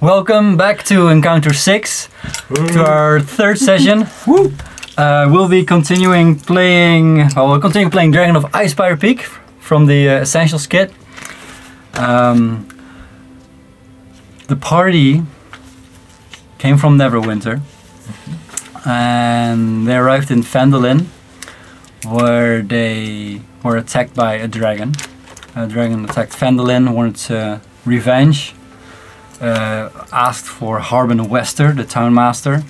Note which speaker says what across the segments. Speaker 1: Welcome back to Encounter 6, to our third session. Woo! Uh, we'll be continuing playing, well, we'll continue playing Dragon of Icefire Peak f- from the uh, Essentials kit. Um, the party came from Neverwinter, and they arrived in Phandalin, where they were attacked by a dragon. A dragon attacked Phandalin, wanted to revenge uh, asked for Harbin Wester, the town master.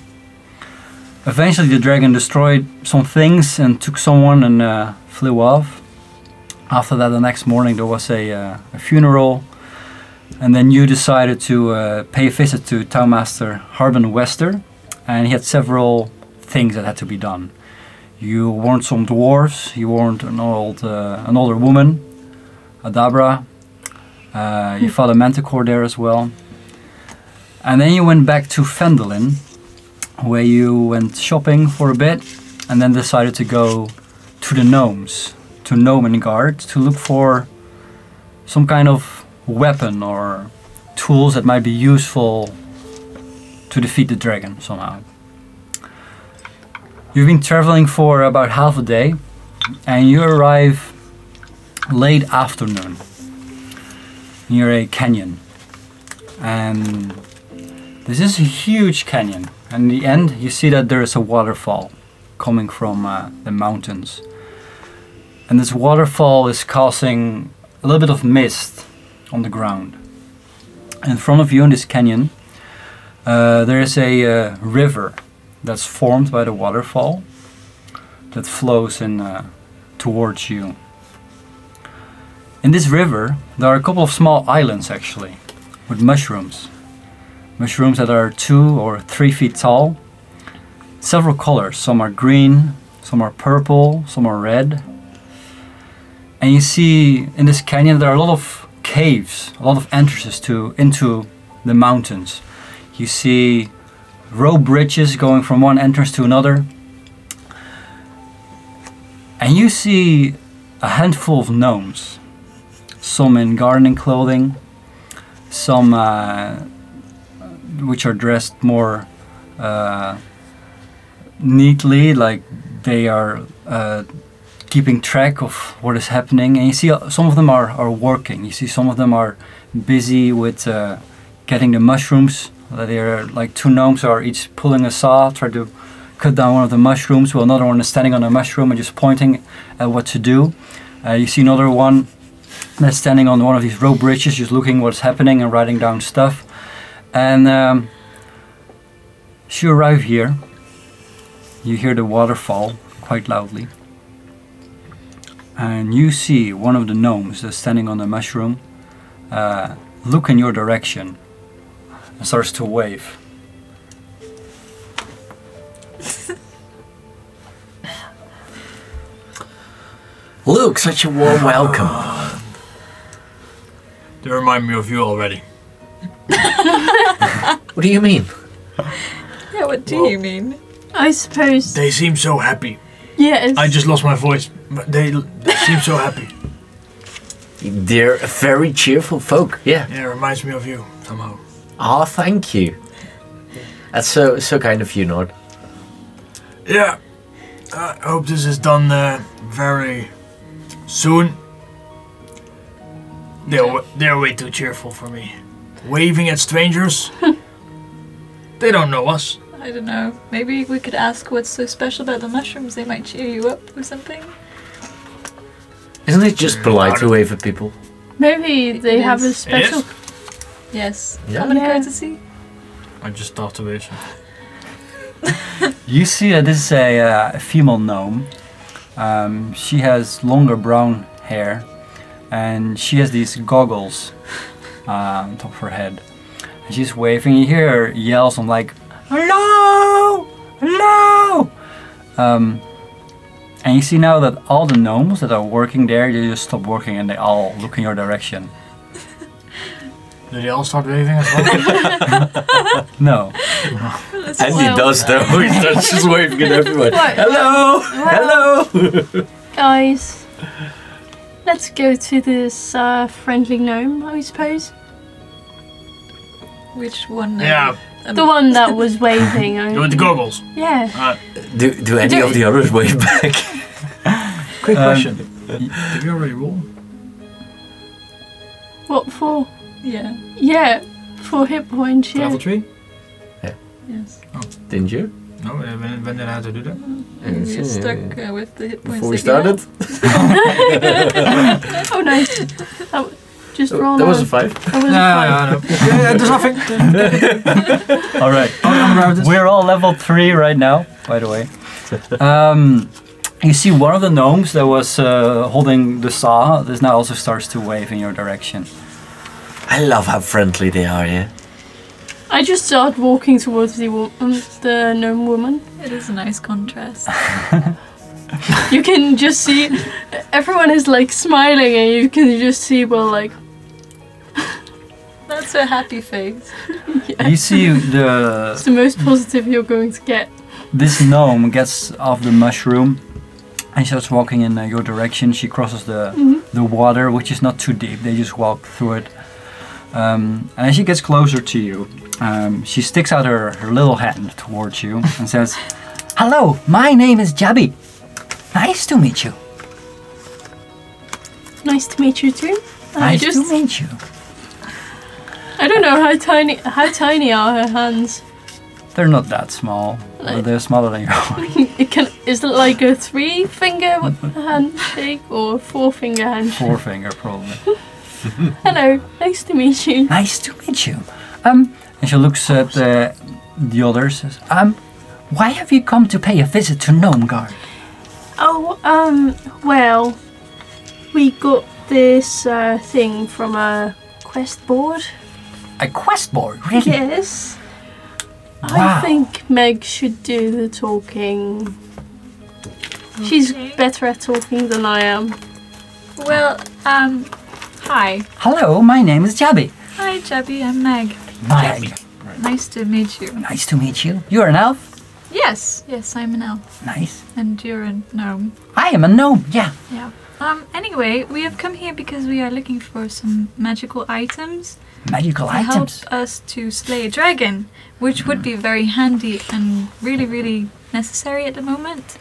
Speaker 1: Eventually, the dragon destroyed some things and took someone and uh, flew off. After that, the next morning there was a, uh, a funeral, and then you decided to uh, pay a visit to town master Harbin Wester, and he had several things that had to be done. You warned some dwarves, you warned an old, uh, an older woman, Adabra. Uh, you found a manticore there as well. And then you went back to Fendelin, where you went shopping for a bit, and then decided to go to the gnomes, to Nomengard, to look for some kind of weapon or tools that might be useful to defeat the dragon somehow. You've been traveling for about half a day, and you arrive late afternoon near a canyon. And this is a huge canyon, and in the end, you see that there is a waterfall coming from uh, the mountains. And this waterfall is causing a little bit of mist on the ground. In front of you in this canyon, uh, there is a uh, river that's formed by the waterfall that flows in uh, towards you. In this river, there are a couple of small islands actually with mushrooms mushrooms that are two or three feet tall. Several colors. Some are green, some are purple, some are red. And you see in this canyon there are a lot of caves, a lot of entrances to into the mountains. You see rope bridges going from one entrance to another. And you see a handful of gnomes, some in gardening clothing, some uh, which are dressed more uh, neatly, like they are uh, keeping track of what is happening. And you see, uh, some of them are, are working. You see, some of them are busy with uh, getting the mushrooms. That they are like two gnomes are each pulling a saw, try to cut down one of the mushrooms, while another one is standing on a mushroom and just pointing at what to do. Uh, you see another one that's standing on one of these rope bridges, just looking what's happening and writing down stuff. And um, she arrived here. You hear the waterfall quite loudly. And you see one of the gnomes that's standing on the mushroom uh, look in your direction and starts to wave.
Speaker 2: Luke, such a warm welcome.
Speaker 3: They remind me of you already.
Speaker 2: What do you mean?
Speaker 4: Yeah, what do you mean?
Speaker 5: I suppose.
Speaker 3: They seem so happy.
Speaker 5: Yes.
Speaker 3: I just lost my voice, but they, they seem so happy.
Speaker 2: They're a very cheerful folk. Yeah.
Speaker 3: Yeah, it reminds me of you somehow.
Speaker 2: Ah, thank you. That's so so kind of you, Nord.
Speaker 3: Yeah, I hope this is done uh, very soon. They're wa- they're way too cheerful for me. Waving at strangers. they don't know us.
Speaker 4: I don't know. Maybe we could ask what's so special about the mushrooms. They might cheer you up or something.
Speaker 2: Isn't it just polite to wave at people?
Speaker 5: Maybe they
Speaker 4: It
Speaker 5: have a
Speaker 4: is.
Speaker 3: It
Speaker 5: special.
Speaker 3: is.
Speaker 4: Yes.
Speaker 2: Yeah.
Speaker 4: Common
Speaker 5: Yeah.
Speaker 4: courtesy.
Speaker 3: I just thought of it.
Speaker 1: You see that this is a, uh, a female gnome. Um, she has longer brown hair and she has these goggles uh, on top of her head. And she's waving. You hear her yell something like, Hello! Hello! Um, and you see now that all the gnomes that are working there, they just stop working and they all look in your direction.
Speaker 3: Did they all start waving as well?
Speaker 1: No.
Speaker 4: That's
Speaker 2: And he
Speaker 4: wild.
Speaker 2: does though. He starts just waving at everyone.
Speaker 5: What?
Speaker 2: Hello, hello.
Speaker 5: Guys, let's go to this uh, friendly gnome, I suppose.
Speaker 4: Which one? uh,
Speaker 3: Yeah,
Speaker 4: um,
Speaker 5: The one that was waving. I-
Speaker 3: with the goggles.
Speaker 5: Yeah.
Speaker 3: Alright.
Speaker 2: Do, do any of the others wave back?
Speaker 3: Quick
Speaker 1: Um,
Speaker 3: question. uh, Did you already roll?
Speaker 5: What for?
Speaker 4: Yeah.
Speaker 5: Yeah. For hit points, yeah.
Speaker 3: Travel tree?
Speaker 4: Yes.
Speaker 2: Didn't you?
Speaker 3: No, uh, when, when did I have to do that?
Speaker 4: And
Speaker 2: Yes,
Speaker 4: you're
Speaker 2: yeah,
Speaker 4: stuck uh, with the hit points.
Speaker 2: Before we
Speaker 4: that you have.
Speaker 2: started?
Speaker 5: Oh, nice. That w- just roll
Speaker 2: That was a
Speaker 5: on.
Speaker 2: five.
Speaker 5: That was a
Speaker 3: I know. yeah, yeah, there's nothing.
Speaker 1: All right. We're all level three right now, by the way. Um, you see one of the gnomes that was uh, holding the saw. This now also starts to wave in your direction.
Speaker 2: I love how friendly they are, yeah?
Speaker 5: I just started walking towards the wo- um, the gnome woman.
Speaker 4: It is a nice contrast.
Speaker 5: You can just see everyone is like smiling, and you can just see well, like
Speaker 4: That's a happy face.
Speaker 1: You see the
Speaker 5: it's the most positive you're going to get.
Speaker 1: this gnome gets off the mushroom and starts walking in uh, your direction. She crosses the
Speaker 5: Mm-hmm.
Speaker 1: the water, which is not too deep. They just walk through it. Um, and as she gets closer to you, um, she sticks out her, her little hand towards you and says, "Hello, my name is Jabby. Nice to meet you.
Speaker 5: Nice to meet you too. I
Speaker 1: Nice to
Speaker 5: just
Speaker 1: meet you."
Speaker 5: I don't know how tiny how tiny are her hands.
Speaker 1: They're not that small, but
Speaker 5: Like-
Speaker 1: they're smaller than yours.
Speaker 5: It can is it like a three finger handshake or a four finger handshake?
Speaker 1: Forefinger, probably.
Speaker 5: Hello, nice to meet you.
Speaker 1: Nice to meet you. Um, and she looks at uh, the others. says, Um, why have you come to pay a visit to Gnomegard?
Speaker 5: Oh, um, well, we got this uh, thing from a quest board.
Speaker 1: A quest board,
Speaker 5: Hmm.
Speaker 1: really?
Speaker 5: Yes. I
Speaker 1: Wow.
Speaker 5: think Meg should do the talking. She's better at talking than I am.
Speaker 4: Well, um, hi.
Speaker 1: Hello, my name is Jabby.
Speaker 4: Hi, Jabby. I'm Meg.
Speaker 1: Meg.
Speaker 4: Nice to meet you.
Speaker 1: Nice to meet you. You're an elf.
Speaker 4: Yes, yes, I'm an elf.
Speaker 1: Nice.
Speaker 4: And you're a gnome.
Speaker 1: I am a gnome. Yeah.
Speaker 4: Yeah. Um, anyway, we have come here because we are looking for some magical items
Speaker 1: Magical
Speaker 4: to help
Speaker 1: items.
Speaker 4: us to slay a dragon, which would be very handy and really, really necessary at the moment.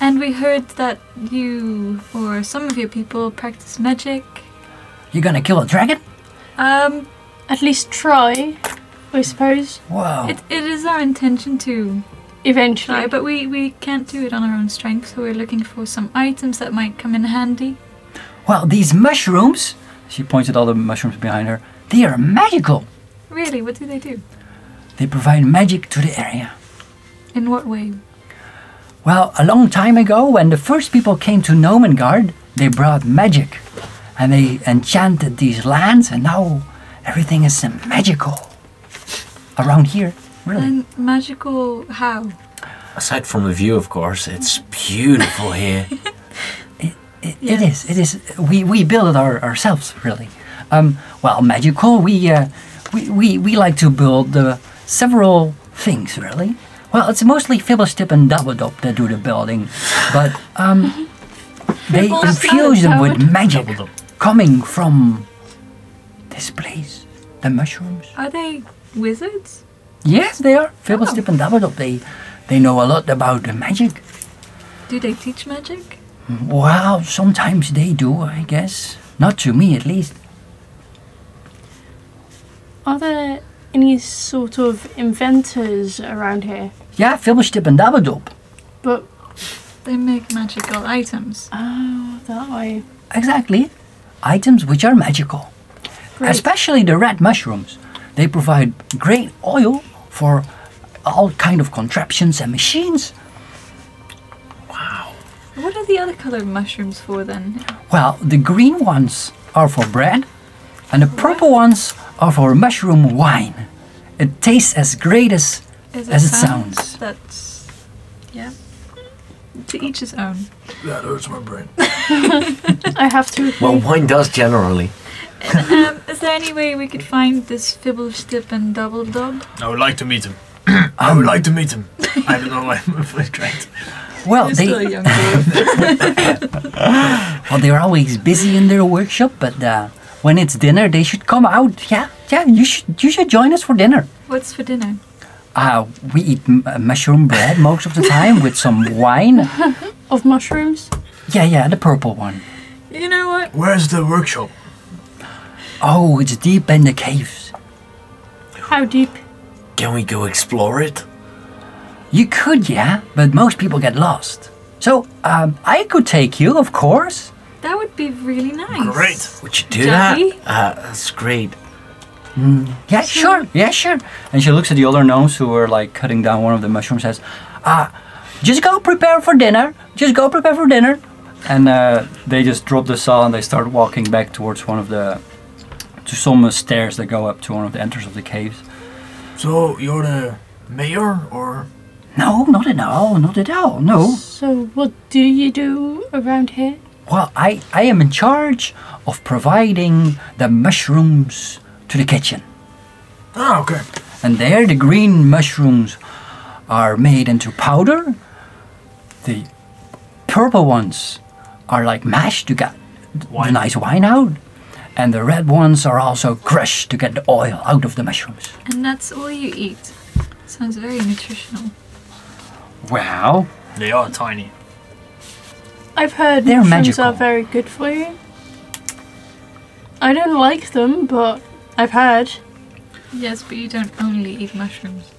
Speaker 4: And we heard that you or some of your people practice magic.
Speaker 1: You're gonna kill a dragon?
Speaker 4: Um,
Speaker 5: At least try, I suppose.
Speaker 1: Whoa.
Speaker 4: it, it is our intention to
Speaker 5: Eventually.
Speaker 4: try, but we, we can't do it on our own strength, so we're looking for some items that might come in handy.
Speaker 1: well, these mushrooms. She points at all the mushrooms behind her. They are magical.
Speaker 4: Really, what do they do?
Speaker 1: They provide magic to the area.
Speaker 4: In what way?
Speaker 1: Well, a long time ago, when the first people came to Nomengard, they brought magic. And they enchanted these lands, and now everything is uh, magical. Around here, really.
Speaker 4: And magical how?
Speaker 2: Aside from the view, of course, it's beautiful here.
Speaker 1: It, it is, it is. We, we build it our, ourselves, really. Um, well, magical, we, uh, we, we, we like to build uh, several things, really. Well, it's mostly Fibblestip and Dabbledop that do the building, but um, they
Speaker 5: Fibblestip
Speaker 1: infuse them with
Speaker 5: and
Speaker 1: magic coming from this place, the mushrooms.
Speaker 4: Are they wizards?
Speaker 1: Yes, they are. Fibblestip and Dabbledop, they, they know a lot about the magic.
Speaker 4: Do they teach magic?
Speaker 1: Well, sometimes they do, I guess. Not to me, at least.
Speaker 5: Are there any sort of inventors around here?
Speaker 1: Yeah, Fibblestip and Dabbledop.
Speaker 5: But,
Speaker 4: They make magical items.
Speaker 1: Uh.
Speaker 5: oh, that way.
Speaker 1: Exactly. Items which are magical.
Speaker 5: Great.
Speaker 1: Especially the red mushrooms. They provide great oil for all kind of contraptions and machines.
Speaker 4: What are the other colored mushrooms for then?
Speaker 1: Well, the green ones are for bread, and the purple ones are for mushroom wine. It tastes as great as
Speaker 4: As
Speaker 1: As it sounds.
Speaker 4: That's. Yeah. To each his own.
Speaker 3: That hurts my brain.
Speaker 5: I have to agree.
Speaker 2: well, wine does generally.
Speaker 4: um, is there any way we could find this fibble stip and double dub?
Speaker 3: I would like to meet him. I would like to meet him. I don't know why I'm afraid.
Speaker 1: well. They
Speaker 4: still a young girl.
Speaker 1: uh, well, they're always busy in their workshop, but uh, when it's dinner, they should come out. Yeah, Yeah, you should you should join us for dinner.
Speaker 4: What's for dinner?
Speaker 1: Uh, we eat m- uh, mushroom bread most of the time with some wine.
Speaker 5: Of mushrooms?
Speaker 1: Yeah, yeah, the purple one.
Speaker 4: You know what?
Speaker 3: Where's the workshop?
Speaker 1: Oh, it's deep in the caves.
Speaker 5: How deep?
Speaker 2: Can we go explore it?
Speaker 1: You could, yeah, but most people get lost. So, um, I could take you, of course.
Speaker 4: That would be really nice.
Speaker 3: Great.
Speaker 2: Would you do
Speaker 4: Daddy?
Speaker 2: that? Uh, that's great.
Speaker 1: Yeah, sure. Yeah, sure. And she looks at the other gnomes who are like cutting down one of the mushrooms. Says, "Ah, just go prepare for dinner. Just go prepare for dinner." And uh, they just drop the saw and they start walking back towards one of the to some uh, stairs that go up to one of the enters of the caves.
Speaker 3: So you're the mayor, or
Speaker 1: No, not at all. Not at all. No.
Speaker 5: So, what do you do around here?
Speaker 1: Well, I I am in charge of providing the mushrooms to the kitchen.
Speaker 3: ah, okay.
Speaker 1: And there, the green mushrooms are made into powder. The purple ones are like mashed to get the
Speaker 3: Wine.
Speaker 1: nice wine out. And the red ones are also crushed to get the oil out of the mushrooms.
Speaker 4: And that's all you eat. Sounds very nutritional.
Speaker 1: Wow.
Speaker 3: They are tiny.
Speaker 5: I've heard
Speaker 1: They're
Speaker 5: mushrooms
Speaker 1: magical.
Speaker 5: are very good for you. I don't like them, but I've heard.
Speaker 4: Yes, but you don't only eat mushrooms.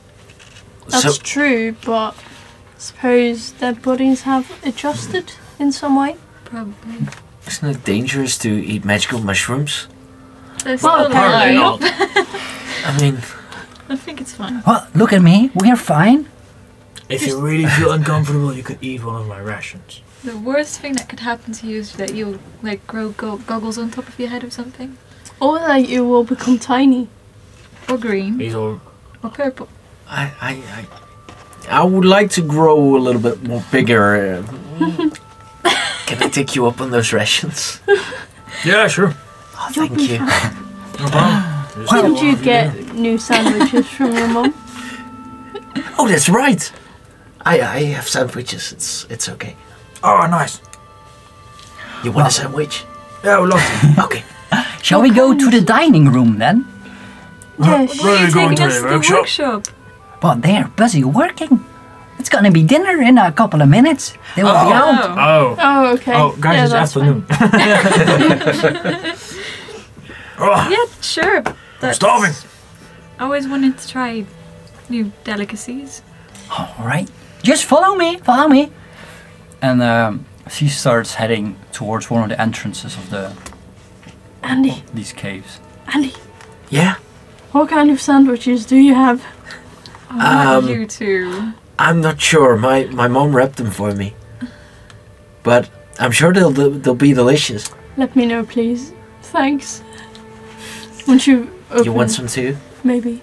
Speaker 5: That's
Speaker 2: so,
Speaker 5: true, but suppose their bodies have adjusted in some way.
Speaker 4: Probably.
Speaker 2: isn't it dangerous to eat magical mushrooms?
Speaker 4: There's
Speaker 5: Well,
Speaker 4: still
Speaker 5: apparently
Speaker 3: not.
Speaker 4: alive.
Speaker 2: I mean,
Speaker 4: I think it's fine.
Speaker 1: Well, look at me. We are fine.
Speaker 3: If you really feel uncomfortable, you could eat one of my rations.
Speaker 4: The worst thing that could happen to you is that you like grow go- goggles on top of your head or something,
Speaker 5: Or that you will become tiny.
Speaker 4: or green,
Speaker 3: These are
Speaker 4: or purple.
Speaker 2: I, I, I, I would like to grow a little bit more bigger. uh, Can I take you up on those rations?
Speaker 3: yeah, sure.
Speaker 2: Oh, thank you.
Speaker 3: No problem. Just
Speaker 5: Didn't
Speaker 3: one
Speaker 5: you
Speaker 3: of
Speaker 5: get new sandwiches from your mum?
Speaker 2: Oh, that's right. I, I have sandwiches. It's, it's okay.
Speaker 3: Oh, nice.
Speaker 2: You want a sandwich?
Speaker 3: Yeah, we love to.
Speaker 2: Okay.
Speaker 1: Shall we go to the dining room then?
Speaker 5: yes.
Speaker 3: Where are
Speaker 4: you
Speaker 3: we going
Speaker 4: taking
Speaker 3: to
Speaker 4: us
Speaker 3: the
Speaker 4: to
Speaker 3: workshop?
Speaker 4: workshop?
Speaker 1: Well, they're busy working. It's gonna be dinner in a couple of minutes. They will be out.
Speaker 4: Oh.
Speaker 3: Oh.
Speaker 5: Oh, okay.
Speaker 3: Oh, guys,
Speaker 5: yeah,
Speaker 3: it's
Speaker 5: that's
Speaker 3: afternoon.
Speaker 5: fine.
Speaker 3: Oh,
Speaker 4: Yeah, sure.
Speaker 3: I'm
Speaker 4: That's-
Speaker 3: starving.
Speaker 4: I always wanted to try new delicacies.
Speaker 1: All right, just follow me, follow me. And um, she starts heading towards one of the entrances of the
Speaker 5: Andy,
Speaker 1: these caves.
Speaker 5: Andy,
Speaker 2: Yeah.
Speaker 5: what kind of sandwiches do you have?
Speaker 4: Oh,
Speaker 2: Um,
Speaker 4: you two.
Speaker 2: I'm not sure. My my mom wrapped them for me, but I'm sure they'll they'll be delicious.
Speaker 5: Let me know, please. Thanks. Once you open
Speaker 2: You want
Speaker 5: it,
Speaker 2: some too?
Speaker 5: maybe.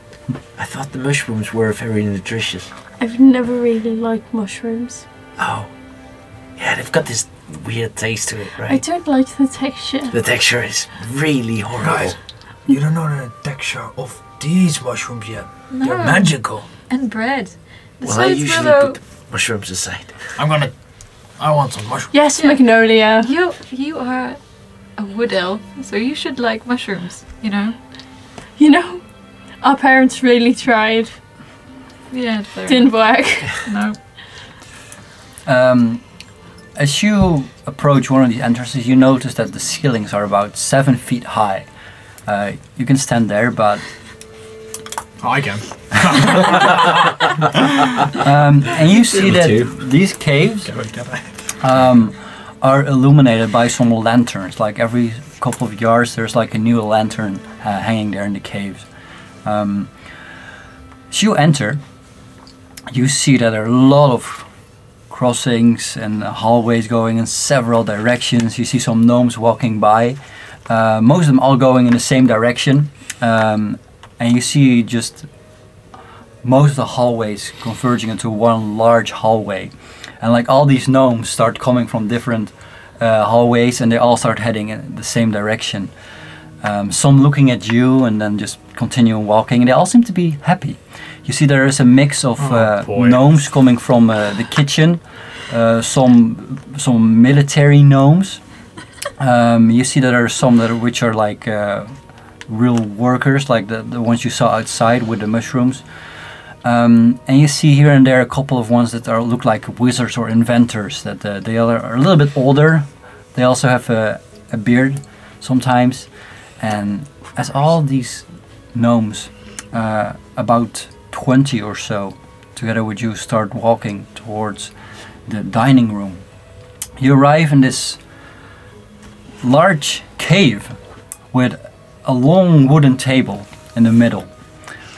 Speaker 2: I thought the mushrooms were very nutritious.
Speaker 5: I've never really liked mushrooms.
Speaker 2: Oh, yeah, they've got this weird taste to it,
Speaker 5: I
Speaker 2: right?
Speaker 5: don't like the texture.
Speaker 2: The texture is really horrible.
Speaker 3: Guys, you don't know the texture of these mushrooms yet.
Speaker 4: No.
Speaker 3: They're magical.
Speaker 4: And bread.
Speaker 2: Well, I
Speaker 4: Besides,
Speaker 2: usually
Speaker 4: Willow,
Speaker 2: put mushrooms aside.
Speaker 3: I'm gonna. I want some mushrooms.
Speaker 5: Yes,
Speaker 4: Yeah.
Speaker 5: Magnolia.
Speaker 4: you you are a wood elf, so you should like mushrooms. You know.
Speaker 5: You know, our parents really tried.
Speaker 4: Yeah. fair
Speaker 5: Didn't work.
Speaker 4: enough. No.
Speaker 1: Um, as you approach one of these entrances, you notice that the ceilings are about seven feet high. Uh, you can stand there, but
Speaker 3: Oh, I can.
Speaker 1: um, and you see
Speaker 2: Me
Speaker 1: that
Speaker 2: too.
Speaker 1: these caves
Speaker 3: Can I- can I-
Speaker 1: um, are illuminated by some lanterns. Like every couple of yards, there's like a new lantern uh, hanging there in the caves. Um, as you enter, you see that there are a lot of crossings and hallways going in several directions. You see some gnomes walking by, uh, most of them all going in the same direction. Um, and you see just most of the hallways converging into one large hallway and like all these gnomes start coming from different uh, hallways and they all start heading in the same direction um, some looking at you and then just continue walking and they all seem to be happy you see there is a mix of
Speaker 3: Oh,
Speaker 1: uh,
Speaker 3: boy.
Speaker 1: gnomes coming from uh, the kitchen uh, some some military gnomes um, you see that there are some that are, which are like uh, real workers, like the, the ones you saw outside with the mushrooms. Um, and you see here and there a couple of ones that are look like wizards or inventors. That uh, they are, are a little bit older. They also have a, a beard sometimes. And as all these gnomes, uh, about 20 or so, together with you, start walking towards the dining room. You arrive in this large cave with a long wooden table in the middle.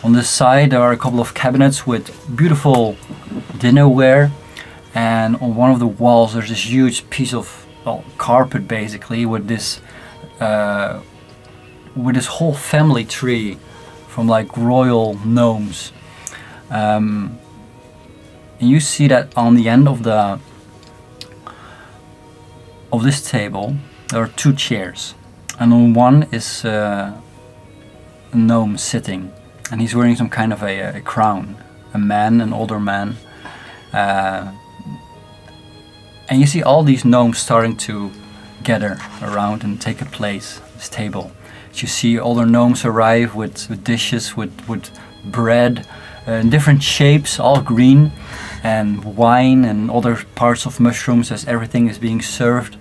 Speaker 1: On this side, there are a couple of cabinets with beautiful dinnerware, and on one of the walls, there's this huge piece of well, carpet basically with this uh, with this whole family tree from like royal gnomes. Um, and you see that on the end of the of this table there are two chairs, and on one is uh, a gnome sitting, and he's wearing some kind of a, a crown. A man, an older man. Uh, and you see all these gnomes starting to gather around and take a place at this table. So you see all the gnomes arrive with, with dishes, with, with bread uh, in different shapes, all green, and wine and other parts of mushrooms as everything is being served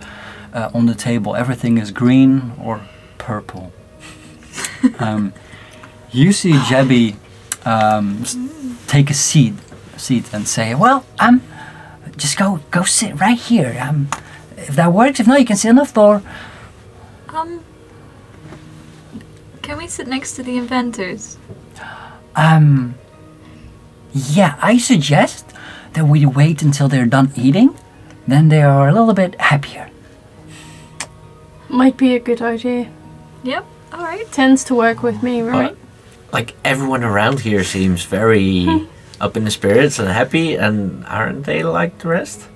Speaker 1: uh, on the table. Everything is green or purple. um, you see Jebby um, s- take a seat, seat and say, "Well, um, just go go sit right here. Um, if that works, if not, you can sit on the floor."
Speaker 4: Um. Can we sit next to the inventors?
Speaker 1: Um, yeah, I suggest that we wait until they're done eating. Then they are a little bit happier.
Speaker 5: Might be a good idea.
Speaker 4: Yep. All right.
Speaker 5: Tends to work with me, right?
Speaker 2: Like everyone around here seems very up in the spirits and happy, and aren't they like the rest?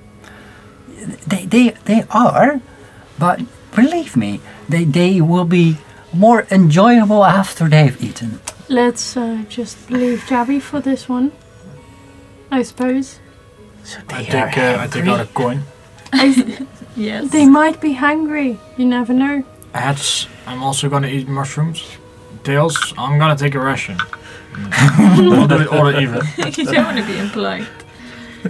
Speaker 1: They, they, they are, but believe me, they, they will be more enjoyable after they've eaten.
Speaker 5: Let's uh, just leave Jabby for this one. I suppose.
Speaker 2: So
Speaker 3: I
Speaker 2: they are
Speaker 3: take, uh, I take out a
Speaker 2: happy.
Speaker 3: coin.
Speaker 4: Yes.
Speaker 5: They might be hungry. You never know.
Speaker 3: Hats, I'm also gonna eat mushrooms. Tails, I'm gonna take a ration. order, order even.
Speaker 4: you don't want to be impolite.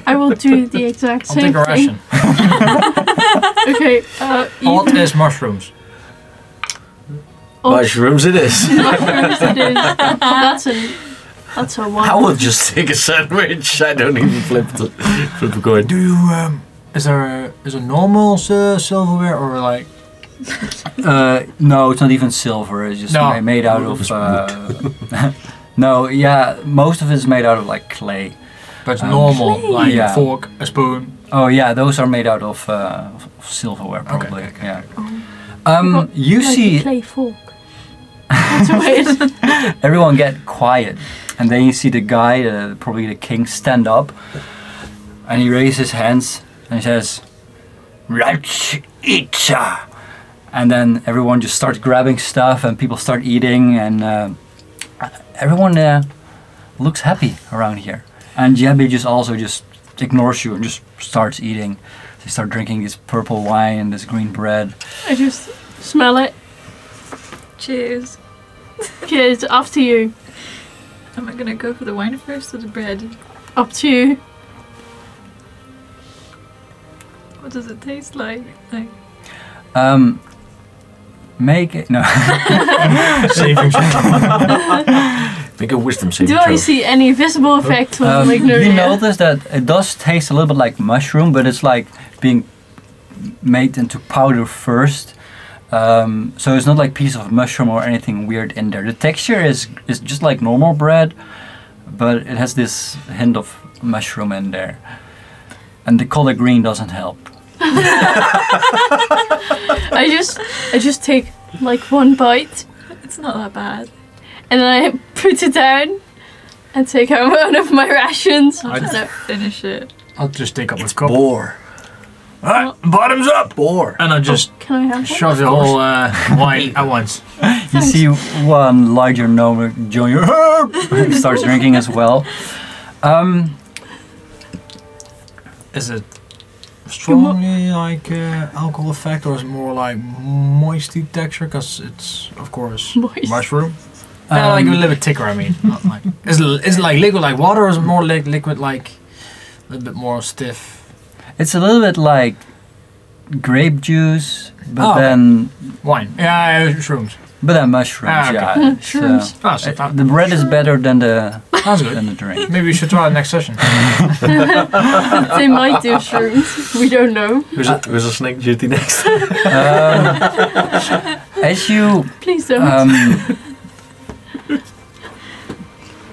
Speaker 5: I will do the exact
Speaker 3: I'll
Speaker 5: same
Speaker 3: take a
Speaker 5: thing.
Speaker 3: ration.
Speaker 5: Okay. Uh,
Speaker 3: What
Speaker 5: Ethan-
Speaker 3: is mushrooms?
Speaker 5: odd
Speaker 2: Mushrooms it is.
Speaker 5: mushrooms it is. That's a that's a one.
Speaker 2: I will just take a sandwich. I don't even flip the flip a coin.
Speaker 3: Do you um? Is there a, is a normal uh, silverware or like
Speaker 1: Uh, no, it's not even silver. It's just
Speaker 3: No.
Speaker 1: ma- made out of. Uh, no, yeah, most of it's made out of like clay.
Speaker 3: but
Speaker 1: Um,
Speaker 3: normal like
Speaker 1: Yeah.
Speaker 3: a fork, a spoon?
Speaker 1: Oh yeah, those are made out of, uh, of- of silverware probably.
Speaker 3: okay,
Speaker 1: yeah.
Speaker 4: okay.
Speaker 1: Um, you
Speaker 5: Like a
Speaker 1: see
Speaker 5: clay fork. That's weird.
Speaker 1: everyone get quiet, and then you see the guy, uh, probably the king, stand up, and he raises his hands and he says, "Let's eat!" uh." And then everyone just starts grabbing stuff, and people start eating, and uh, everyone uh, looks happy around here. And Jebby just also just ignores you and just starts eating. They start drinking this purple wine and this green bread.
Speaker 5: I just smell it.
Speaker 4: Cheers.
Speaker 5: Kids, up to you.
Speaker 4: Am I gonna go for the wine first or the bread?
Speaker 5: Up to you.
Speaker 4: What does it taste like? Like
Speaker 1: Um, make it no.
Speaker 3: Saving
Speaker 2: Make a wisdom saving
Speaker 5: Do I
Speaker 2: throw.
Speaker 5: see any visible effect of
Speaker 1: Um,
Speaker 5: ignoring
Speaker 1: you
Speaker 5: it?
Speaker 1: notice that it does taste a little bit like mushroom, but it's like being made into powder first. Um, so it's not like piece of mushroom or anything weird in there. The texture is is just like normal bread, but it has this hint of mushroom in there. And the color green doesn't help.
Speaker 5: I just I just take like one bite
Speaker 4: it's not that bad.
Speaker 5: and then I put it down and take out one of my rations.
Speaker 4: I'll just
Speaker 5: No.
Speaker 4: finish it.
Speaker 3: I'll just take up
Speaker 2: It's
Speaker 3: a cup.
Speaker 2: boar.
Speaker 3: Alright, bottoms up.
Speaker 2: Boar.
Speaker 3: And I just
Speaker 5: Can I have one?
Speaker 3: shove the whole uh, wine at once.
Speaker 1: You see one larger gnome junior starts drinking as well. Um,
Speaker 3: Is it strongly like uh, alcohol effect, or is it more like moisty texture? Because it's of course
Speaker 5: Moist.
Speaker 3: mushroom. Uh, like a
Speaker 1: Um,
Speaker 3: little bit thicker. I mean, not like is it, is it like liquid like water, or is it more like liquid like a little bit more stiff?
Speaker 1: It's a little bit like grape juice, but
Speaker 3: Oh.
Speaker 1: then
Speaker 3: Wine. Yeah, yeah, shrooms.
Speaker 1: but then mushrooms.
Speaker 3: Ah, okay.
Speaker 1: Yeah, it's, uh,
Speaker 5: Shrooms.
Speaker 3: Ah, so
Speaker 1: it-
Speaker 3: that-
Speaker 1: the bread is better than the
Speaker 3: That's good.
Speaker 1: than the drink.
Speaker 3: Maybe we should try it next session.
Speaker 5: they might do shrooms. We don't know.
Speaker 2: Who's a, who's a snake duty next?
Speaker 1: Um, as you
Speaker 5: Please don't.
Speaker 1: um,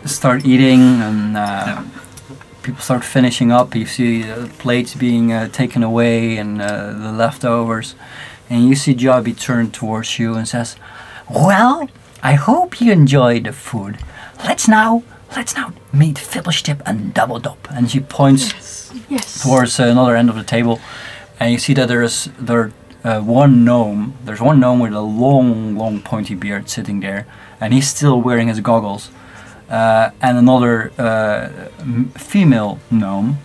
Speaker 1: start eating and uh, people start finishing up. You see uh, plates being uh, taken away and uh, the leftovers. And you see Jobby turn towards you and says, Well, I hope you enjoy the food. Let's now, let's now meet Fiddlestip and Double Dop. And she points
Speaker 5: yes.
Speaker 1: towards uh, another end of the table, and you see that there is there uh, one gnome. There's one gnome with a long, long, pointy beard sitting there, and he's still wearing his goggles. Uh, and another uh, m- female gnome,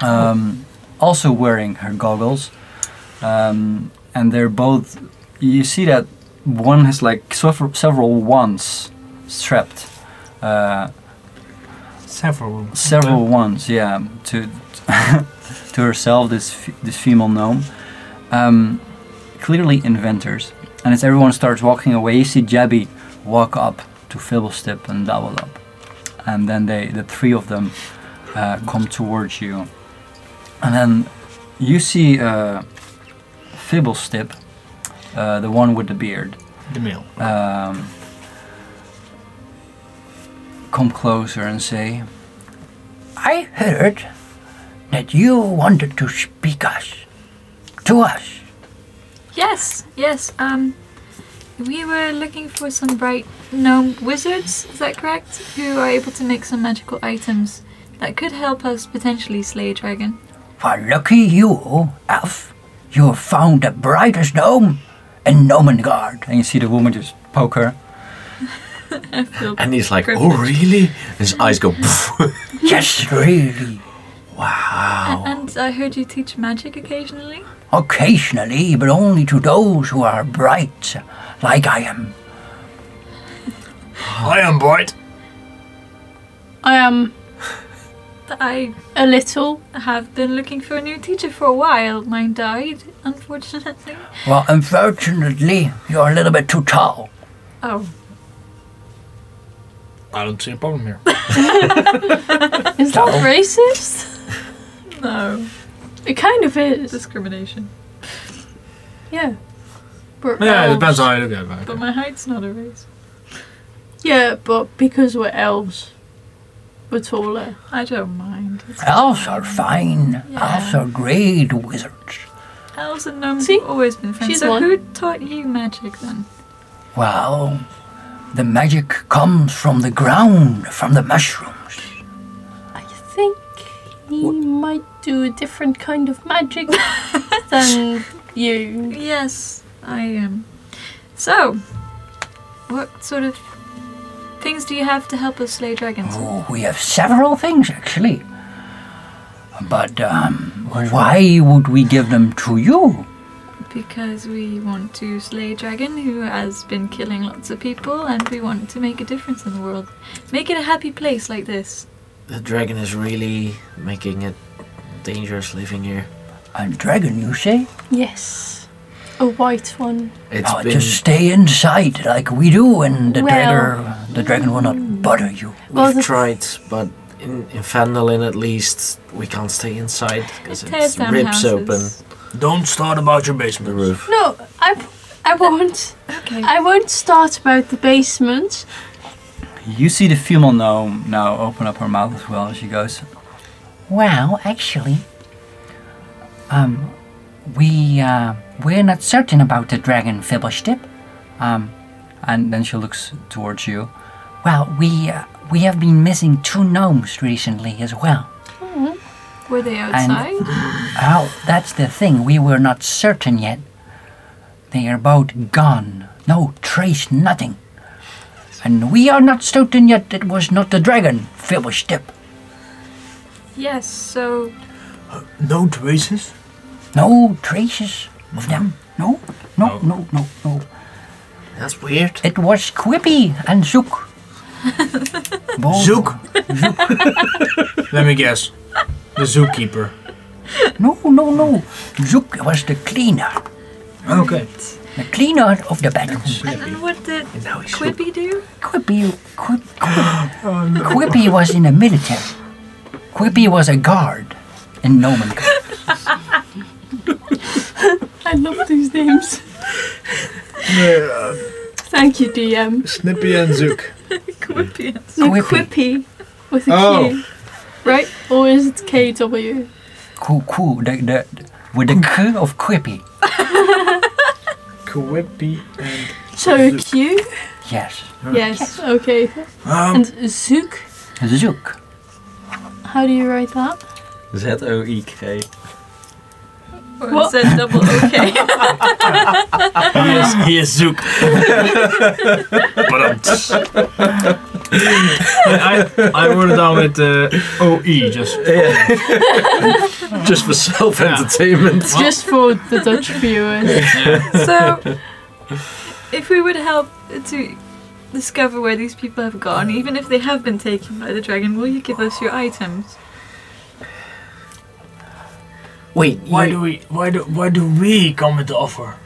Speaker 1: um, also wearing her goggles, um, and they're both. You see that one has like several, several wands strapped. Uh,
Speaker 3: Several.
Speaker 1: several ones, yeah, to to herself, this f- this female gnome. Um, clearly inventors, and as everyone starts walking away, you see Jabby walk up to Fibblestip and double up, and then they the three of them uh, come towards you, and then you see uh, Fibblestip, uh, the one with the beard
Speaker 3: The meal.
Speaker 1: um, come closer and say, I heard that you wanted to speak us to us.
Speaker 4: Yes, yes. Um, we were looking for some bright gnome wizards. Is that correct? Who are able to make some magical items that could help us potentially slay a dragon.
Speaker 1: For lucky you, Elf, you have found the brightest gnome in Nomengard. And you see the woman just poke her.
Speaker 2: And he's like, oh really? And his eyes go.
Speaker 1: Yes, really.
Speaker 4: A- And I heard you teach magic occasionally.
Speaker 1: Occasionally, but only to those who are bright, like I am.
Speaker 3: I am bright.
Speaker 5: I am
Speaker 4: But I
Speaker 5: a little.
Speaker 4: have been looking for a new teacher for a while. Mine died, unfortunately.
Speaker 1: Well, unfortunately, you're a little bit too tall.
Speaker 4: Oh,
Speaker 3: I don't see a problem here.
Speaker 5: Is that racist?
Speaker 4: no.
Speaker 5: It kind of is.
Speaker 4: Discrimination.
Speaker 5: Yeah. um, We're
Speaker 3: yeah, it
Speaker 5: elves.
Speaker 3: depends how you look at it.
Speaker 4: But my height's not a race.
Speaker 5: Yeah, but because we're elves, we're taller.
Speaker 4: I don't mind. It's
Speaker 1: Elves are fine.
Speaker 4: Yeah.
Speaker 1: Elves are great wizards.
Speaker 4: Elves and gnomes
Speaker 5: See?
Speaker 4: have always been friends.
Speaker 5: She's
Speaker 4: so
Speaker 5: one.
Speaker 4: who taught you magic then?
Speaker 1: Well, the magic comes from the ground, from the mushrooms.
Speaker 5: I think he might do a different kind of magic than you.
Speaker 4: Yes, I am. So, what sort of things do you have to help us slay dragons?
Speaker 1: Oh, we have several things, actually. But um, why would we give them to you?
Speaker 4: Because we want to slay a dragon who has been killing lots of people and we want to make a difference in the world. Make it a happy place like this.
Speaker 2: the dragon is really making it dangerous living here.
Speaker 1: A Uh, dragon, you say?
Speaker 5: Yes. A white one.
Speaker 2: It's
Speaker 1: Oh,
Speaker 2: been
Speaker 1: just stay inside like we do, and the,
Speaker 5: Well-
Speaker 1: dagger- the dragon will not bother you.
Speaker 2: we've
Speaker 5: Well, the-
Speaker 2: tried, but in in Vandalin at least we can't stay inside because
Speaker 4: it tears
Speaker 2: it
Speaker 4: down
Speaker 2: rips
Speaker 4: houses.
Speaker 3: Don't start about your
Speaker 2: open the
Speaker 3: basement.
Speaker 2: roof.
Speaker 5: No, I, I won't.
Speaker 4: Okay.
Speaker 5: I won't start about the basement.
Speaker 1: You see the female gnome now open up her mouth as well. She goes, Well, actually, um, we, uh, we're not certain about the dragon Fibblestip. Um, and then she looks towards you. Well, we, uh, we have been missing two gnomes recently as well.
Speaker 4: Were they outside?
Speaker 1: Well, that's the thing. We were not certain yet. They are both gone. No trace, nothing. And we are not certain yet it was not the dragon, Fibblestip.
Speaker 4: Yes, so
Speaker 3: No traces?
Speaker 1: No traces of them. No, no, no, no, no.
Speaker 2: That's weird.
Speaker 1: It was Quippy and Zook. Both-
Speaker 3: Zook? Oh. Let me guess. The zookeeper.
Speaker 1: No, no, no. Zook was the cleaner.
Speaker 3: Okay.
Speaker 1: The cleaner of the battles.
Speaker 4: And, and what did
Speaker 2: And now he's
Speaker 4: Quippy do?
Speaker 1: Quippy, Quip, Quip,
Speaker 2: Oh,
Speaker 1: Quippy was in the military. Quippy was a guard in Nomenka.
Speaker 5: I love these names. Thank you, DM.
Speaker 6: Snippy and Zook.
Speaker 4: Quippy.
Speaker 5: No,
Speaker 1: Quippy.
Speaker 5: Quippy with a Q,
Speaker 6: Oh.
Speaker 5: right? Or is it KW?
Speaker 1: Coo, coo, the, the, with the
Speaker 2: Hmm.
Speaker 1: k of Quippy.
Speaker 6: Quippy and
Speaker 5: So Q?
Speaker 1: Yes.
Speaker 5: Yes. Okay.
Speaker 3: Um,
Speaker 5: And Zook?
Speaker 1: Zook.
Speaker 5: How do you write that?
Speaker 2: Z O E K.
Speaker 4: Or
Speaker 5: What?
Speaker 4: is that double okay?
Speaker 3: he is, he is Zook. but um, I, I wrote it down with uh, OE just.
Speaker 2: Just for self entertainment.
Speaker 3: Well-
Speaker 5: Just for the Dutch viewers.
Speaker 4: so, if we would help to discover where these people have gone, even if they have been taken by the dragon, will you give us your items?
Speaker 2: Wait,
Speaker 3: Why
Speaker 2: you-
Speaker 3: do we? Why do? Why do we come with the offer?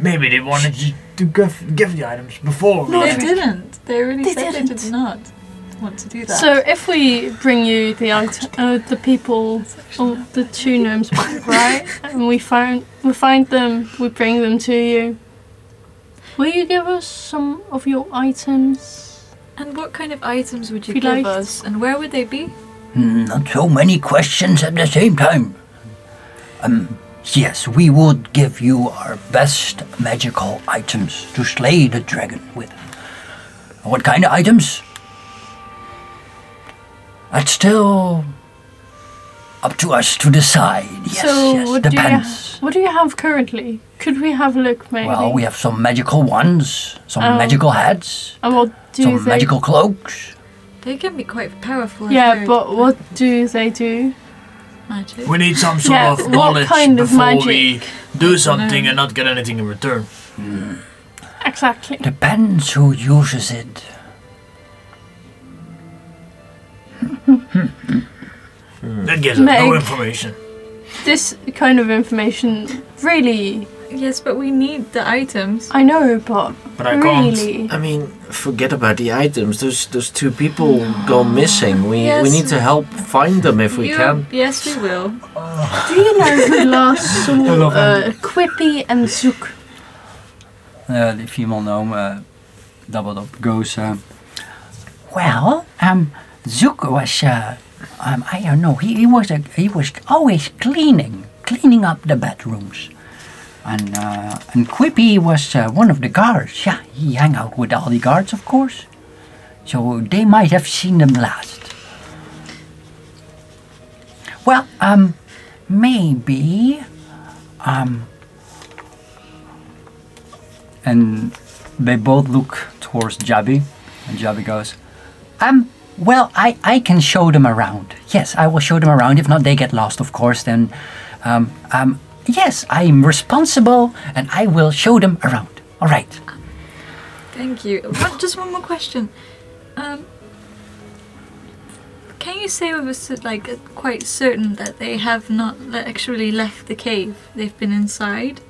Speaker 3: Maybe they wanted to, to give, give the items before. we-
Speaker 5: No,
Speaker 4: they
Speaker 5: they-
Speaker 4: didn't. They really
Speaker 5: they
Speaker 4: said they
Speaker 5: didn't.
Speaker 4: did not want to do that.
Speaker 5: So if we bring you the item, uh, the people, or the two gnomes back, right? And we find we find them, we bring them to you. Will you give us some of your items?
Speaker 4: and what kind of items would you
Speaker 5: If you
Speaker 4: give
Speaker 5: liked.
Speaker 4: us, and where would they be?
Speaker 1: Hmm, Not so many questions at the same time. Um, yes, we would give you our best magical items to slay the dragon with. What kind of items? That's still up to us to decide. Yes,
Speaker 5: so
Speaker 1: yes,
Speaker 5: what do you
Speaker 1: depends.
Speaker 5: what do you have currently? Could we have a look maybe?
Speaker 1: Well, we have some magical ones, some
Speaker 5: Oh.
Speaker 1: magical hats,
Speaker 5: and what do
Speaker 1: some
Speaker 5: they?
Speaker 1: magical cloaks.
Speaker 4: They can be quite powerful. and
Speaker 5: yeah,
Speaker 4: very
Speaker 5: but what do they do?
Speaker 4: magic.
Speaker 3: We need some sort
Speaker 5: Yeah,
Speaker 3: of
Speaker 5: what
Speaker 3: knowledge
Speaker 5: kind of
Speaker 3: before we
Speaker 5: magic?
Speaker 3: do something and not get anything in return.
Speaker 5: Exactly.
Speaker 1: Depends who uses it.
Speaker 3: That gives us no
Speaker 5: Meg.
Speaker 3: information.
Speaker 5: This kind of information, really,
Speaker 4: Yes, but we need the items.
Speaker 5: I know, but
Speaker 3: But I can't.
Speaker 5: really,
Speaker 2: I mean, forget about the items. Those those two people go missing. We we
Speaker 4: Yes.
Speaker 2: need to help find them if we
Speaker 4: You-
Speaker 2: can.
Speaker 4: Yes, we will.
Speaker 5: do you know who last saw uh, Quippy and Zook?
Speaker 1: uh, the female gnome uh, doubled up goes um, well um zook was uh, um, i don't know he, he was a, he was always cleaning cleaning up the bedrooms and uh, and quippy was uh, one of the guards yeah he hang out with all the guards of course so they might have seen them last well um maybe um and they both look towards Jabi, and Jabi goes, "Um, well, I I can show them around. Yes, I will show them around. If not, they get lost, of course. Then, um, um, yes, I'm responsible, and I will show them around. All right.
Speaker 4: Thank you. One, just one more question. Um, can you say with us like quite certain that they have not le- actually left the cave? They've been inside.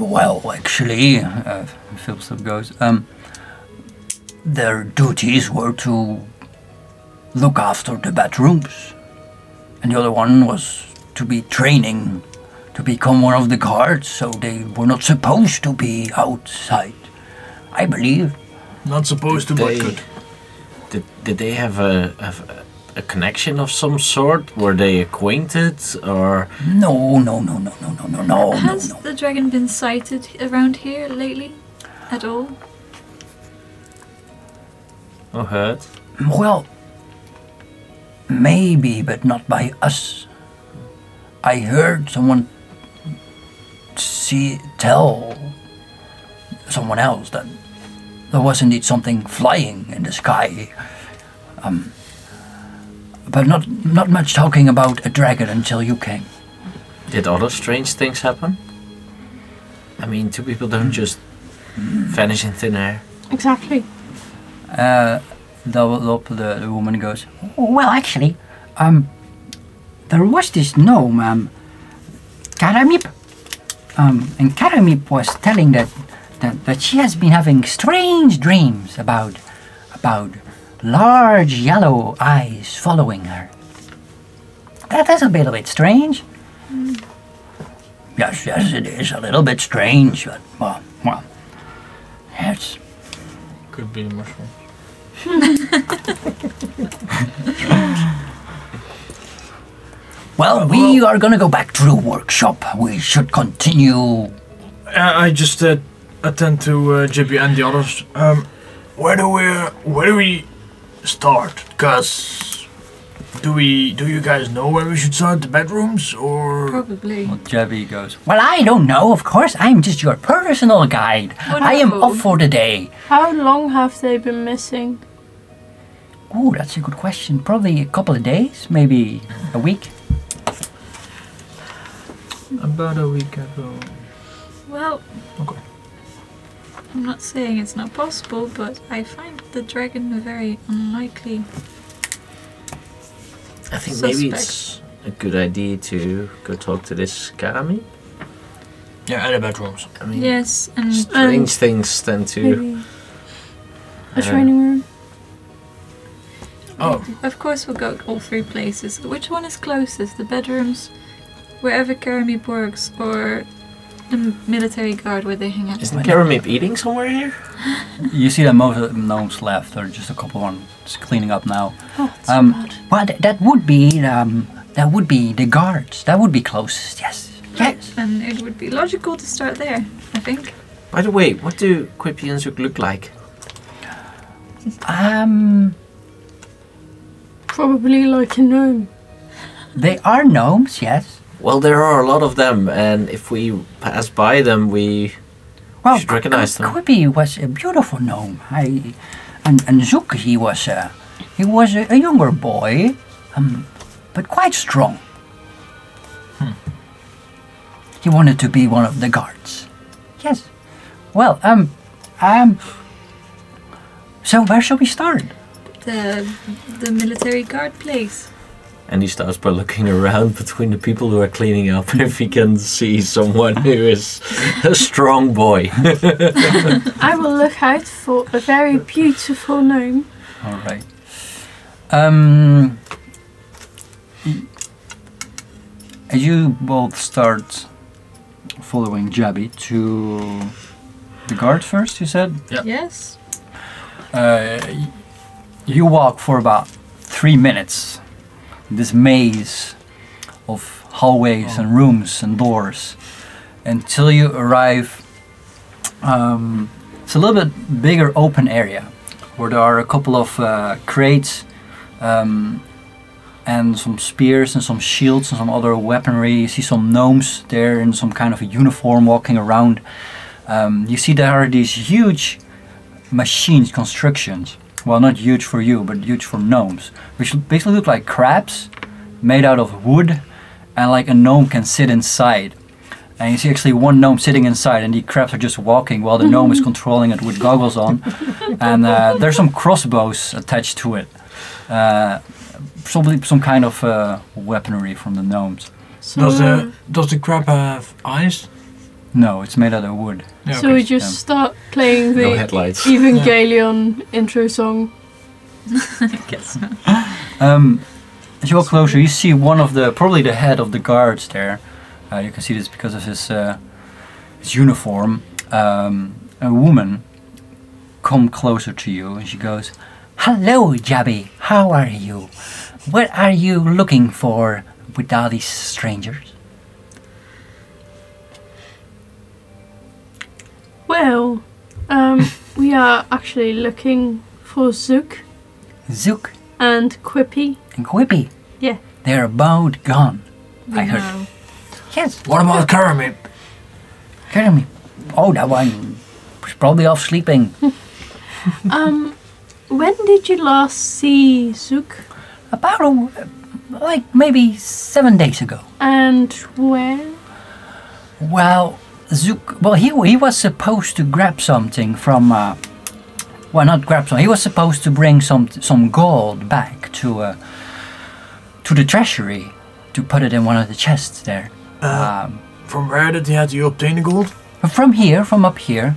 Speaker 1: Well, actually, uh, Philpsop goes, um, their duties were to look after the bedrooms, and the other one was to be training to become one of the guards, so they were not supposed to be outside. I believe.
Speaker 3: Not supposed to, but
Speaker 2: They-
Speaker 3: good.
Speaker 2: Did, did they have a, have a a connection of some sort? Were they acquainted or
Speaker 1: No, no, no, no, no, no, no, no, no,
Speaker 4: Has
Speaker 1: no.
Speaker 4: the dragon been sighted around here lately, at all?
Speaker 2: or heard?
Speaker 1: Well, maybe, but not by us. I heard someone see tell someone else that there was indeed something flying in the sky. Um, but not not much talking about a dragon until you came.
Speaker 2: Did other strange things happen? I mean, two people don't just vanish in thin air.
Speaker 5: Exactly.
Speaker 1: Uh, the, the, the, the woman goes, Well, actually, um, there was this gnome, um, Karamip. Um, and Karamip was telling that, that, that she has been having strange dreams about, about large yellow eyes following her. That is a bit, a bit strange. Hmm. Yes, yes, it is a little bit strange, but, well, well, it's,
Speaker 6: Could be mushroom.
Speaker 1: Well, we are gonna go back to the workshop. We should continue.
Speaker 6: Uh, I just uh, attend to uh, JB and the others. Um,
Speaker 3: Where do we where do we start? Cause do we do you guys know where we should start? The bedrooms or
Speaker 4: Probably.
Speaker 1: Jebby goes. Well, I don't know. Of course, I'm just your personal guide. I am
Speaker 4: Wonderful.
Speaker 1: off for the day.
Speaker 5: How long have they been missing?
Speaker 1: Ooh, that's a good question. Probably a couple of days, maybe a week.
Speaker 6: about a week ago.
Speaker 4: Well,
Speaker 6: Okay.
Speaker 4: I'm not saying it's not possible, but I find the dragon a very unlikely.
Speaker 2: I think maybe
Speaker 4: Suspect.
Speaker 2: it's a good idea to go talk to this Karami.
Speaker 3: yeah, and the bedrooms.
Speaker 2: I mean,
Speaker 4: Yes, and
Speaker 2: strange
Speaker 5: And-
Speaker 2: things tend to.
Speaker 5: Maybe
Speaker 2: uh,
Speaker 5: a training room?
Speaker 3: Oh,
Speaker 4: of course we'll go all three places. Which one is closest? The bedrooms, wherever Karamib works, or the m- military guard where they hang out?
Speaker 2: Isn't Karamip eating somewhere here?
Speaker 1: You see that most of the gnomes left. There are just a couple ones cleaning up now.
Speaker 5: Oh, it's
Speaker 1: Um,
Speaker 5: so bad.
Speaker 1: Well, th- that would be um, that would be the guards. That would be closest. Yes. Yes.
Speaker 4: And it would be logical to start there, I think.
Speaker 2: By the way, what do Quippy and Zook look like?
Speaker 1: Um,
Speaker 5: Probably like a gnome.
Speaker 1: they are gnomes. Yes.
Speaker 2: Well, there are a lot of them, and if we pass by them, we.
Speaker 1: Well,
Speaker 2: should recognize them.
Speaker 1: Quippy was a beautiful gnome. I, and and Zook, he was a, he was a, a younger boy, um, but quite strong.
Speaker 2: Hmm.
Speaker 1: He wanted to be one of the guards. Yes. Well, um, um. So where shall we start?
Speaker 4: The the military guard place.
Speaker 2: And he starts by looking around between the people who are cleaning up if he can see someone who is a strong boy.
Speaker 5: I will look out for a very beautiful gnome.
Speaker 1: All right. Um, as you both start following Jabby to the guard first, you said?
Speaker 3: Yep.
Speaker 4: Yes.
Speaker 1: Uh, y- you walk for about three minutes. This maze of hallways and rooms and doors until you arrive. Um, it's a little bit bigger open area where there are a couple of uh, crates um, and some spears and some shields and some other weaponry. You see some gnomes there in some kind of a uniform walking around. Um, you see there are these huge machines, constructions. Well, not huge for you, but huge for gnomes, which l- basically look like crabs made out of wood, and like a gnome can sit inside. And you see actually one gnome sitting inside, and the crabs are just walking while the gnome is controlling it with goggles on. And uh, there's some crossbows attached to it. Uh, probably some kind of uh, weaponry from the gnomes.
Speaker 5: So,
Speaker 3: does the does the crab have eyes?
Speaker 1: No, it's made out of wood.
Speaker 3: Yeah,
Speaker 5: so we
Speaker 3: okay.
Speaker 5: just
Speaker 1: yeah.
Speaker 5: start playing
Speaker 2: no
Speaker 5: the
Speaker 2: headlights.
Speaker 5: Evangelion intro song.
Speaker 4: I guess.
Speaker 1: Um, as you walk closer, you see one of the probably the head of the guards there. Uh, you can see this because of his uh, his uniform. Um, a woman come closer to you, and she goes, "Hello, Jabby. How are you? What are you looking for with all these strangers?"
Speaker 5: Well, um, we are actually looking for Zook
Speaker 1: Zook
Speaker 5: and Quippy.
Speaker 1: and Quippy.
Speaker 5: Yeah.
Speaker 1: They're both gone.
Speaker 4: We
Speaker 1: I heard.
Speaker 4: know.
Speaker 1: Yes.
Speaker 3: What about Karamip?
Speaker 1: Kidding me? Oh, that one was probably off sleeping
Speaker 5: Um, when did you last see Zook?
Speaker 1: about a, like maybe seven days ago.
Speaker 5: And where?
Speaker 1: Well, Zook. Well, he he was supposed to grab something from. Uh, well, not grab something. He was supposed to bring some some gold back to uh, to the treasury to put it in one of the chests there. Um,
Speaker 3: From where did he had to obtain the gold?
Speaker 1: but from here, from up here,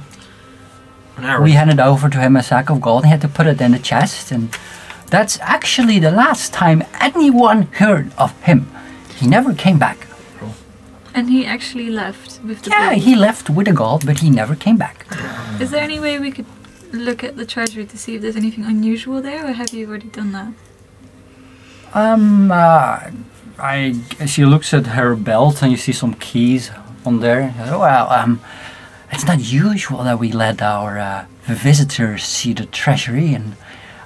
Speaker 3: An arrow.
Speaker 1: we handed over to him a sack of gold. He had to put it in the chest, and that's actually the last time anyone heard of him. He never came back.
Speaker 4: And he actually left with the
Speaker 1: Yeah,
Speaker 4: gold.
Speaker 1: he left with the gold, but he never came back.
Speaker 4: Is there any way we could look at the treasury to see if there's anything unusual there, or have you already done that?
Speaker 1: Um, uh, I. She looks at her belt, and you see some keys on there. She says, Well, um, it's not usual that we let our uh, visitors see the treasury and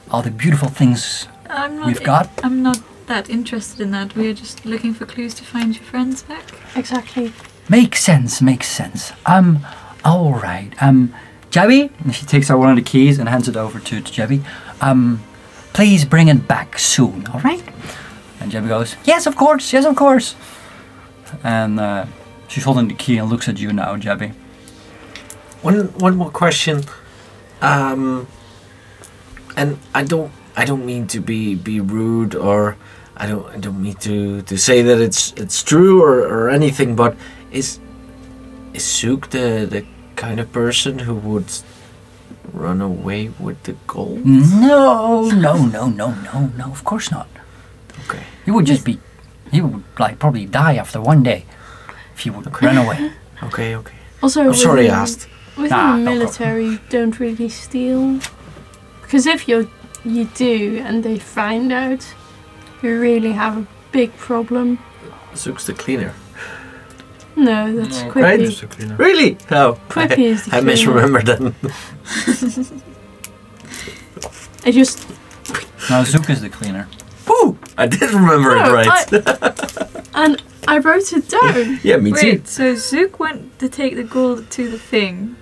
Speaker 1: all the beautiful things
Speaker 4: I'm not.
Speaker 1: we've got.
Speaker 4: I'm not that interested in that. We are just looking for clues to find your friends back.
Speaker 5: Exactly.
Speaker 1: Makes sense, makes sense. Um, all right. Um, Jabby, and she takes out one of the keys and hands it over to, to Jabby. Um, please bring it back soon, all right? And Jabby goes, yes, of course, yes, of course. And uh, she's holding the key and looks at you now, Jabby.
Speaker 2: One one more question. Um and I don't I don't mean to be be rude or I don't I don't mean to to say that it's it's true or, or anything but is is Sook the the kind of person who would run away with the
Speaker 5: Mm.
Speaker 2: gold?
Speaker 1: No, no, no, no, no, no, of course not.
Speaker 2: Okay.
Speaker 1: He would just be, he would like probably die after one day if he would run away.
Speaker 2: Okay, okay.
Speaker 5: Also,
Speaker 2: I'm sorry I
Speaker 5: within-
Speaker 2: asked.
Speaker 5: Within
Speaker 1: Nah,
Speaker 5: the
Speaker 1: no problem.
Speaker 5: military, you don't really steal. Because if you you do and they find out, you really have a big problem.
Speaker 2: Sook's the cleaner.
Speaker 5: No, that's
Speaker 6: No,
Speaker 5: Quippy.
Speaker 6: Just a cleaner.
Speaker 2: Really? Oh.
Speaker 5: Quippy
Speaker 2: I,
Speaker 5: is the
Speaker 2: I
Speaker 5: cleaner.
Speaker 2: misremembered then.
Speaker 5: I just
Speaker 1: Now Zook is the cleaner.
Speaker 2: Woo! I did remember it
Speaker 5: No,
Speaker 2: right.
Speaker 5: I- and I wrote it down.
Speaker 2: yeah, me too.
Speaker 4: Wait, so Zook went to take the gold to the thing,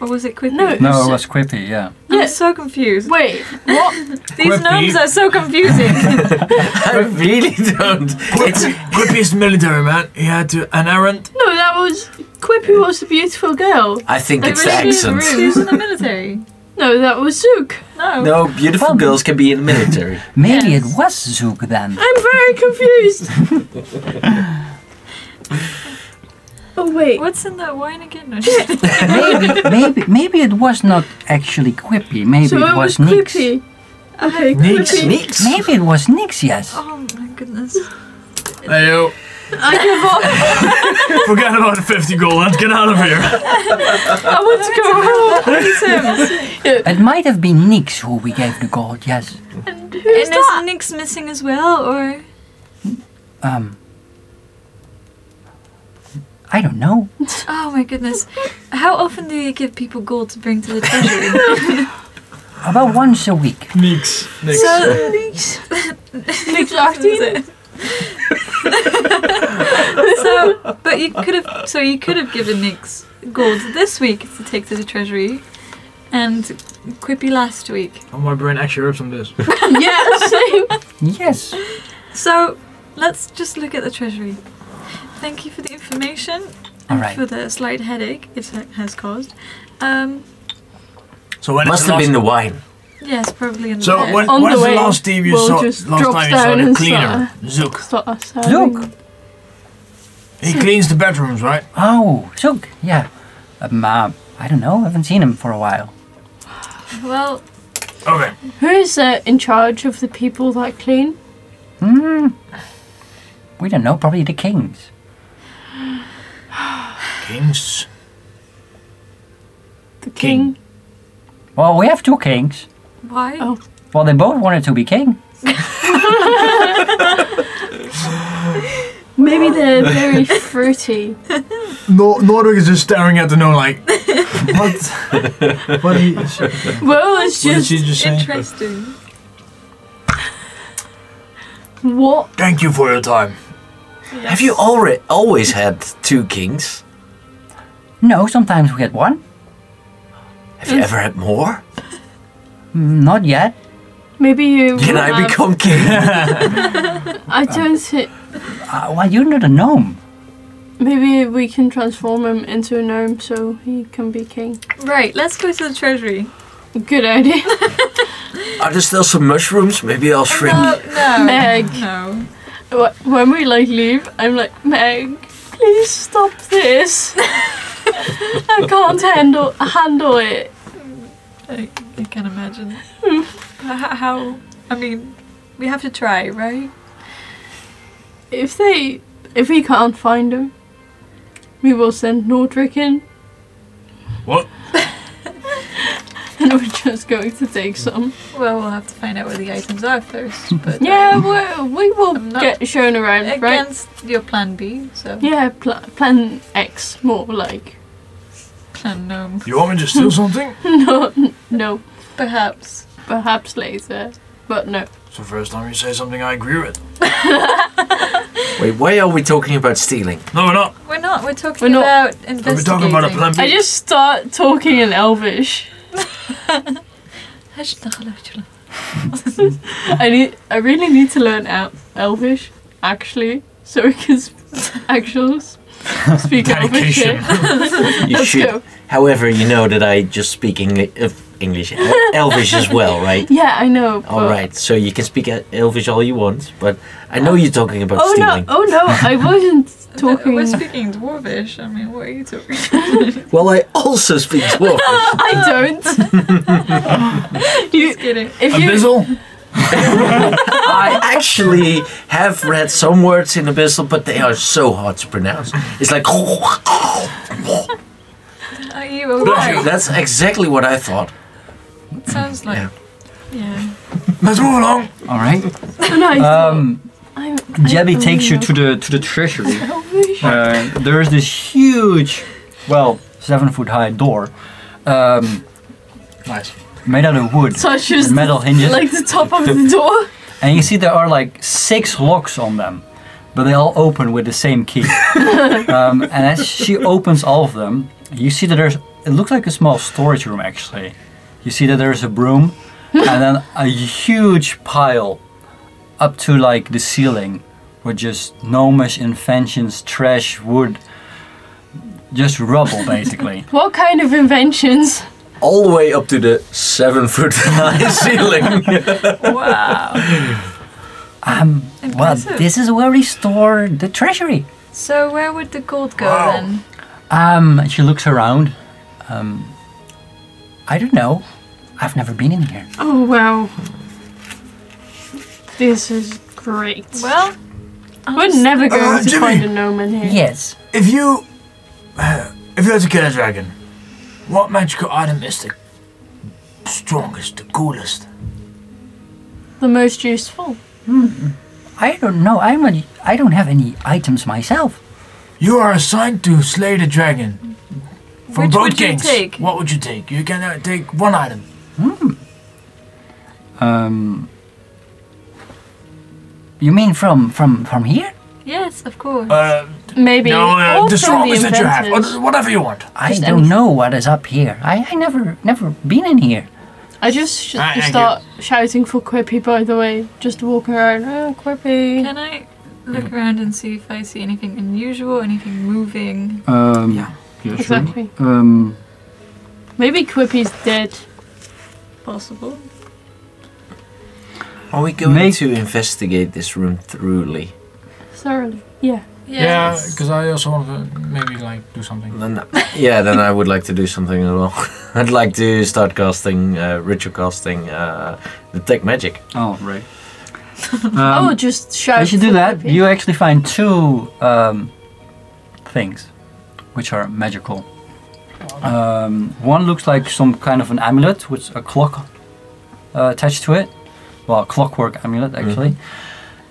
Speaker 4: or was it Quippy?
Speaker 5: No.
Speaker 1: No, it was Quippy, yeah.
Speaker 4: I'm
Speaker 5: Yeah.
Speaker 4: so confused.
Speaker 5: Wait, what?
Speaker 4: These
Speaker 6: Quippy.
Speaker 4: gnomes are so confusing.
Speaker 2: I really don't. It's
Speaker 3: Quippy is military man. He had to an errand.
Speaker 5: No, that was Quippy was the beautiful girl.
Speaker 2: I think
Speaker 4: They
Speaker 2: it's the
Speaker 4: really do
Speaker 2: accent.
Speaker 4: rude. Who's in the military?
Speaker 5: No, that was Zook.
Speaker 4: No.
Speaker 2: No, beautiful girls can be in the military.
Speaker 1: Maybe
Speaker 4: Yes.
Speaker 1: it was Zook then.
Speaker 5: I'm very confused. oh wait,
Speaker 4: What's in that wine again? No, just-
Speaker 1: maybe, maybe, maybe it was not actually Quippy. Maybe
Speaker 5: so
Speaker 1: it was, Nix.
Speaker 5: Quippy. Okay,
Speaker 3: Nix.
Speaker 5: Quippy.
Speaker 2: Neat.
Speaker 1: Maybe it was Nix. Yes.
Speaker 4: oh my goodness.
Speaker 3: Hey yo,
Speaker 5: I give up.
Speaker 3: forget about the 50 gold. Let's get out of here.
Speaker 5: I want to go home.
Speaker 1: It might have been Nix who we gave the gold. Yes.
Speaker 5: And who's
Speaker 4: and is
Speaker 5: that?
Speaker 4: Nick's missing as well, or
Speaker 1: Um. I don't know.
Speaker 4: oh my goodness, how often do you give people gold to bring to the treasury?
Speaker 1: About once a week.
Speaker 6: Nix. Nix.
Speaker 4: so
Speaker 5: Nix. Nix 18.
Speaker 4: so, but you could have. So you could have given Nick's gold this week to take to the treasury, and Quippy last week.
Speaker 6: Oh, my brain actually hurts on this.
Speaker 5: Yeah, same.
Speaker 1: Yes.
Speaker 4: So let's just look at the treasury. Thank you for the information and
Speaker 1: Alright.
Speaker 4: for the slight headache it ha- has caused. Um,
Speaker 3: So when is
Speaker 2: Must
Speaker 3: the
Speaker 2: have
Speaker 3: last?
Speaker 2: been the wine.
Speaker 4: yes, probably. In the
Speaker 3: so
Speaker 4: back.
Speaker 3: when,
Speaker 5: On
Speaker 3: when
Speaker 5: the
Speaker 3: is the
Speaker 5: way,
Speaker 3: last time you
Speaker 5: Will
Speaker 3: saw
Speaker 5: just
Speaker 3: last
Speaker 5: drops
Speaker 3: time you saw
Speaker 5: down
Speaker 3: the
Speaker 5: and
Speaker 3: cleaner? Zook.
Speaker 5: Stop us
Speaker 1: Look.
Speaker 5: having-
Speaker 3: He cleans the bedrooms, right?
Speaker 1: Oh, Zook. Yeah. Um, uh, I don't know. I haven't seen him for a while.
Speaker 4: well,
Speaker 3: Okay.
Speaker 5: Who is uh, in charge of the people that clean?
Speaker 1: Hmm. We don't know. Probably the kings.
Speaker 3: Kings.
Speaker 5: The king.
Speaker 1: Well, we have two kings.
Speaker 4: why?
Speaker 5: Oh.
Speaker 1: Well, they both wanted to be king.
Speaker 5: Maybe they're very fruity.
Speaker 3: No, Nordic is just staring at the gnome like, what? what he,
Speaker 5: Well, it's
Speaker 6: What did
Speaker 5: just
Speaker 6: she just say?
Speaker 4: Interesting.
Speaker 5: what
Speaker 3: Thank you for your time.
Speaker 2: Have you already always had two kings?
Speaker 1: No, sometimes we get one.
Speaker 5: Mm.
Speaker 2: Have you ever had more?
Speaker 1: Mm, Not yet.
Speaker 5: Maybe you.
Speaker 2: Can
Speaker 5: will
Speaker 2: I
Speaker 5: have-
Speaker 2: become king?
Speaker 5: I don't think.
Speaker 1: Uh, well, you're not a gnome.
Speaker 5: Maybe we can transform him into a gnome so he can be king.
Speaker 4: Right, let's go to the treasury.
Speaker 5: Good idea.
Speaker 2: Are there still some mushrooms? Maybe I'll shrink.
Speaker 5: Uh,
Speaker 4: No, Oh, no.
Speaker 5: Meg.
Speaker 4: No.
Speaker 5: Wh- When we like leave, I'm like Meg, please stop this. I can't handle handle it.
Speaker 4: I, I can imagine. how, how? I mean, we have to try, right?
Speaker 5: If they, if we can't find him, we will send Nordric in.
Speaker 6: What?
Speaker 5: and we're just going to take some.
Speaker 4: Well, we'll have to find out where the items are first. But
Speaker 5: Yeah, we we will
Speaker 4: I'm not
Speaker 5: get shown around, right?
Speaker 4: against your plan B, so
Speaker 5: Yeah, pl- plan X more like
Speaker 4: plan gnome.
Speaker 3: You want me to steal something?
Speaker 5: no, n- no,
Speaker 4: Perhaps.
Speaker 5: perhaps later, but no.
Speaker 3: It's the first time you say something I agree with.
Speaker 2: Wait, why are we talking about stealing?
Speaker 3: No, we're not.
Speaker 4: We're not. We're talking
Speaker 5: We're not.
Speaker 4: about
Speaker 3: We're
Speaker 4: investigating.
Speaker 3: talking about a plan B.
Speaker 5: I just start talking in Elvish. I need. I really need to learn El- Elvish, actually, so we can sp- actually s- speak Elvish.
Speaker 6: Dedication.
Speaker 5: here.
Speaker 2: You
Speaker 5: Let's
Speaker 2: should.
Speaker 5: go.
Speaker 2: However, you know that I just speak Engli- uh, English, El- Elvish as well, right?
Speaker 5: Yeah, I know. But
Speaker 2: All right, so you can speak El- Elvish all you want, but I know you're talking about
Speaker 5: Oh no!
Speaker 2: stealing.
Speaker 5: Oh no! I wasn't
Speaker 4: We're
Speaker 5: talking.
Speaker 4: speaking dwarvish. I mean, what are you talking?
Speaker 2: Well, I also speak Dwarvish.
Speaker 5: I don't. you,
Speaker 4: Just kidding.
Speaker 5: if you
Speaker 6: Abyssal?
Speaker 2: I actually have read some words in Abyssal, but they are so hard to pronounce. It's like.
Speaker 4: Are you alright?
Speaker 2: That's exactly what I thought.
Speaker 4: Sounds like. Yeah.
Speaker 6: Let's move along.
Speaker 1: All right.
Speaker 5: Oh, no, I thought-
Speaker 1: Um,
Speaker 5: I'm- I
Speaker 1: Jebby
Speaker 5: don't
Speaker 1: takes you
Speaker 5: know.
Speaker 1: to the to the treasury.
Speaker 5: Elvish.
Speaker 1: Uh, there's this huge, well, seven foot high door, um,
Speaker 6: Nice.
Speaker 1: made out of wood,
Speaker 5: touches
Speaker 1: metal hinges,
Speaker 5: like the top of the door.
Speaker 1: and you see there are like six locks on them, but they all open with the same key. um, and as she opens all of them, you see that there's it looks like a small storage room actually. You see that there's a broom, and then a huge pile, up to like the ceiling, with just gnomish inventions, trash, wood, just rubble basically.
Speaker 5: What kind of inventions?
Speaker 2: All the way up to the seven foot high ceiling.
Speaker 4: Wow.
Speaker 1: Um, well,
Speaker 4: Impressive.
Speaker 1: this is where we store the treasury.
Speaker 4: So where would the gold go
Speaker 3: Wow.
Speaker 4: then?
Speaker 1: Um, and she looks around. Um, I don't know. I've never been in here.
Speaker 5: Oh wow. This is great.
Speaker 4: Well, I'll
Speaker 5: We're
Speaker 4: just-
Speaker 5: never going
Speaker 3: Uh,
Speaker 5: to
Speaker 3: Jimmy.
Speaker 5: find a gnome in here.
Speaker 1: Yes.
Speaker 3: If you, if you had to kill a dragon, what magical item is the strongest, the coolest?
Speaker 5: The most useful.
Speaker 1: I don't know. I'm a, I don't have any items myself.
Speaker 3: You are assigned to slay the dragon. From
Speaker 4: Which
Speaker 3: both
Speaker 4: would you
Speaker 3: kings.
Speaker 4: take?
Speaker 3: What would you take? You can uh, take one item.
Speaker 1: Um, you mean from from from here?
Speaker 4: Yes, of course.
Speaker 3: Uh,
Speaker 5: Maybe.
Speaker 3: no,
Speaker 5: Or
Speaker 3: uh,
Speaker 5: from
Speaker 3: the strongest that you have.
Speaker 5: inventors.
Speaker 3: What- Whatever you want.
Speaker 1: I
Speaker 5: Just
Speaker 1: don't
Speaker 5: anything.
Speaker 1: know what is up here. I, I never never been in here.
Speaker 5: I just sh-
Speaker 3: I- I
Speaker 5: start shouting for Quippy, by the way. Just walking around. Oh, Quippy.
Speaker 4: Can I look around and see if I see anything unusual, anything moving?
Speaker 1: Um,
Speaker 2: Yeah.
Speaker 5: exactly.
Speaker 1: Um,
Speaker 5: Maybe Quippy's dead.
Speaker 4: Possible.
Speaker 2: Are we going
Speaker 1: Make-
Speaker 2: to investigate this room thoroughly?
Speaker 5: Thoroughly. Yeah.
Speaker 4: Yes.
Speaker 6: I also want to maybe like do something.
Speaker 2: Then, yeah, then I would like to do something as well. I'd like to start casting, uh, ritual casting, uh, detect magic.
Speaker 1: oh right.
Speaker 5: I
Speaker 1: Um,
Speaker 5: will Oh, just shout.
Speaker 1: As you do
Speaker 5: for
Speaker 1: that,
Speaker 5: Quippy.
Speaker 1: you actually find two um, things which are magical. Um, one looks like some kind of an amulet with a clock uh, attached to it. Well, a clockwork amulet, actually.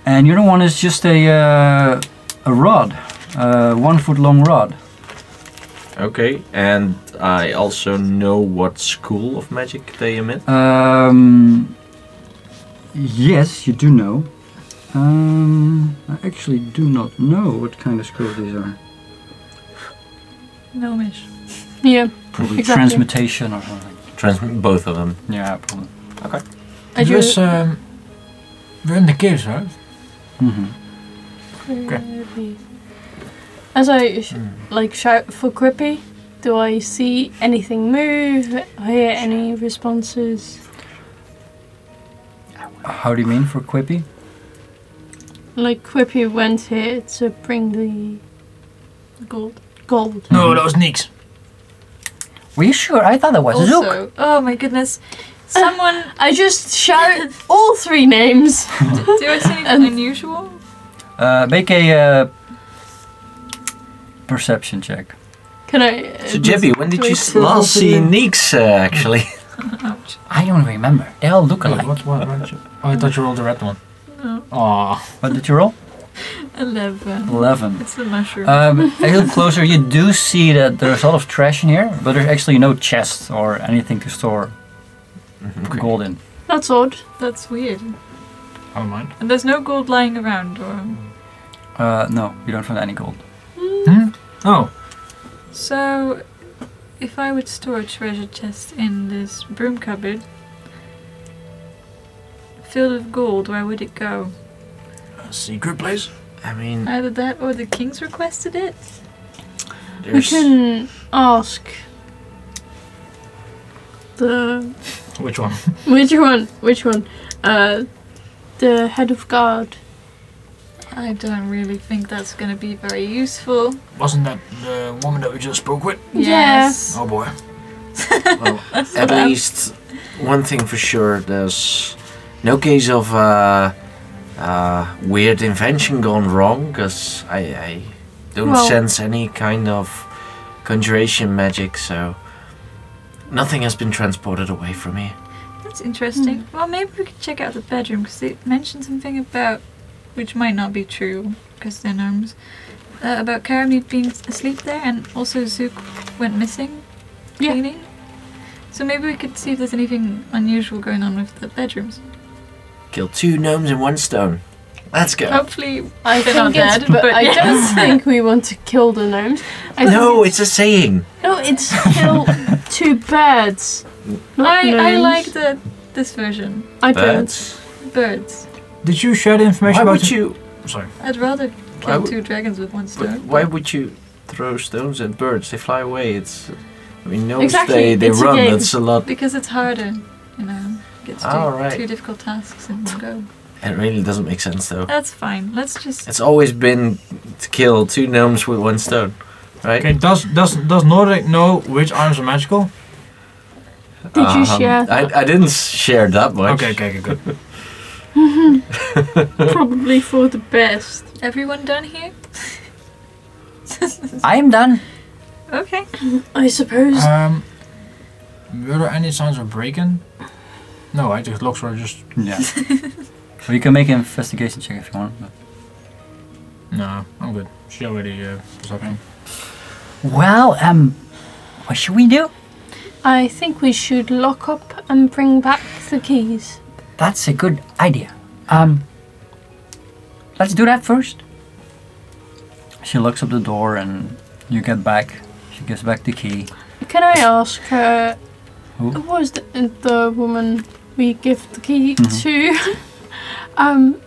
Speaker 1: And the other one is just a, uh, a rod, uh, one foot long rod.
Speaker 2: Okay, and I also know what school of magic they emit.
Speaker 1: Um, yes, you do know. Um, I actually do not know what kind of scrolls these are.
Speaker 4: Gnomish.
Speaker 5: Yeah.
Speaker 1: Probably
Speaker 5: Exactly.
Speaker 1: transmutation or something.
Speaker 2: Transmit both of them.
Speaker 1: Yeah, probably.
Speaker 2: Okay.
Speaker 5: As you-
Speaker 6: Because, um, we're in the caves, right?
Speaker 1: hmm
Speaker 5: Crippy. As I sh- like shout for Crippy, do I see anything move? Hear any responses?
Speaker 1: How do you mean for Quippy?
Speaker 5: Like Crippy went here to bring the the gold. Gold.
Speaker 3: No,
Speaker 6: Mm-hmm.
Speaker 3: that was Neeks.
Speaker 1: Were you sure? I thought that was Zook.
Speaker 4: Also, oh my goodness. Someone,
Speaker 5: I just shout all three names.
Speaker 4: do I see
Speaker 5: Um,
Speaker 4: anything unusual?
Speaker 1: Uh, make a uh, perception check.
Speaker 5: Can I? uh,
Speaker 2: So, Jebby, when did
Speaker 5: do I
Speaker 2: you
Speaker 5: still
Speaker 2: last
Speaker 5: open
Speaker 2: see
Speaker 5: them?
Speaker 2: Neeks, uh, actually?
Speaker 4: Ouch.
Speaker 1: I don't remember. They all look
Speaker 6: Wait,
Speaker 1: alike.
Speaker 6: what, what, what? Oh, I thought you rolled the red one.
Speaker 4: No.
Speaker 6: Aw.
Speaker 1: What did you roll?
Speaker 4: 11.
Speaker 1: Eleven.
Speaker 4: It's the mushroom.
Speaker 1: Um, a little closer, you do see that there's a lot of trash in here, but there's actually no chest or anything to store gold in.
Speaker 5: That's odd.
Speaker 4: That's weird.
Speaker 6: I don't mind.
Speaker 4: And there's no gold lying around, or.
Speaker 1: Uh, no, you don't find any gold.
Speaker 3: Hmm?
Speaker 6: Oh,
Speaker 4: So, if I would store a treasure chest in this broom cupboard, filled with gold, where would it go?
Speaker 3: A secret place?
Speaker 2: I mean,
Speaker 4: Either that or the king's requested it?
Speaker 5: We
Speaker 2: there's.
Speaker 5: can ask the
Speaker 6: which one?
Speaker 5: which one? Which one? Uh, the head of guard.
Speaker 4: I don't really think that's going to be very useful.
Speaker 3: Wasn't that the woman that we just spoke with?
Speaker 5: Yes.
Speaker 3: Oh boy.
Speaker 2: Well, at least one thing for sure there's no case of uh, uh, weird invention gone wrong because I, I don't
Speaker 5: Well-
Speaker 2: sense any kind of conjuration magic, so nothing has been transported away from here.
Speaker 4: That's interesting.
Speaker 5: Hmm.
Speaker 4: Well, maybe we could check out the bedroom because they mentioned something about, which might not be true because they're gnomes, uh, about Karamid being s- asleep there and also Zook went missing
Speaker 5: Yeah.
Speaker 4: cleaning. So maybe we could see if there's anything unusual going on with the bedrooms.
Speaker 2: Kill two gnomes in one stone. Let's go.
Speaker 4: Hopefully,
Speaker 5: I
Speaker 4: They're not
Speaker 5: think it's,
Speaker 4: dead,
Speaker 5: but,
Speaker 4: but
Speaker 5: I
Speaker 4: yeah.
Speaker 5: don't think we want to kill the gnomes. I
Speaker 2: no,
Speaker 5: think
Speaker 2: it's a saying.
Speaker 5: no, it's kill two birds. Not
Speaker 4: I, I
Speaker 5: gnomes.
Speaker 4: like the this version.
Speaker 5: I don't.
Speaker 2: But
Speaker 4: Birds.
Speaker 6: Did you share the
Speaker 2: why
Speaker 6: information
Speaker 2: would you?
Speaker 6: Sorry.
Speaker 4: I'd rather
Speaker 2: Why
Speaker 4: kill
Speaker 2: would-
Speaker 4: two dragons with one
Speaker 2: but
Speaker 4: stone.
Speaker 2: Why would you throw stones at birds? They fly away. It's. I mean, gnomes they
Speaker 5: Exactly,
Speaker 2: they
Speaker 5: it's a
Speaker 2: run.
Speaker 5: game.
Speaker 2: It's a lot.
Speaker 4: Because it's harder, you know. Get to do
Speaker 2: All right.
Speaker 4: two difficult tasks in one go.
Speaker 2: It really doesn't make sense though.
Speaker 4: That's fine. Let's just
Speaker 2: It's always been to kill two gnomes with one stone, right?
Speaker 6: Okay, does does does Nordic know which arms are magical?
Speaker 5: Did you
Speaker 2: Um,
Speaker 5: share?
Speaker 2: I, I didn't share that much.
Speaker 6: Okay, okay, okay, good.
Speaker 5: Probably for the best.
Speaker 4: Everyone done here?
Speaker 1: I'm done.
Speaker 4: Okay.
Speaker 5: I suppose.
Speaker 6: Um, were there any sounds of breaking? No, I just locks were just
Speaker 1: Yeah. well, you can make an investigation check if you want. but-
Speaker 6: no. I'm good. She already uh, something.
Speaker 1: Well, um, what should we do?
Speaker 5: I think we should lock up and bring back the keys.
Speaker 1: That's a good idea. Um, let's do that first. She locks up the door, and you get back. She gives back the key.
Speaker 5: Can I ask her?
Speaker 1: Who?
Speaker 5: Who was the, the woman we give the key
Speaker 1: Mhm.
Speaker 2: Mm-hmm.
Speaker 5: to? um,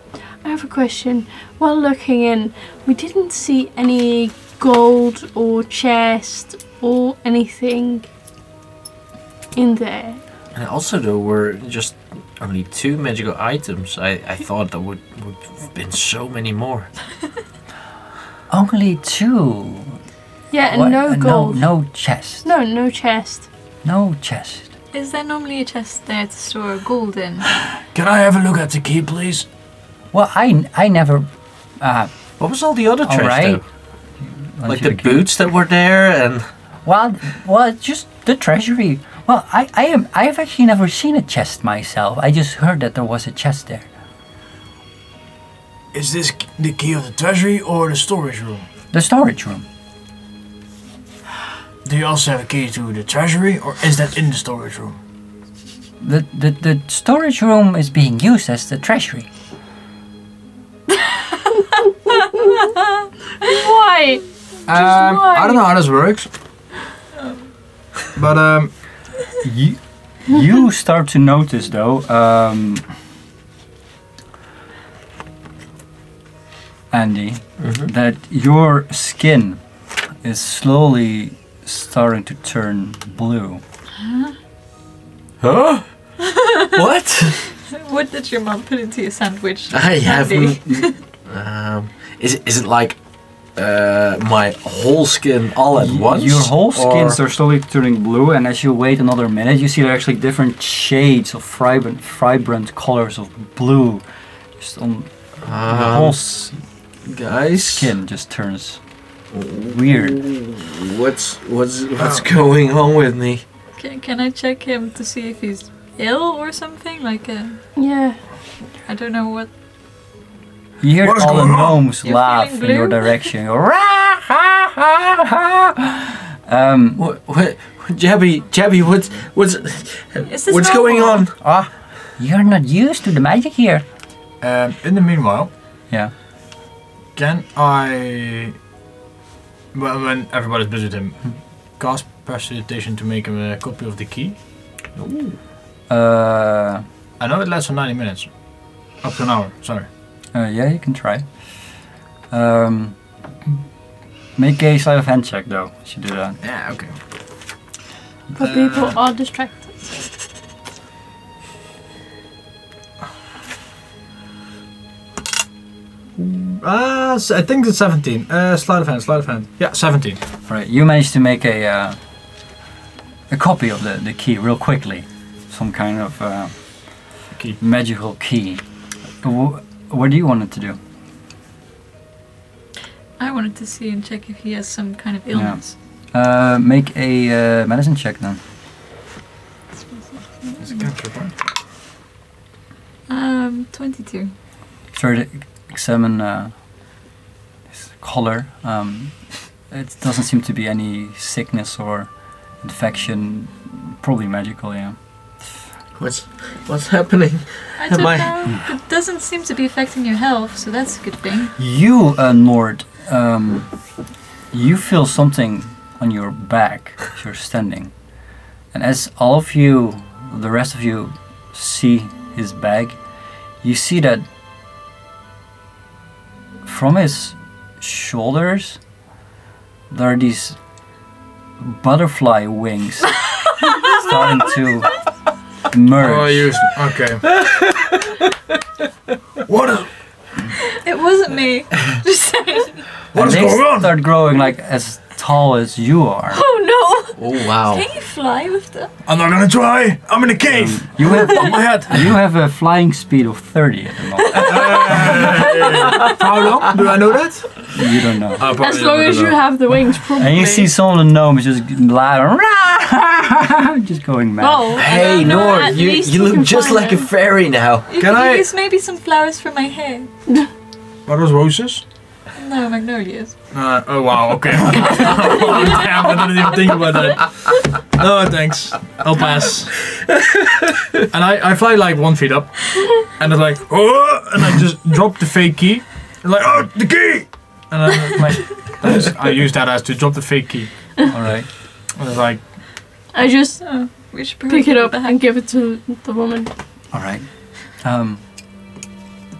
Speaker 5: I have a question. While looking in, we didn't see any gold or chest or anything in there.
Speaker 2: And also, there were just only two magical items. I, I thought there would would have been so many more.
Speaker 1: Only two.
Speaker 5: Yeah, and
Speaker 1: What-
Speaker 5: no
Speaker 1: uh,
Speaker 5: gold.
Speaker 1: No, no chest.
Speaker 5: no, no chest.
Speaker 1: No chest.
Speaker 4: Is there normally a chest there to store gold in?
Speaker 3: Can I have a look at the key, please?
Speaker 1: Well, I I never. Uh,
Speaker 2: What was all the other trash
Speaker 1: Alright.
Speaker 2: though? Like the boots that were there, and
Speaker 1: Well, well, just the treasury. Well, I I am I have actually never seen a chest myself. I just heard that there was a chest there.
Speaker 3: Is this k- the key of the treasury or the storage room?
Speaker 1: The storage room.
Speaker 3: Do you also have a key to the treasury or is that in the storage room?
Speaker 1: The the, the storage room is being used as the treasury.
Speaker 5: Why?
Speaker 6: Um,
Speaker 5: why?
Speaker 6: I don't know how this works, but um, you
Speaker 1: you start to notice though um, andy
Speaker 2: Mm-hmm.
Speaker 1: that your skin is slowly starting to turn blue
Speaker 2: Huh? what?
Speaker 4: What did your mom put into your sandwich?
Speaker 2: I
Speaker 4: Andy?
Speaker 2: haven't. um, is it, is it like uh, my whole skin all at
Speaker 1: Y-
Speaker 2: once?
Speaker 1: Your whole
Speaker 2: or-
Speaker 1: skins are slowly turning blue, and as you wait another minute, you see there are actually different shades of vibrant, vibrant colors of blue. Just on the whole
Speaker 2: Um,
Speaker 1: s-
Speaker 2: guys,
Speaker 1: skin just turns weird.
Speaker 2: What's what's what's going on with me?
Speaker 4: Can, can I check him to see if he's ill or something? Like, uh,
Speaker 5: Yeah.
Speaker 4: I don't know what.
Speaker 1: You hear
Speaker 3: What is
Speaker 1: all the
Speaker 3: going on?
Speaker 1: gnomes
Speaker 4: You're
Speaker 1: laugh
Speaker 4: feeling
Speaker 1: in your
Speaker 4: blue?
Speaker 1: direction. You go, "Rah, ha, ha, ha." um,
Speaker 2: What what? Jabby, Jabby, what's what's
Speaker 4: Is this
Speaker 2: Uh, what's going
Speaker 4: normal?
Speaker 2: on?
Speaker 1: ah, you're not used to the magic here.
Speaker 6: Um, in the meanwhile,
Speaker 1: Yeah.
Speaker 6: can I, well, when everybody's busy with him, cast prestidigitation to make him a copy of the key?
Speaker 1: Uh,
Speaker 6: I know it lasts for 90 minutes, up to an hour. Sorry.
Speaker 1: uh, yeah, you can try. Um, make a sleight of hand check though. As you do that.
Speaker 6: Yeah. Okay.
Speaker 2: Uh,
Speaker 5: But people are distracted.
Speaker 6: Uh, s- I think it's 17. Uh, sleight of hand, sleight of hand. Yeah, 17.
Speaker 1: Right, you managed to make a uh, a copy of the, the key real quickly, some kind of uh,
Speaker 6: Key.
Speaker 1: magical key. Wh- what do you want it to do?
Speaker 4: I wanted to see and check if he has some kind of illness.
Speaker 1: Uh, make a uh, medicine check then.
Speaker 6: It's a cantrip, right?
Speaker 4: Um, 22.
Speaker 1: Try to examine uh, his collar. Um, it doesn't seem to be any sickness or infection. Probably magical, yeah.
Speaker 2: What's what's happening?
Speaker 4: I
Speaker 2: Am
Speaker 4: don't
Speaker 2: I-
Speaker 4: know. It doesn't seem to be affecting your health, so that's a good thing.
Speaker 1: You, uh, Nord, um, you feel something on your back as you're standing. And as all of you, the rest of you, see his bag, you see that from his shoulders there are these butterfly wings starting to emerge.
Speaker 6: Oh, you. Okay.
Speaker 3: What is
Speaker 4: It wasn't me. Just saying.
Speaker 3: what
Speaker 1: and
Speaker 3: is
Speaker 1: they
Speaker 3: going on?
Speaker 1: start growing like as tall as you are.
Speaker 4: Oh no!
Speaker 2: Oh wow!
Speaker 4: Can you fly with them?
Speaker 3: I'm not gonna try. I'm in a cave.
Speaker 1: You have
Speaker 3: Pop my head.
Speaker 1: You have a flying speed of 30 at the moment.
Speaker 6: How long? Do I know that?
Speaker 1: you don't know.
Speaker 3: Oh,
Speaker 5: As long as you have the wings, probably.
Speaker 1: And you see some of the gnomes just laughing, just going mad.
Speaker 5: Well, I
Speaker 2: Hey
Speaker 5: don't know,
Speaker 2: Nord,
Speaker 5: at
Speaker 2: you
Speaker 5: least
Speaker 2: you
Speaker 5: we can
Speaker 2: look just
Speaker 5: find
Speaker 2: like a
Speaker 5: them.
Speaker 2: fairy now.
Speaker 4: You
Speaker 6: Can
Speaker 4: can
Speaker 6: I-
Speaker 4: use maybe some flowers for my hair.
Speaker 6: What was roses?
Speaker 4: No, magnolias.
Speaker 6: Uh, oh wow, okay. oh, damn, I didn't even think about that. No, thanks. I'll pass. and I, I fly like one feet up, and it's like, oh, and I just drop the fake key. And like, oh, the key! And I'm like, that is, I use that as to drop the fake key.
Speaker 1: All right.
Speaker 6: And it's like,
Speaker 5: I just
Speaker 4: Oh, we should probably
Speaker 5: pick it
Speaker 4: go
Speaker 5: up
Speaker 4: back.
Speaker 5: and give it to the woman.
Speaker 1: All right. Um,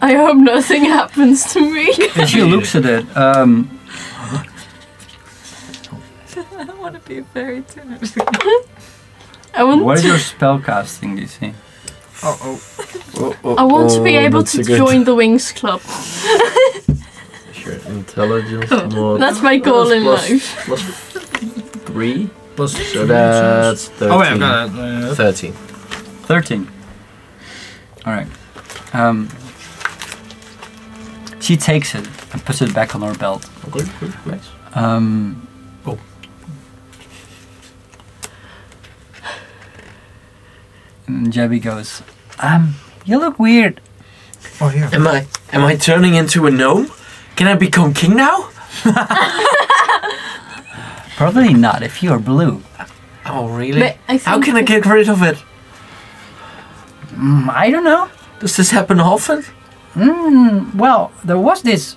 Speaker 5: I hope nothing happens to me.
Speaker 1: and she looks at it. Um,
Speaker 4: I don't want to be a fairy too. No, I'm just
Speaker 5: I want
Speaker 1: what is
Speaker 5: to,
Speaker 1: your spell casting, DC?
Speaker 6: uh oh.
Speaker 5: I want to be
Speaker 2: Oh,
Speaker 5: able to join the Wings Club.
Speaker 2: intelligence
Speaker 5: That's my goal in life.
Speaker 2: three.
Speaker 6: Plus
Speaker 2: So that's thirteen.
Speaker 6: Oh, wait, I've got it. Uh,
Speaker 2: Thirteen.
Speaker 1: 13. All right. Um, she takes it and puts it back on her belt.
Speaker 2: Okay, good, nice.
Speaker 1: Um,
Speaker 6: Oh.
Speaker 1: And Jebby goes, um, you look weird.
Speaker 6: oh, yeah.
Speaker 2: Am I am I turning into a gnome? Can I become king now?
Speaker 1: Probably not if you're blue.
Speaker 2: Oh really?
Speaker 5: But I
Speaker 2: How
Speaker 5: think
Speaker 2: can I
Speaker 5: it-
Speaker 2: get rid of it?
Speaker 1: Mm, I don't know.
Speaker 2: Does this happen often?
Speaker 1: Mm, well, there was this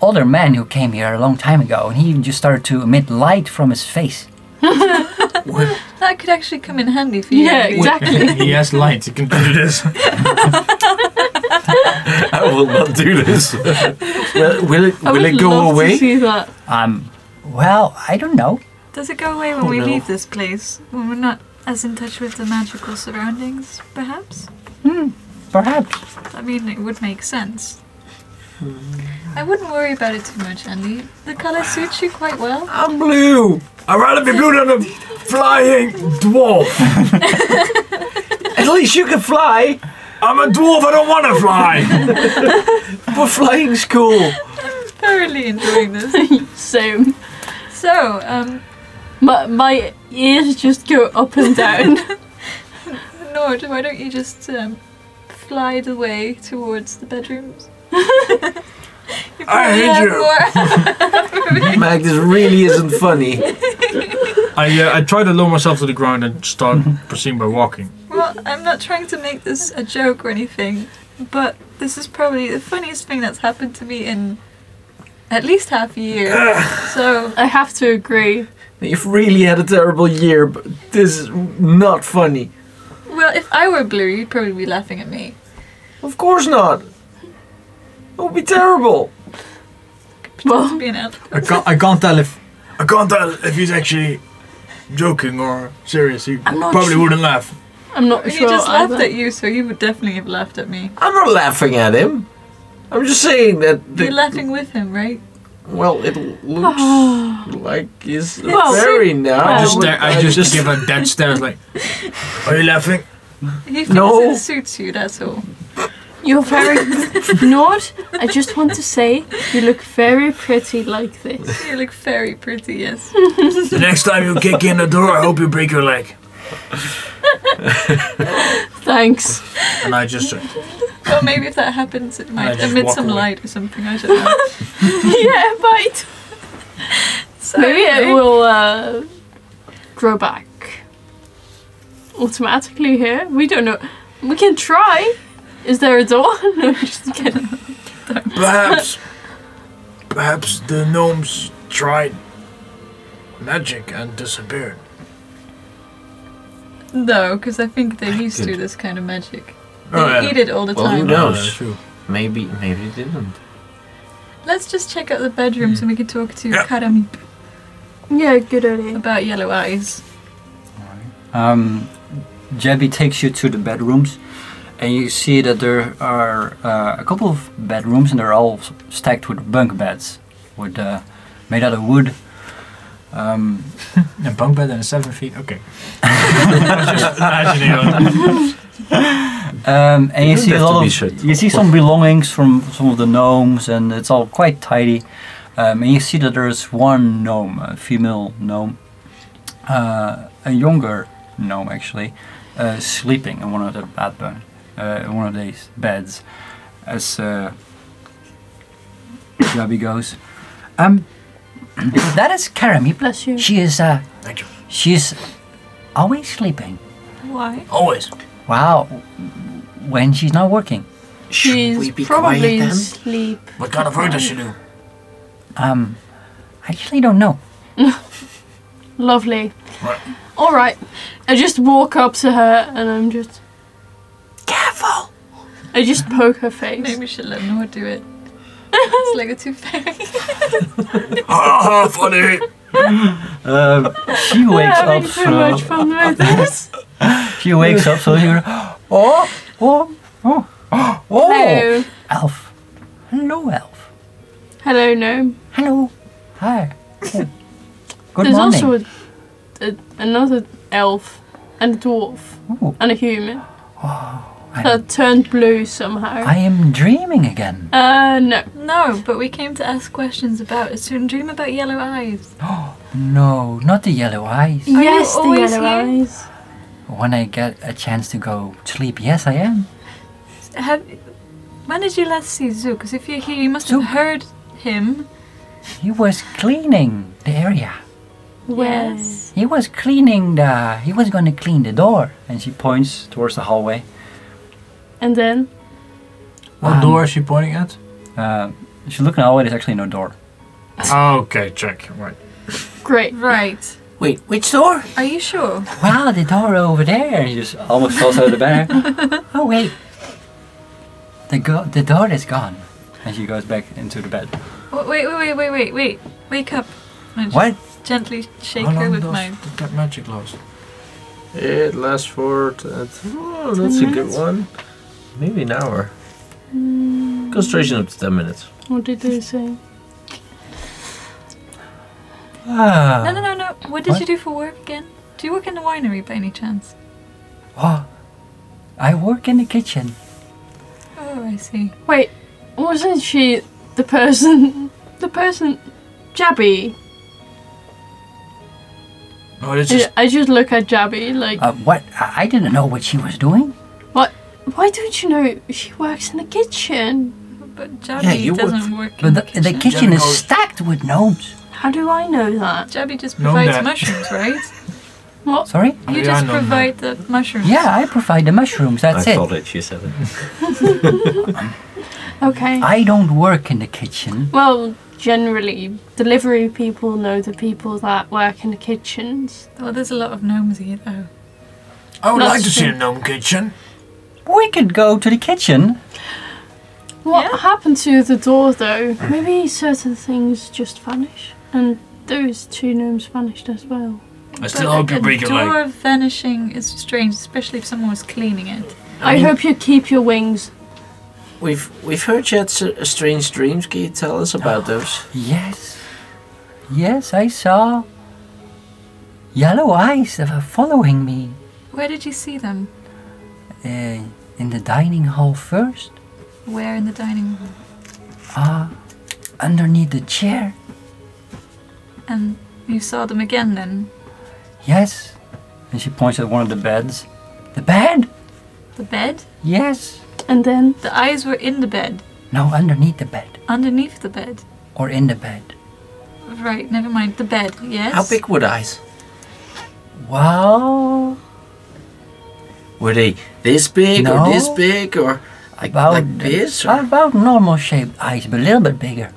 Speaker 1: older man who came here a long time ago, and he just started to emit light from his face.
Speaker 2: Where,
Speaker 4: That could actually come in handy for you.
Speaker 5: Yeah,
Speaker 4: Andy.
Speaker 5: exactly.
Speaker 6: he has lights. He can do this.
Speaker 2: I will not do this. will, will it,
Speaker 5: I
Speaker 2: will
Speaker 5: would
Speaker 2: it go
Speaker 5: love to
Speaker 2: away?
Speaker 5: see that.
Speaker 1: Um, well, I don't know.
Speaker 4: Does it go away when
Speaker 2: Oh,
Speaker 4: we
Speaker 2: no.
Speaker 4: leave this place? When we're not as in touch with the magical surroundings, perhaps?
Speaker 1: Perhaps.
Speaker 4: I mean, it would make sense. I wouldn't worry about it too much, Andy. The color suits you quite well.
Speaker 2: I'm blue.
Speaker 3: I'd rather be blue than a flying dwarf.
Speaker 2: At least you can fly.
Speaker 3: I'm a dwarf. I don't want to fly.
Speaker 2: We're flying school.
Speaker 4: Thoroughly enjoying this.
Speaker 5: Same.
Speaker 4: so, um,
Speaker 5: My, my ears just go up and down.
Speaker 4: Nord, why don't you just um, fly it away towards the bedrooms? you probably
Speaker 3: hate
Speaker 4: have
Speaker 3: you.
Speaker 4: more-
Speaker 2: Mag, this really isn't funny.
Speaker 6: I uh, I try to lower myself to the ground and start proceeding by walking.
Speaker 4: well, I'm not trying to make this a joke or anything, but this is probably the funniest thing that's happened to me in at least half a year. so,
Speaker 5: I have to agree.
Speaker 2: You've really had a terrible year, but this is not funny.
Speaker 4: well, if I were blue, you'd probably be laughing at me.
Speaker 2: Of course not. It would be terrible.
Speaker 5: Well,
Speaker 4: Being out.
Speaker 6: I can't. I can't tell if
Speaker 3: I can't tell if he's actually joking or serious. He
Speaker 5: I'm not
Speaker 3: probably
Speaker 5: sure.
Speaker 3: wouldn't laugh.
Speaker 5: I'm not
Speaker 4: He
Speaker 5: sure.
Speaker 4: just laughed
Speaker 5: either.
Speaker 4: at you, so he would definitely have laughed at me.
Speaker 2: I'm not laughing at him. I'm just saying that. The,
Speaker 4: You're laughing with him, right?
Speaker 2: Well, it looks like he's
Speaker 5: Well,
Speaker 2: very now.
Speaker 6: I
Speaker 5: well,
Speaker 6: just stare, I just,
Speaker 2: just-
Speaker 6: give a dead stare. Like
Speaker 3: Are you laughing?
Speaker 4: He thinks
Speaker 2: No.
Speaker 4: it suits you, that's all.
Speaker 5: You're very. Nord, I just want to say you look very pretty like this.
Speaker 4: You look very pretty, yes.
Speaker 3: The next time you kick in the door, I hope you break your leg.
Speaker 5: Thanks.
Speaker 6: and I just uh,
Speaker 4: Well, maybe if that happens, it might
Speaker 6: just
Speaker 4: emit
Speaker 6: walk
Speaker 4: some
Speaker 6: away.
Speaker 4: light or something. I don't know.
Speaker 5: yeah, might.
Speaker 4: So
Speaker 5: Maybe it
Speaker 4: anyway,
Speaker 5: will uh, grow back automatically here. We don't know. We can try. Is there a door? no, I'm just kidding.
Speaker 3: Perhaps, perhaps the gnomes tried magic and disappeared.
Speaker 4: No, because I think they're used to
Speaker 2: Good.
Speaker 4: this kind of magic. They
Speaker 3: Oh, yeah.
Speaker 4: eat it all the
Speaker 2: Well,
Speaker 4: time.
Speaker 2: you know. No,
Speaker 6: that's
Speaker 2: sh-
Speaker 6: true.
Speaker 2: Maybe, maybe he didn't.
Speaker 4: Let's just check out the bedrooms and we can talk to
Speaker 3: Yeah.
Speaker 4: Karam
Speaker 5: Yeah, good idea.
Speaker 4: about yellow eyes.
Speaker 1: Um, Jebby takes you to the bedrooms, and you see that there are uh, a couple of bedrooms, and they're all s- stacked with bunk beds, with uh, made out of wood. Um,
Speaker 6: a bunk bed and a seven feet. Okay. just imagining it.
Speaker 1: um, and you
Speaker 2: don't
Speaker 1: see a
Speaker 2: have to
Speaker 1: lot
Speaker 2: be
Speaker 1: of
Speaker 2: shit,
Speaker 1: you
Speaker 2: of
Speaker 1: see some belongings from some of the gnomes, and it's all quite tidy. Um, and you see that there is one gnome, a female gnome, uh, a younger gnome actually, uh, sleeping in one of the bed bun- uh, in one of these beds, as uh, Jabby goes. Um, that is Karami.
Speaker 5: Bless you.
Speaker 1: She is. Uh,
Speaker 3: Thank you.
Speaker 1: she is always sleeping.
Speaker 4: Why?
Speaker 3: Always.
Speaker 1: Wow, when she's not working.
Speaker 5: She's probably asleep.
Speaker 3: What kind of work does she do?
Speaker 1: Um, I actually don't know.
Speaker 5: Lovely.
Speaker 3: Right.
Speaker 5: All right. I just walk up to her and I'm just. Careful! I just poke her face.
Speaker 4: Maybe we should let Nora do it. it's like a two fairy.
Speaker 3: Ha ha, funny.
Speaker 1: Um, she
Speaker 5: We're
Speaker 1: wakes
Speaker 5: having
Speaker 1: up.
Speaker 5: so much
Speaker 1: So,
Speaker 5: fun with this.
Speaker 1: she wakes up. So you're. Oh, oh, oh, oh,
Speaker 5: Hello.
Speaker 1: elf. Hello, elf.
Speaker 5: Hello, gnome.
Speaker 1: Hello. Hi. Oh. Good
Speaker 5: There's
Speaker 1: morning.
Speaker 5: also a, a, another elf and a dwarf
Speaker 1: Ooh,
Speaker 5: and a human
Speaker 1: I'm-
Speaker 5: that turned blue somehow.
Speaker 1: I am dreaming again.
Speaker 5: uh, no.
Speaker 4: no, but we came to ask questions about a certain dream about yellow eyes.
Speaker 1: No, not the yellow eyes.
Speaker 4: you
Speaker 5: yes, the
Speaker 4: always
Speaker 5: yellow
Speaker 4: here?
Speaker 5: eyes.
Speaker 1: When I get a chance to go sleep, yes, I am.
Speaker 4: Have, when did you last see Zoo? Because if you're here, you must have
Speaker 1: Zook.
Speaker 4: heard him.
Speaker 1: He was cleaning the area.
Speaker 5: Yes.
Speaker 1: He was cleaning the. He was gonna clean the door, and she points towards the hallway.
Speaker 5: And then
Speaker 6: What
Speaker 1: Um,
Speaker 6: door is she pointing at?
Speaker 1: Uh,
Speaker 3: Oh,
Speaker 1: she looked in the hallway. There's actually no door.
Speaker 6: Okay, check. Right.
Speaker 5: great.
Speaker 4: Right.
Speaker 2: Wait, which door?
Speaker 4: Are you sure?
Speaker 1: Wow, the door over there. He just almost falls out of the bed. oh, wait. The, go- the door is gone. And she goes back into the bed.
Speaker 4: Wait, wait, wait, wait, wait, wait. Wake up. I just
Speaker 1: What?
Speaker 4: Gently shake
Speaker 3: How
Speaker 4: her
Speaker 3: long
Speaker 4: with
Speaker 3: does
Speaker 4: my.
Speaker 3: th- that magic last?
Speaker 2: It lasts for. T- oh, that's a good one. Maybe an hour.
Speaker 5: Mm.
Speaker 2: Concentration up to 10 minutes.
Speaker 5: What did they say?
Speaker 1: Ah.
Speaker 4: No, no, no, no. What did
Speaker 1: What?
Speaker 4: you do for work again? Do you work in the winery by any chance?
Speaker 1: Oh, I work in the kitchen.
Speaker 4: Oh, I see.
Speaker 5: Wait, wasn't she the person? The person, Jabby.
Speaker 3: No, it's
Speaker 5: I
Speaker 3: just
Speaker 5: I just look at Jabby like,
Speaker 1: Uh, what? I I didn't know what she was doing.
Speaker 5: why don't you know she works in the kitchen?
Speaker 4: But Jabby
Speaker 2: Yeah, you
Speaker 4: doesn't work in
Speaker 1: But the, the kitchen
Speaker 3: Jenna
Speaker 1: is
Speaker 3: goes-
Speaker 1: stacked with gnomes.
Speaker 5: How do I know that?
Speaker 4: Jabby just
Speaker 3: Known
Speaker 4: provides
Speaker 3: that.
Speaker 4: mushrooms, right?
Speaker 5: What?
Speaker 1: Sorry?
Speaker 4: You
Speaker 3: Yeah,
Speaker 4: just
Speaker 3: I know that.
Speaker 4: provide the mushrooms.
Speaker 1: Yeah, I provide the mushrooms. That's
Speaker 2: I
Speaker 1: it.
Speaker 2: thought that she said it.
Speaker 5: Okay.
Speaker 1: I don't work in the kitchen.
Speaker 5: Well, generally, delivery people know the people that work in the kitchens.
Speaker 4: Well, there's a lot of gnomes here, though.
Speaker 3: I would
Speaker 5: Not
Speaker 3: like to see a
Speaker 5: sure.
Speaker 3: gnome kitchen.
Speaker 1: We could go to the kitchen.
Speaker 5: What
Speaker 4: Yeah.
Speaker 5: happened to the door, though? Maybe certain things just vanish, and those two gnomes vanished as well.
Speaker 3: I still hope you break
Speaker 4: the
Speaker 3: it
Speaker 4: door
Speaker 3: like.
Speaker 4: vanishing is strange, especially if someone was cleaning it.
Speaker 5: I,
Speaker 2: mean-
Speaker 5: hope you keep your wings.
Speaker 2: We've we've heard you had s- strange dreams. Can you tell us about those?
Speaker 1: Yes. Yes, I saw yellow eyes that were following me
Speaker 4: Where did you see them?
Speaker 1: uh, in the dining hall first.
Speaker 4: Where in the dining room?
Speaker 1: Ah, underneath the chair.
Speaker 4: And you saw them again then?
Speaker 1: Yes. And she points at one of the beds. The bed?
Speaker 4: The bed?
Speaker 1: Yes.
Speaker 5: And then,
Speaker 4: The eyes were in the bed,
Speaker 1: No, underneath the bed.
Speaker 4: underneath the bed.
Speaker 1: Or in the bed.
Speaker 4: Right, never mind. The bed, yes.
Speaker 2: How big were the eyes?
Speaker 1: Wow.
Speaker 2: Were they this big
Speaker 1: No. uh,
Speaker 2: or this big or like,
Speaker 1: About,
Speaker 2: like this? Or
Speaker 1: about normal shaped eyes, but a little bit bigger.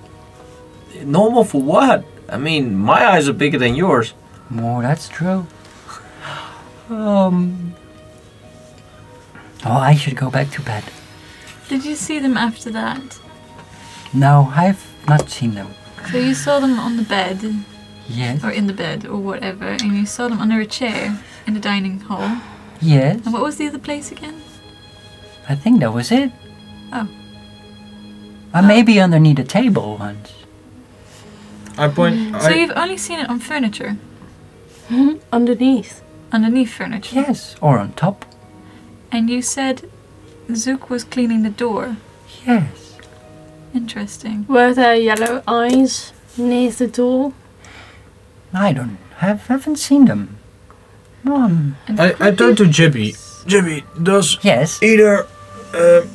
Speaker 2: normal for what? I mean, my eyes are bigger than yours.
Speaker 1: More, that's true. Um. Oh, I should go back to bed.
Speaker 4: Did you see them after that?
Speaker 1: No, I've not seen them.
Speaker 4: So you saw them on the bed,
Speaker 1: Yes.
Speaker 2: Uh,
Speaker 4: or in the bed, or whatever, and you saw them under a chair in the dining hall.
Speaker 1: Yes.
Speaker 4: And what was the other place again?
Speaker 1: I think that was it.
Speaker 4: Oh.
Speaker 1: Uh, maybe underneath the table once.
Speaker 6: I
Speaker 5: Mm.
Speaker 6: point.
Speaker 4: So
Speaker 6: I,
Speaker 4: you've only seen it on furniture,
Speaker 5: underneath.
Speaker 4: underneath furniture.
Speaker 1: Yes. Or on top.
Speaker 4: And you said Zook was cleaning the door.
Speaker 1: Yes.
Speaker 4: Interesting.
Speaker 5: Were there yellow eyes near the door?
Speaker 1: I don't have haven't seen them. Um.
Speaker 4: And
Speaker 6: I, I turn to Jibby.
Speaker 3: Jimmy, does
Speaker 1: Yes.
Speaker 3: either um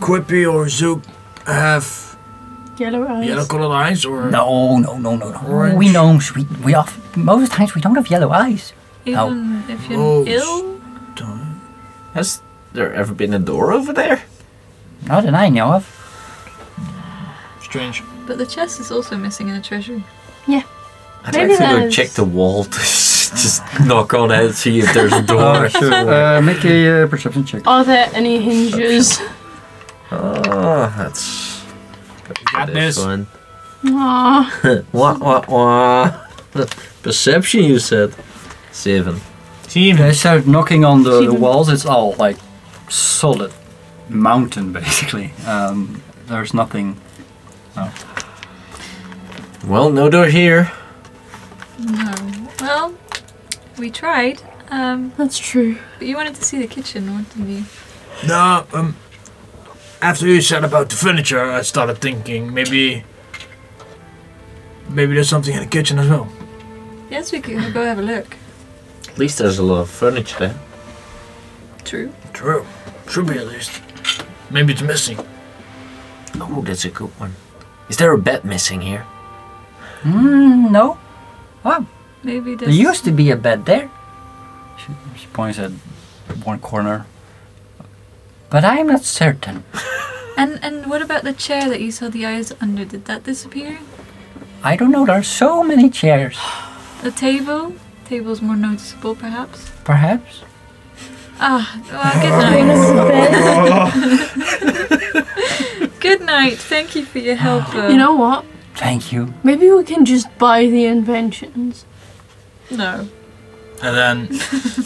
Speaker 3: Quippy or Zook have
Speaker 5: Yellow eyes.
Speaker 3: yellow colored eyes or
Speaker 1: No, no, no, no, no.
Speaker 3: Orange.
Speaker 1: We gnomes, we, we off, most times we don't have yellow eyes.
Speaker 4: Even if you're
Speaker 3: Gross.
Speaker 4: ill,
Speaker 3: Don't-
Speaker 2: Has there ever been a door over there?
Speaker 1: Not that I know of.
Speaker 3: Strange.
Speaker 4: but the chest is also missing in the treasury.
Speaker 2: I'd
Speaker 5: Maybe
Speaker 2: like to go
Speaker 5: there's-
Speaker 2: check the wall to just knock on it, see if there's a door.
Speaker 1: Uh, make a uh, perception check.
Speaker 5: Are there any hinges?
Speaker 2: Oh, that's.
Speaker 6: got this.
Speaker 2: one.
Speaker 5: Ah,
Speaker 2: Wah, wah, wah. Perception, you said. Seven.
Speaker 6: Team.
Speaker 1: They start knocking on the, the
Speaker 5: Steven.
Speaker 1: walls. It's all like solid mountain, basically. Um, there's nothing.
Speaker 2: Well, no door here.
Speaker 4: No. Well, we tried. Um,
Speaker 5: that's true.
Speaker 4: but you wanted to see the kitchen, wanted you?
Speaker 3: No, um. After you said about the furniture, I started thinking maybe. Maybe there's something in the kitchen as well.
Speaker 4: Yes, we could go have a look.
Speaker 2: At least there's a lot of furniture there.
Speaker 4: True.
Speaker 3: True. Should be at least. Maybe it's missing.
Speaker 2: Oh, that's a good one. Is there a bed missing here?
Speaker 1: Mm, no. Oh,
Speaker 4: Maybe there's.
Speaker 1: there used to be a bed there. She, she points at one corner. But I'm not certain.
Speaker 4: And and what about the chair that you saw the eyes under? Did that disappear?
Speaker 1: I don't know. There are so many chairs.
Speaker 4: A table. Table's more noticeable, perhaps.
Speaker 1: Perhaps.
Speaker 4: Ah, well, good night. good night. Thank you for your help. uh,
Speaker 5: You know what?
Speaker 1: Thank you.
Speaker 5: Maybe we can just buy the inventions.
Speaker 4: No.
Speaker 6: And then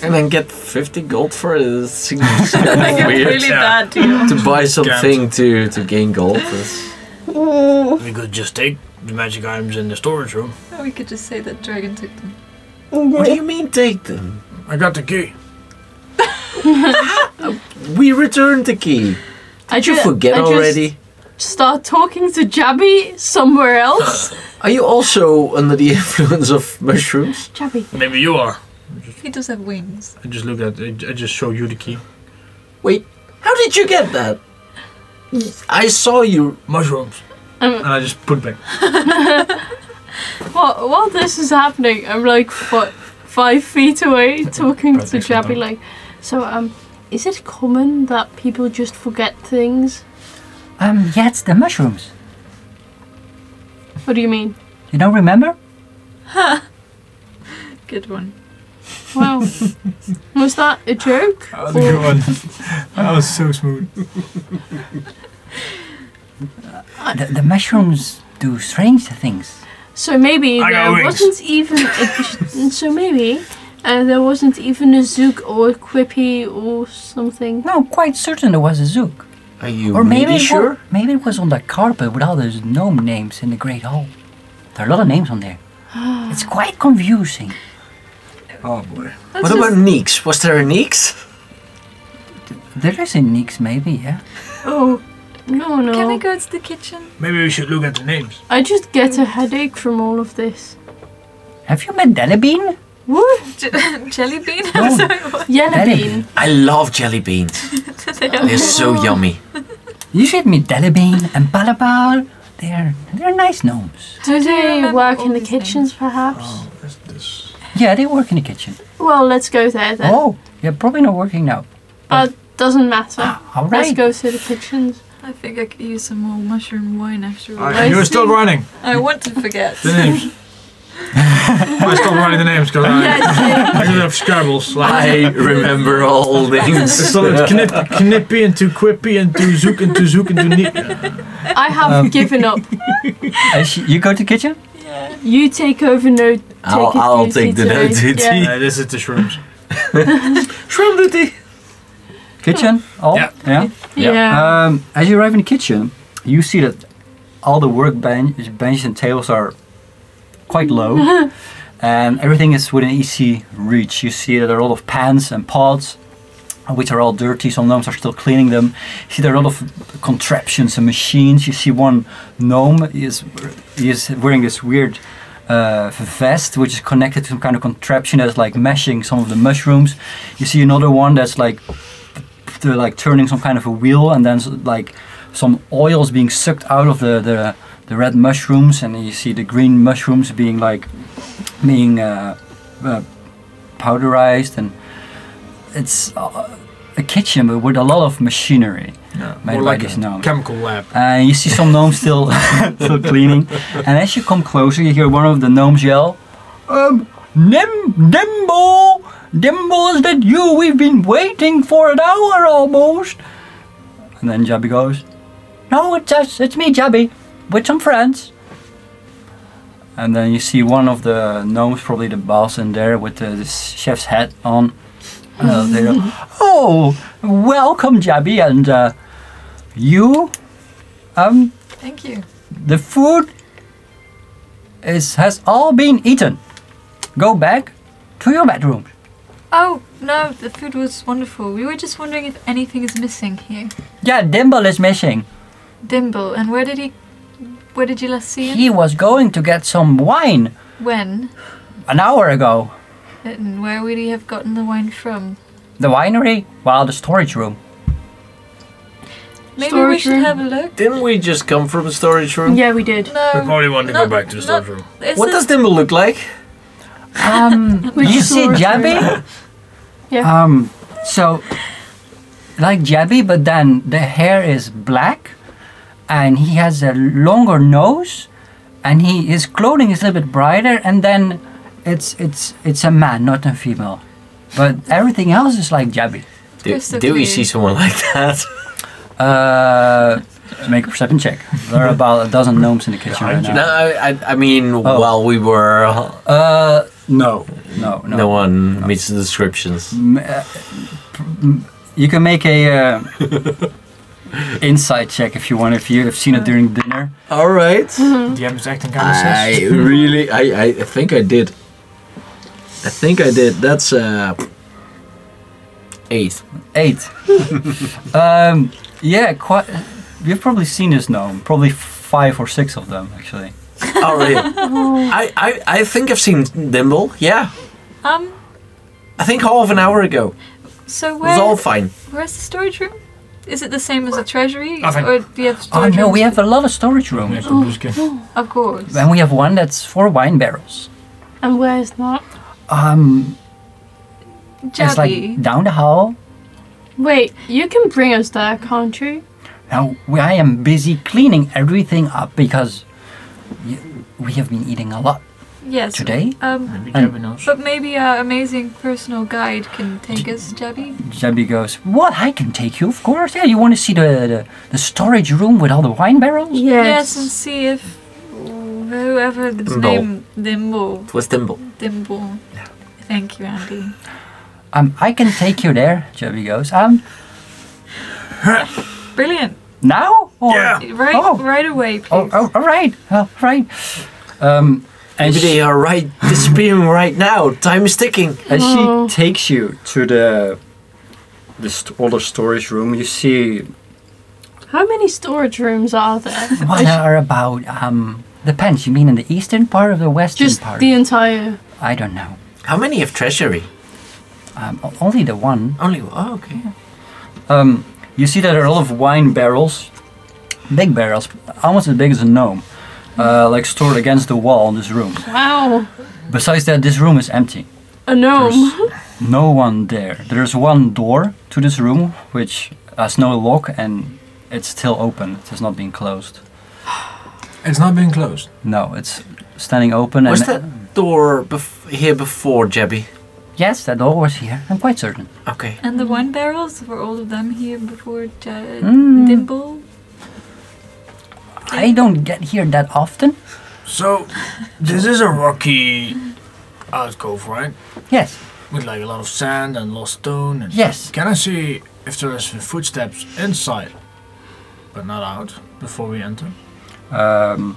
Speaker 2: and then get 50 gold for it. It seems so
Speaker 4: Like a
Speaker 2: weird
Speaker 4: really bad deal.
Speaker 2: to buy something to, to gain gold. That's-
Speaker 3: We could just take the magic items in the storage room.
Speaker 4: We could just say that dragon took them.
Speaker 2: What do you mean take them?
Speaker 3: I got the key.
Speaker 2: We returned the key.
Speaker 5: I
Speaker 2: Did you
Speaker 5: ju-
Speaker 2: forget
Speaker 5: I just
Speaker 2: already?
Speaker 5: Start talking to Jabby somewhere else.
Speaker 2: Are you also under the influence of mushrooms?
Speaker 5: Jabby.
Speaker 6: maybe you are.
Speaker 4: He does have wings.
Speaker 6: I just look at. I I just show you the key.
Speaker 2: Wait, how did you get that? I saw you.
Speaker 6: Mushrooms.
Speaker 5: Um,
Speaker 6: and I just put back.
Speaker 5: While, while this is happening, I'm like fi- five feet away talking to
Speaker 6: Perfect,
Speaker 5: Jabby. Like, so um, is it common that people just forget things?
Speaker 1: Um, yeah, it's the mushrooms.
Speaker 5: What do you mean?
Speaker 1: You don't remember?
Speaker 4: Good one.
Speaker 5: Wow, was that a joke?
Speaker 6: That was a good one. That was so smooth.
Speaker 1: The, the mushrooms do strange things.
Speaker 5: So maybe
Speaker 3: I got
Speaker 5: there
Speaker 3: wings.
Speaker 5: wasn't even a, so maybe uh, there wasn't even a Zook or a Quippy or something.
Speaker 1: No, quite certain there was a zook.
Speaker 2: Are you
Speaker 1: Or maybe
Speaker 2: really
Speaker 1: it wa-
Speaker 2: sure?
Speaker 1: maybe it was on the carpet with all those gnome names in the Great Hall. There are a lot of names on there. it's quite confusing.
Speaker 6: Oh boy.
Speaker 2: What
Speaker 4: Let's just-
Speaker 2: about Neeks? Was there a Neeks?
Speaker 1: There is a Nix, maybe, yeah?
Speaker 5: Oh no no!
Speaker 4: Can we go to the kitchen?
Speaker 3: Maybe we should look at the names.
Speaker 5: I just get a headache from all of this.
Speaker 1: Have you met Delabean?
Speaker 5: What?
Speaker 4: J- jelly bean? I'm
Speaker 1: No.
Speaker 4: sorry, what?
Speaker 5: Yellow
Speaker 1: Headache.
Speaker 5: bean.
Speaker 2: I love jelly beans.
Speaker 4: They are-
Speaker 2: They're so yummy.
Speaker 1: You should meet Delabean and Balabal. They're, they're nice gnomes.
Speaker 5: Do they
Speaker 4: remember
Speaker 5: work
Speaker 4: all
Speaker 5: in the
Speaker 4: these names?
Speaker 5: kitchens, perhaps?
Speaker 2: Oh.
Speaker 6: That's Oh, this.
Speaker 1: Yeah, they work in the kitchen.
Speaker 5: Well, let's go there then.
Speaker 1: Oh, they're probably not working now.
Speaker 5: But doesn't matter.
Speaker 1: All
Speaker 5: Let's
Speaker 1: Ah, right.
Speaker 5: go to the kitchens.
Speaker 4: I think I could use some more mushroom wine after all.
Speaker 5: I
Speaker 6: Alright, you're still
Speaker 5: see.
Speaker 6: running
Speaker 4: I want to forget.
Speaker 6: the names. I stopped writing the names because I, I just have scribbles. Like,
Speaker 2: I remember all
Speaker 6: I
Speaker 2: names.
Speaker 6: started knip, knippy and too quippy and too zook and too zook and too nip.
Speaker 5: I have
Speaker 2: Um.
Speaker 5: given up.
Speaker 1: Uh, sh- you go to kitchen?
Speaker 4: Yeah.
Speaker 5: You take over no. Take
Speaker 2: I'll-
Speaker 5: a
Speaker 2: I'll
Speaker 5: duty
Speaker 2: take the no
Speaker 5: today.
Speaker 2: duty.
Speaker 5: Yeah.
Speaker 6: Yeah, this is the shrooms.
Speaker 2: Shrimp duty.
Speaker 1: Kitchen? All?
Speaker 6: Yeah.
Speaker 1: yeah?
Speaker 5: Yeah.
Speaker 1: Um, as you arrive in the kitchen, you see that all the workbench benches and tables are quite low, and everything is within easy reach. You see that there are a lot of pans and pots, which are all dirty. Some gnomes are still cleaning them. You see there are a lot of contraptions and machines. You see one gnome he is he is wearing this weird. Uh, vest which is connected to some kind of contraption that's like meshing some of the mushrooms. You see another one that's like they're like turning some kind of a wheel and then s- like some oils being sucked out of the the, the red mushrooms and you see the green mushrooms being like being uh, uh, powderized and it's uh, a kitchen but with a lot of machinery
Speaker 6: Yeah,
Speaker 1: Made
Speaker 6: more
Speaker 1: by
Speaker 6: like
Speaker 1: these
Speaker 6: a
Speaker 1: gnomes.
Speaker 6: chemical lab.
Speaker 1: and Eh, you see some gnomes still still cleaning and as you come closer you hear one of the gnomes yell um Nim- Nimble Dimble is that you we've been waiting for an hour almost and then Jabby goes no it's us it's me Jabby with some friends and then you see one of the gnomes probably the boss in there with the, the chef's hat on uh, they go, oh welcome Jabby and uh, you um
Speaker 4: Thank you.
Speaker 1: the food is has all been eaten. Go back to your bedroom.
Speaker 4: Oh, no, the food was wonderful. We were just wondering if anything is missing here.
Speaker 1: Yeah, Dimble is missing.
Speaker 4: Dimble, and where did he. Where did you last see him?
Speaker 1: He was going to get some wine
Speaker 4: When?
Speaker 1: an hour ago.
Speaker 4: And where would he have gotten the wine from?
Speaker 1: The winery? Well, the storage room.
Speaker 4: Maybe we
Speaker 5: Storage
Speaker 4: should
Speaker 5: room.
Speaker 4: have a look.
Speaker 2: Didn't we just come from a storage room?
Speaker 5: Yeah, we did.
Speaker 3: We
Speaker 4: No.
Speaker 3: probably want to
Speaker 4: not-
Speaker 3: go back to the
Speaker 4: not-
Speaker 3: storage room.
Speaker 4: it's
Speaker 2: What
Speaker 4: a-
Speaker 2: does Dimble look like?
Speaker 1: Um,
Speaker 5: Which
Speaker 1: you see
Speaker 5: storage
Speaker 1: Jabby?
Speaker 5: Yeah.
Speaker 1: Um, so, like Jabby, but then the hair is black, and he has a longer nose, and he his clothing is a little bit brighter, and then it's it's it's a man, not a female. But everything else is like Jabby.
Speaker 2: Do,
Speaker 4: crystal
Speaker 2: do we
Speaker 4: clear.
Speaker 2: see someone like that?
Speaker 1: Uh, make a perception check. There are about a dozen gnomes in the kitchen right
Speaker 2: No,
Speaker 1: now.
Speaker 2: I, I, I mean, while we were,
Speaker 1: Uh, no, no,
Speaker 2: no,
Speaker 1: no.
Speaker 2: one meets the descriptions.
Speaker 1: M- uh, pr- m- You can make a uh, insight check if you want. If you've seen it during dinner,
Speaker 2: All right.
Speaker 5: Hmm?
Speaker 3: DM is acting kind of
Speaker 2: I
Speaker 3: sus.
Speaker 2: really, I, I think I did. I think I did. That's uh, eight.
Speaker 1: eight. um, yeah, quite. You've probably seen this gnome. Probably five or six of them actually.
Speaker 2: All right. Oh, I, I, I think I've seen Nimble. Yeah,
Speaker 4: Um,
Speaker 2: I think half an hour ago.
Speaker 4: so
Speaker 2: It was
Speaker 4: where,
Speaker 2: all fine.
Speaker 4: where's the storage room? Is it the same as the treasury?
Speaker 3: I think-
Speaker 4: Or do you have
Speaker 1: Oh
Speaker 4: storage
Speaker 1: no, we
Speaker 4: rooms?
Speaker 1: have a lot of storage rooms,
Speaker 5: Oh.
Speaker 4: Of course.
Speaker 1: and we have one that's for wine barrels.
Speaker 5: And where's that?
Speaker 1: Um, it's
Speaker 4: Jabby.
Speaker 1: like down the hall.
Speaker 5: Wait, you can bring us there, can't you?
Speaker 1: Now we- I am busy cleaning everything up because y- we have been eating a lot
Speaker 4: yes.
Speaker 1: today.
Speaker 4: Um,
Speaker 1: And-
Speaker 4: but maybe our amazing personal guide can take us, Jabby.
Speaker 1: Jambi goes, What? I can take you, of course. Yeah, you want to see the, the, the storage room with all the wine barrels?
Speaker 4: Yes, and see if whoever
Speaker 2: Dimble.
Speaker 4: name Dimble.
Speaker 2: It was Nimble.
Speaker 4: Dimble. Thank you, Andy.
Speaker 1: Um, I can take you there, Jambi goes. Um,
Speaker 4: Brilliant.
Speaker 1: now? Or-
Speaker 3: Yeah.
Speaker 4: Right,
Speaker 1: Oh.
Speaker 4: right away, please.
Speaker 1: Oh, oh, all right, all right. Um, and
Speaker 2: Maybe
Speaker 1: she,
Speaker 2: they are right disappearing right now. Time is ticking.
Speaker 1: and
Speaker 5: Oh.
Speaker 1: she takes you to the, the st- all the storage room. You see,
Speaker 5: How many storage rooms are there?
Speaker 1: what are about, um, depends. You mean in the eastern part or the western
Speaker 5: Just
Speaker 1: part?
Speaker 5: the entire.
Speaker 1: I don't know.
Speaker 2: How many of treasury?
Speaker 1: Um, o- only the one.
Speaker 2: Only. Oh, okay.
Speaker 1: Um, you see that there are a lot of wine barrels, big barrels, almost as big as a gnome, uh, like stored against the wall in this room.
Speaker 5: Wow,
Speaker 1: Besides that, this room is empty.
Speaker 5: a gnome.
Speaker 1: No one there. There's one door to this room which has no lock and it's still open. It has not been closed.
Speaker 3: It's not being closed.
Speaker 1: No, it's standing open. and
Speaker 2: Was that door bef- here before, Jebby?
Speaker 1: Yes, that door was here. I'm quite certain.
Speaker 2: Okay.
Speaker 4: And the wine barrels were all of them here before J-
Speaker 1: Mm.
Speaker 4: Dimble.
Speaker 1: I don't get here that often.
Speaker 3: So, this is a rocky alcove, right?
Speaker 1: Yes,
Speaker 3: With like a lot of sand and lost stone. And
Speaker 1: yes.
Speaker 3: Can I see if there is footsteps inside, but not out, before we enter?
Speaker 1: Um,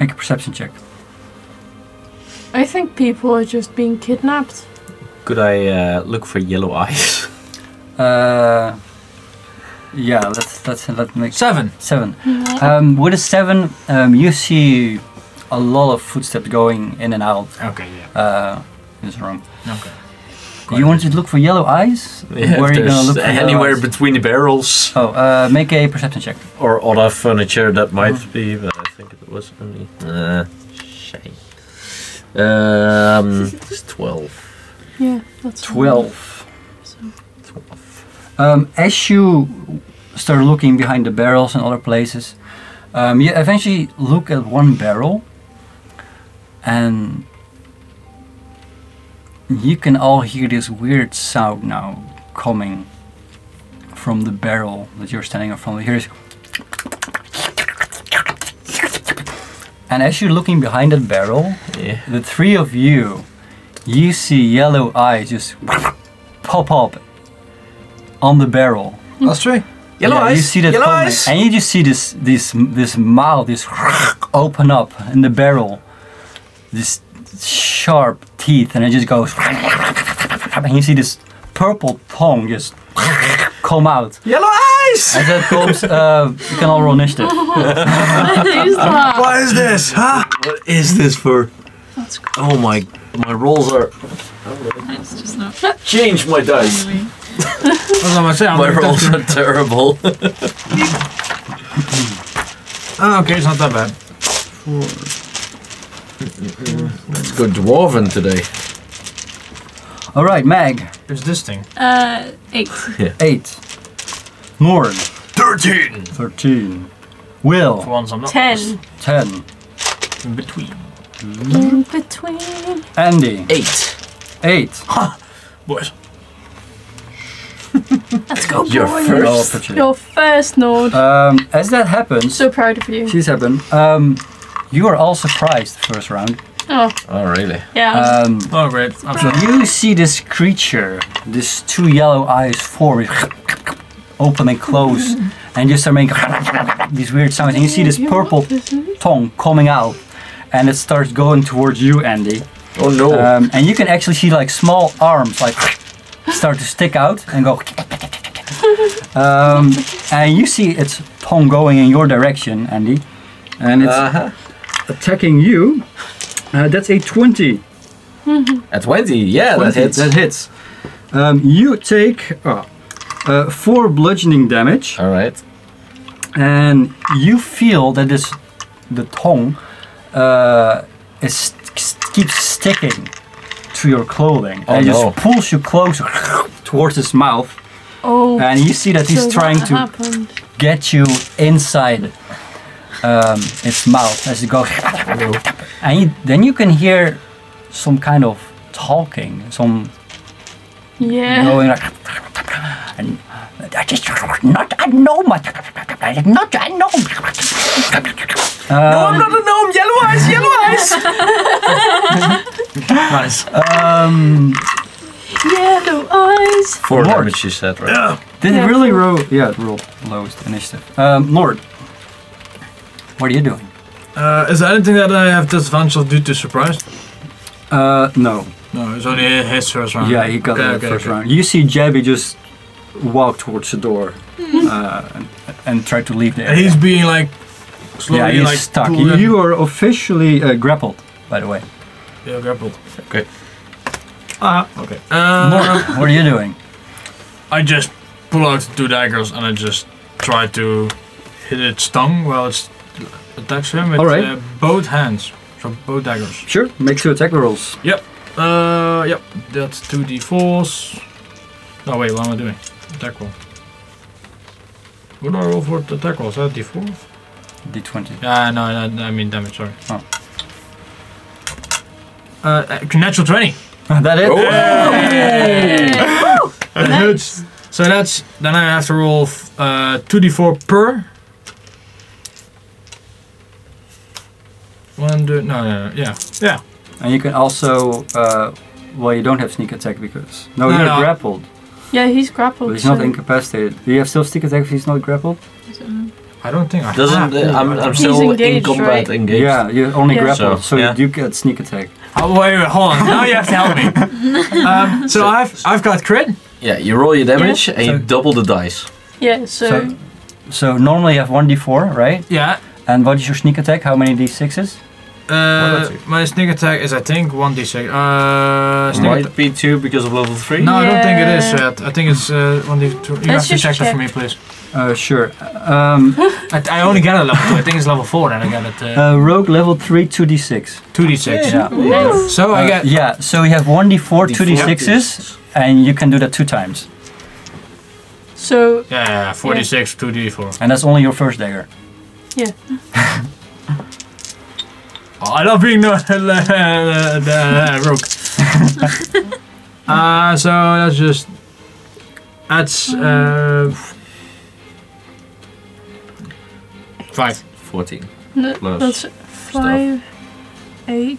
Speaker 1: make a perception check.
Speaker 5: I think people are just being kidnapped.
Speaker 2: Could I uh, look for yellow eyes?
Speaker 1: Uh, yeah, let's let's let make
Speaker 3: Seven.
Speaker 1: seven. Um, with a seven, um, you see a lot of footsteps going in and out
Speaker 3: Okay, yeah.
Speaker 1: uh, in this room.
Speaker 3: Okay.
Speaker 1: you want to look for yellow eyes? Where are you gonna look for yellow
Speaker 2: anywhere
Speaker 1: eyes?
Speaker 2: between the barrels
Speaker 1: Oh, uh, make a perception check.
Speaker 2: or other furniture that might be, but I think it was only. Uh, shame. Um, it's 12.
Speaker 5: Yeah, that's fine.
Speaker 1: Twelve.
Speaker 5: So-
Speaker 2: 12.
Speaker 1: Um, as you start looking behind the barrels and other places, um, you eventually look at one barrel, and you can all hear this weird sound now coming from the barrel that you're standing in front of. Here's and as you're looking behind that barrel,
Speaker 2: Yeah.
Speaker 1: the three of you, you see yellow eyes just pop up on the barrel.
Speaker 3: That's three.
Speaker 2: Yellow
Speaker 1: Yeah,
Speaker 2: eyes!
Speaker 1: You see that
Speaker 2: yellow
Speaker 1: coming,
Speaker 2: eyes!
Speaker 1: and you just see this this this mouth this open up in the barrel, this sharp teeth, and it just goes. And you see this purple tongue just come out.
Speaker 2: Yellow eyes!
Speaker 1: As that comes, uh, you can all roll initiative.
Speaker 5: Who's that?
Speaker 2: What is this, huh? What is this for?
Speaker 5: That's
Speaker 2: Oh my, my rolls are.
Speaker 4: It's just not
Speaker 2: Change my dice.
Speaker 4: anyway.
Speaker 6: That's what I'm saying. I'm
Speaker 2: My
Speaker 6: like,
Speaker 2: rolls are terrible.
Speaker 6: Ah, okay, it's not that bad.
Speaker 2: Let's go dwarven today.
Speaker 1: All right, Meg,
Speaker 3: It's this thing.
Speaker 4: Uh, eight.
Speaker 1: eight. Norn,
Speaker 3: Thirteen!
Speaker 1: thirteen.
Speaker 3: For
Speaker 1: Will,
Speaker 3: once, I'm not
Speaker 5: Ten.
Speaker 3: lost.
Speaker 1: ten.
Speaker 3: in between.
Speaker 5: In between.
Speaker 1: Andy,
Speaker 2: Eight.
Speaker 1: eight.
Speaker 3: Boys.
Speaker 5: Let's go,
Speaker 2: Your
Speaker 5: boys.
Speaker 1: first opportunity.
Speaker 5: Your first node.
Speaker 1: Um, as that happens,
Speaker 5: so proud of you.
Speaker 1: she's happened. Um, you are all surprised the first round.
Speaker 5: Oh,
Speaker 2: Oh, really?
Speaker 5: yeah.
Speaker 1: Um,
Speaker 6: Oh, great. I'm
Speaker 1: So
Speaker 6: sorry.
Speaker 1: you see this creature, this two yellow eyes form, open and close, and just start making these weird sounds. And you see this purple tongue coming out, and it starts going towards you, Andy.
Speaker 2: Oh no.
Speaker 1: Um, and you can actually see like small arms like start to stick out and go. Um, and you see its tongue going in your direction, Andy, and it's
Speaker 2: uh-huh.
Speaker 1: attacking you. Uh, that's a twenty.
Speaker 2: At 20, yeah, that
Speaker 1: 20,
Speaker 2: hits.
Speaker 1: That hits. Um, you take uh, uh, four bludgeoning damage,
Speaker 2: All right.
Speaker 1: and you feel that this the tongue uh, is st- st- keeps sticking to your clothing,
Speaker 2: Oh,
Speaker 1: and
Speaker 2: no.
Speaker 1: just pulls you closer towards his mouth,
Speaker 5: oh.
Speaker 1: and you see Uh, that he's
Speaker 5: so
Speaker 1: trying
Speaker 5: that
Speaker 1: to
Speaker 5: happened.
Speaker 1: get you inside um, its mouth as it goes. And you, then you can hear some kind of talking, some
Speaker 5: Yeah.
Speaker 1: going like, and I just not a gnome. Not a gnome. Um,
Speaker 2: no, I'm not a gnome. Yellow eyes, yellow eyes.
Speaker 6: Nice.
Speaker 1: Um,
Speaker 5: Yellow eyes.
Speaker 2: Four
Speaker 1: Lord.
Speaker 2: damage, you said, right?
Speaker 3: Yeah.
Speaker 1: did
Speaker 5: Yeah,
Speaker 1: it really
Speaker 5: cool.
Speaker 1: roll? Yeah, it rolled lowest initiative. Um, Lord, what are you doing?
Speaker 6: Uh, is there anything that I have disadvantage of due to surprise?
Speaker 1: Uh, no.
Speaker 6: No, it's only his first
Speaker 3: Uh-huh.
Speaker 6: round.
Speaker 1: Yeah, he got
Speaker 6: Okay,
Speaker 1: the
Speaker 6: okay,
Speaker 1: first
Speaker 6: okay.
Speaker 1: round. You see Jebby just walk towards the door uh, and, and try to leave the
Speaker 6: And
Speaker 1: area.
Speaker 6: he's being like slowly
Speaker 1: yeah, he's
Speaker 6: like
Speaker 1: stuck.
Speaker 6: pulled in.
Speaker 1: You are officially uh, grappled, by the way.
Speaker 6: Yeah, grappled.
Speaker 2: Okay.
Speaker 6: Ah, okay. Uh,
Speaker 1: Lord, what are you doing?
Speaker 6: I just pull out two daggers and I just try to hit its tongue while it attacks him with
Speaker 1: All right.
Speaker 6: uh, both hands. So both daggers.
Speaker 1: Sure, make two attack rolls.
Speaker 6: Yep. Uh, yep. That's two d4s. No, wait. What am I doing? Attack roll. What do I roll for the attack roll? Is that d4?
Speaker 1: D20.
Speaker 6: Yeah, no, no, I mean damage. Sorry.
Speaker 1: Oh.
Speaker 6: Uh, uh, natural twenty.
Speaker 1: that it?
Speaker 6: That hurts. So that's then I have to roll uh, two d four per. One, two, no, no, no, yeah, yeah.
Speaker 1: And you can also, uh, well, you don't have sneak attack because no,
Speaker 6: No,
Speaker 1: you're
Speaker 6: no.
Speaker 1: grappled,
Speaker 5: Yeah, he's grappled.
Speaker 1: but he's not
Speaker 5: so-
Speaker 1: incapacitated. Do you have still sneak attack if he's not grappled?
Speaker 4: I don't know.
Speaker 6: I don't think I
Speaker 3: Ah,
Speaker 2: Doesn't,
Speaker 6: have-
Speaker 2: uh, I'm, I'm
Speaker 5: He's
Speaker 2: still in
Speaker 5: engaged,
Speaker 2: combat
Speaker 5: right?
Speaker 2: engaged.
Speaker 1: Yeah, you're only
Speaker 5: Yeah.
Speaker 1: grappled, so,
Speaker 2: So, yeah.
Speaker 1: you do get sneak attack.
Speaker 6: Oh, wait, wait, hold on. Now you have to help me. Um, so I've I've got crit.
Speaker 2: Yeah, you roll your damage and you
Speaker 1: So-
Speaker 2: double the dice.
Speaker 5: Yeah, so,
Speaker 1: So- So normally you have 1d4, right?
Speaker 6: Yeah.
Speaker 1: And what is your sneak attack? How many d6s?
Speaker 6: Uh, my sneak attack is I think one d six. Uh, sneak attack.
Speaker 2: Might be two because of level three.
Speaker 6: No, I don't think it is
Speaker 5: Yeah.
Speaker 6: yet. I think it's uh, one d two. You
Speaker 5: Let's
Speaker 6: have to
Speaker 5: just
Speaker 6: check that
Speaker 5: check.
Speaker 6: for me, please.
Speaker 1: Uh, sure. Um,
Speaker 6: I, I only get a level two. I think it's level four, then I get it uh,
Speaker 1: uh, rogue level 3, 2d6.
Speaker 6: two d six.
Speaker 1: Yeah.
Speaker 5: Nice.
Speaker 6: So Oh, I
Speaker 1: Uh,
Speaker 6: get
Speaker 1: yeah, so you have 1d4, 2d6s, and you can do that two times.
Speaker 5: so
Speaker 6: yeah, forty six, two d four.
Speaker 1: And that's only your first dagger.
Speaker 6: Oh, I love being the the, the, the rook. uh, so that's just that's uh, five.
Speaker 2: 14.
Speaker 5: no,
Speaker 2: Plus
Speaker 5: that's five, eight,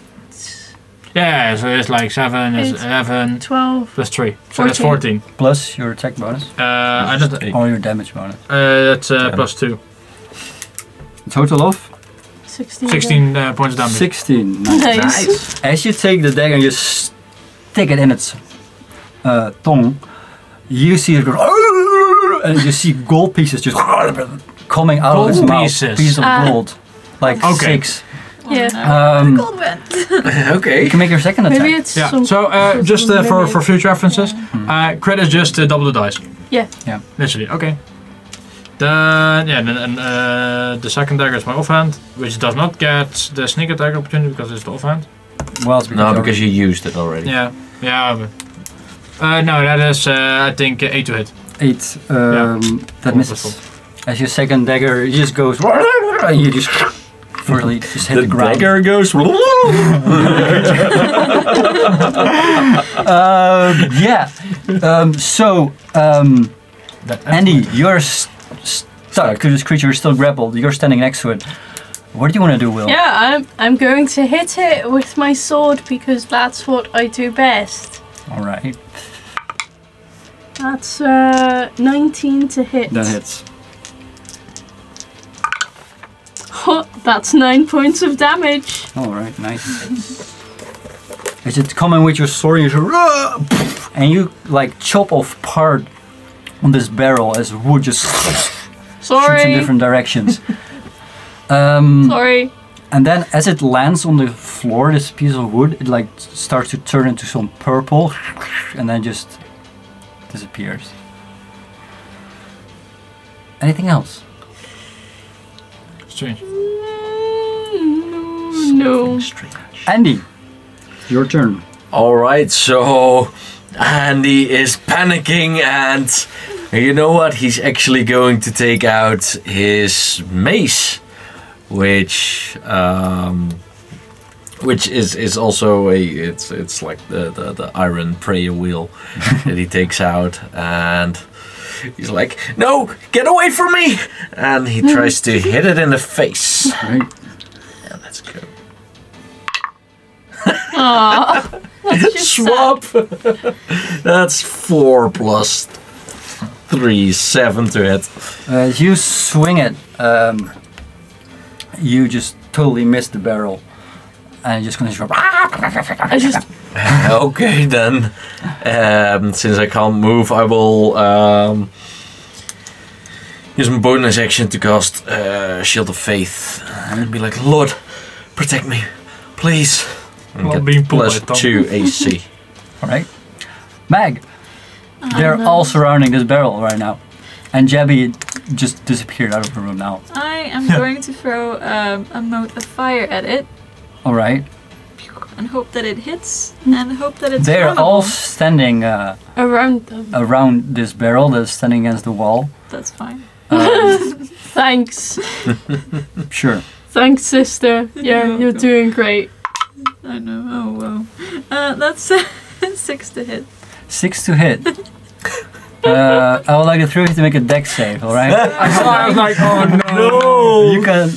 Speaker 6: Yeah, so it's like seven, it's
Speaker 5: Eight.
Speaker 6: eleven
Speaker 5: twelve.
Speaker 6: plus three, so that's
Speaker 5: Fourteen.
Speaker 6: fourteen.
Speaker 1: Plus your attack bonus,
Speaker 6: Uh, I just, uh,
Speaker 2: Eight.
Speaker 1: or your damage bonus.
Speaker 6: that's uh,
Speaker 2: Ten.
Speaker 6: plus two.
Speaker 1: Total of?
Speaker 5: 16.
Speaker 6: Sixteen uh, points damage.
Speaker 1: 16. Nice.
Speaker 5: Nice.
Speaker 1: As you take the dagger and you stick it in its uh, tongue, you see it go, and you see gold pieces just coming out of its
Speaker 6: Gold
Speaker 1: mouth.
Speaker 6: pieces.
Speaker 1: Piece of
Speaker 5: Ah.
Speaker 1: gold, like
Speaker 6: Okay.
Speaker 1: six.
Speaker 5: Yeah.
Speaker 1: Um,
Speaker 4: Cold wind.
Speaker 1: you
Speaker 2: okay.
Speaker 1: can make your second attack.
Speaker 5: Maybe it's
Speaker 6: Yeah.
Speaker 5: some.
Speaker 6: so uh,
Speaker 5: some
Speaker 6: just uh, for
Speaker 5: limit.
Speaker 6: for future references, uh, crit is just uh, double the dice.
Speaker 5: Yeah.
Speaker 1: Yeah.
Speaker 6: Literally. Okay. Then yeah, then and, uh, the second dagger is my offhand, which does not get the sneak attack opportunity because it's the offhand.
Speaker 1: well, it's
Speaker 2: No,
Speaker 1: you're-
Speaker 2: because you used it already.
Speaker 6: Yeah. Yeah. but- Uh, no, that is uh, I think uh, eight to hit.
Speaker 1: eight. Um, That
Speaker 6: Wonderful.
Speaker 1: misses. As your second dagger, it just goes, and you just Firstly, just hit the, ground.
Speaker 2: dagger goes.
Speaker 1: Um, yeah. Um, so, um, Andy, you're s stuck to this creature. You're still grappled. You're standing next to it. What do you want to do, Will?
Speaker 5: Yeah, I'm, I'm going to hit it with my sword because that's what I do best.
Speaker 1: All right.
Speaker 5: That's uh, 19 to hit.
Speaker 1: That hits.
Speaker 5: that's 9 points of damage.
Speaker 1: All right. Nice. As it coming with your sword, you just, "Rah!" and you like chop off part on this barrel as wood just shoots in
Speaker 5: Sorry.
Speaker 1: different directions. um,
Speaker 5: Sorry.
Speaker 1: And then as it lands on the floor, this piece of wood, it like starts to turn into some purple and then just disappears. Anything else?
Speaker 6: Strange.
Speaker 5: Mm, No.
Speaker 1: Andy, your turn.
Speaker 2: All right, so Andy is panicking, and you know what? He's actually going to take out his mace, which um, which is is also a it's it's like the the, the iron prayer wheel that he takes out, and he's like, "No, get away from me!" And he tries to hit it in the face.
Speaker 1: Right.
Speaker 2: Yeah, let's go.
Speaker 5: Aw. That's just
Speaker 2: Swap.
Speaker 5: sad.
Speaker 2: That's four plus three, seven to hit.
Speaker 1: As Uh, you swing it, um, you just totally miss the barrel and just gonna just go,
Speaker 5: I just
Speaker 2: Okay then. Um, since I can't move, I will um, use my bonus action to cast uh, Shield of Faith and be like, Lord, protect me, please. And
Speaker 6: While
Speaker 2: get
Speaker 6: being pulled
Speaker 2: plus
Speaker 6: by Tom.
Speaker 2: two AC.
Speaker 1: all right. Mag, they're all surrounding this barrel right now. And Jabby just disappeared out of the room now.
Speaker 4: I am going to throw um, a mote of fire at it
Speaker 1: All right.
Speaker 4: and hope that it hits and hope that it's
Speaker 1: They're
Speaker 4: flammable.
Speaker 1: all standing uh,
Speaker 5: around them.
Speaker 1: around this barrel that's standing against the wall.
Speaker 4: That's fine.
Speaker 1: Um,
Speaker 5: Thanks.
Speaker 1: sure.
Speaker 5: Thanks, sister. Yeah,
Speaker 4: You're
Speaker 5: you're
Speaker 4: welcome.
Speaker 5: doing great.
Speaker 4: I know. Oh wow. Uh, that's six to hit.
Speaker 1: Six to hit. Uh, I would like the three of you to make a deck save, alright?
Speaker 6: I, saw, I was like, oh no.
Speaker 1: You can.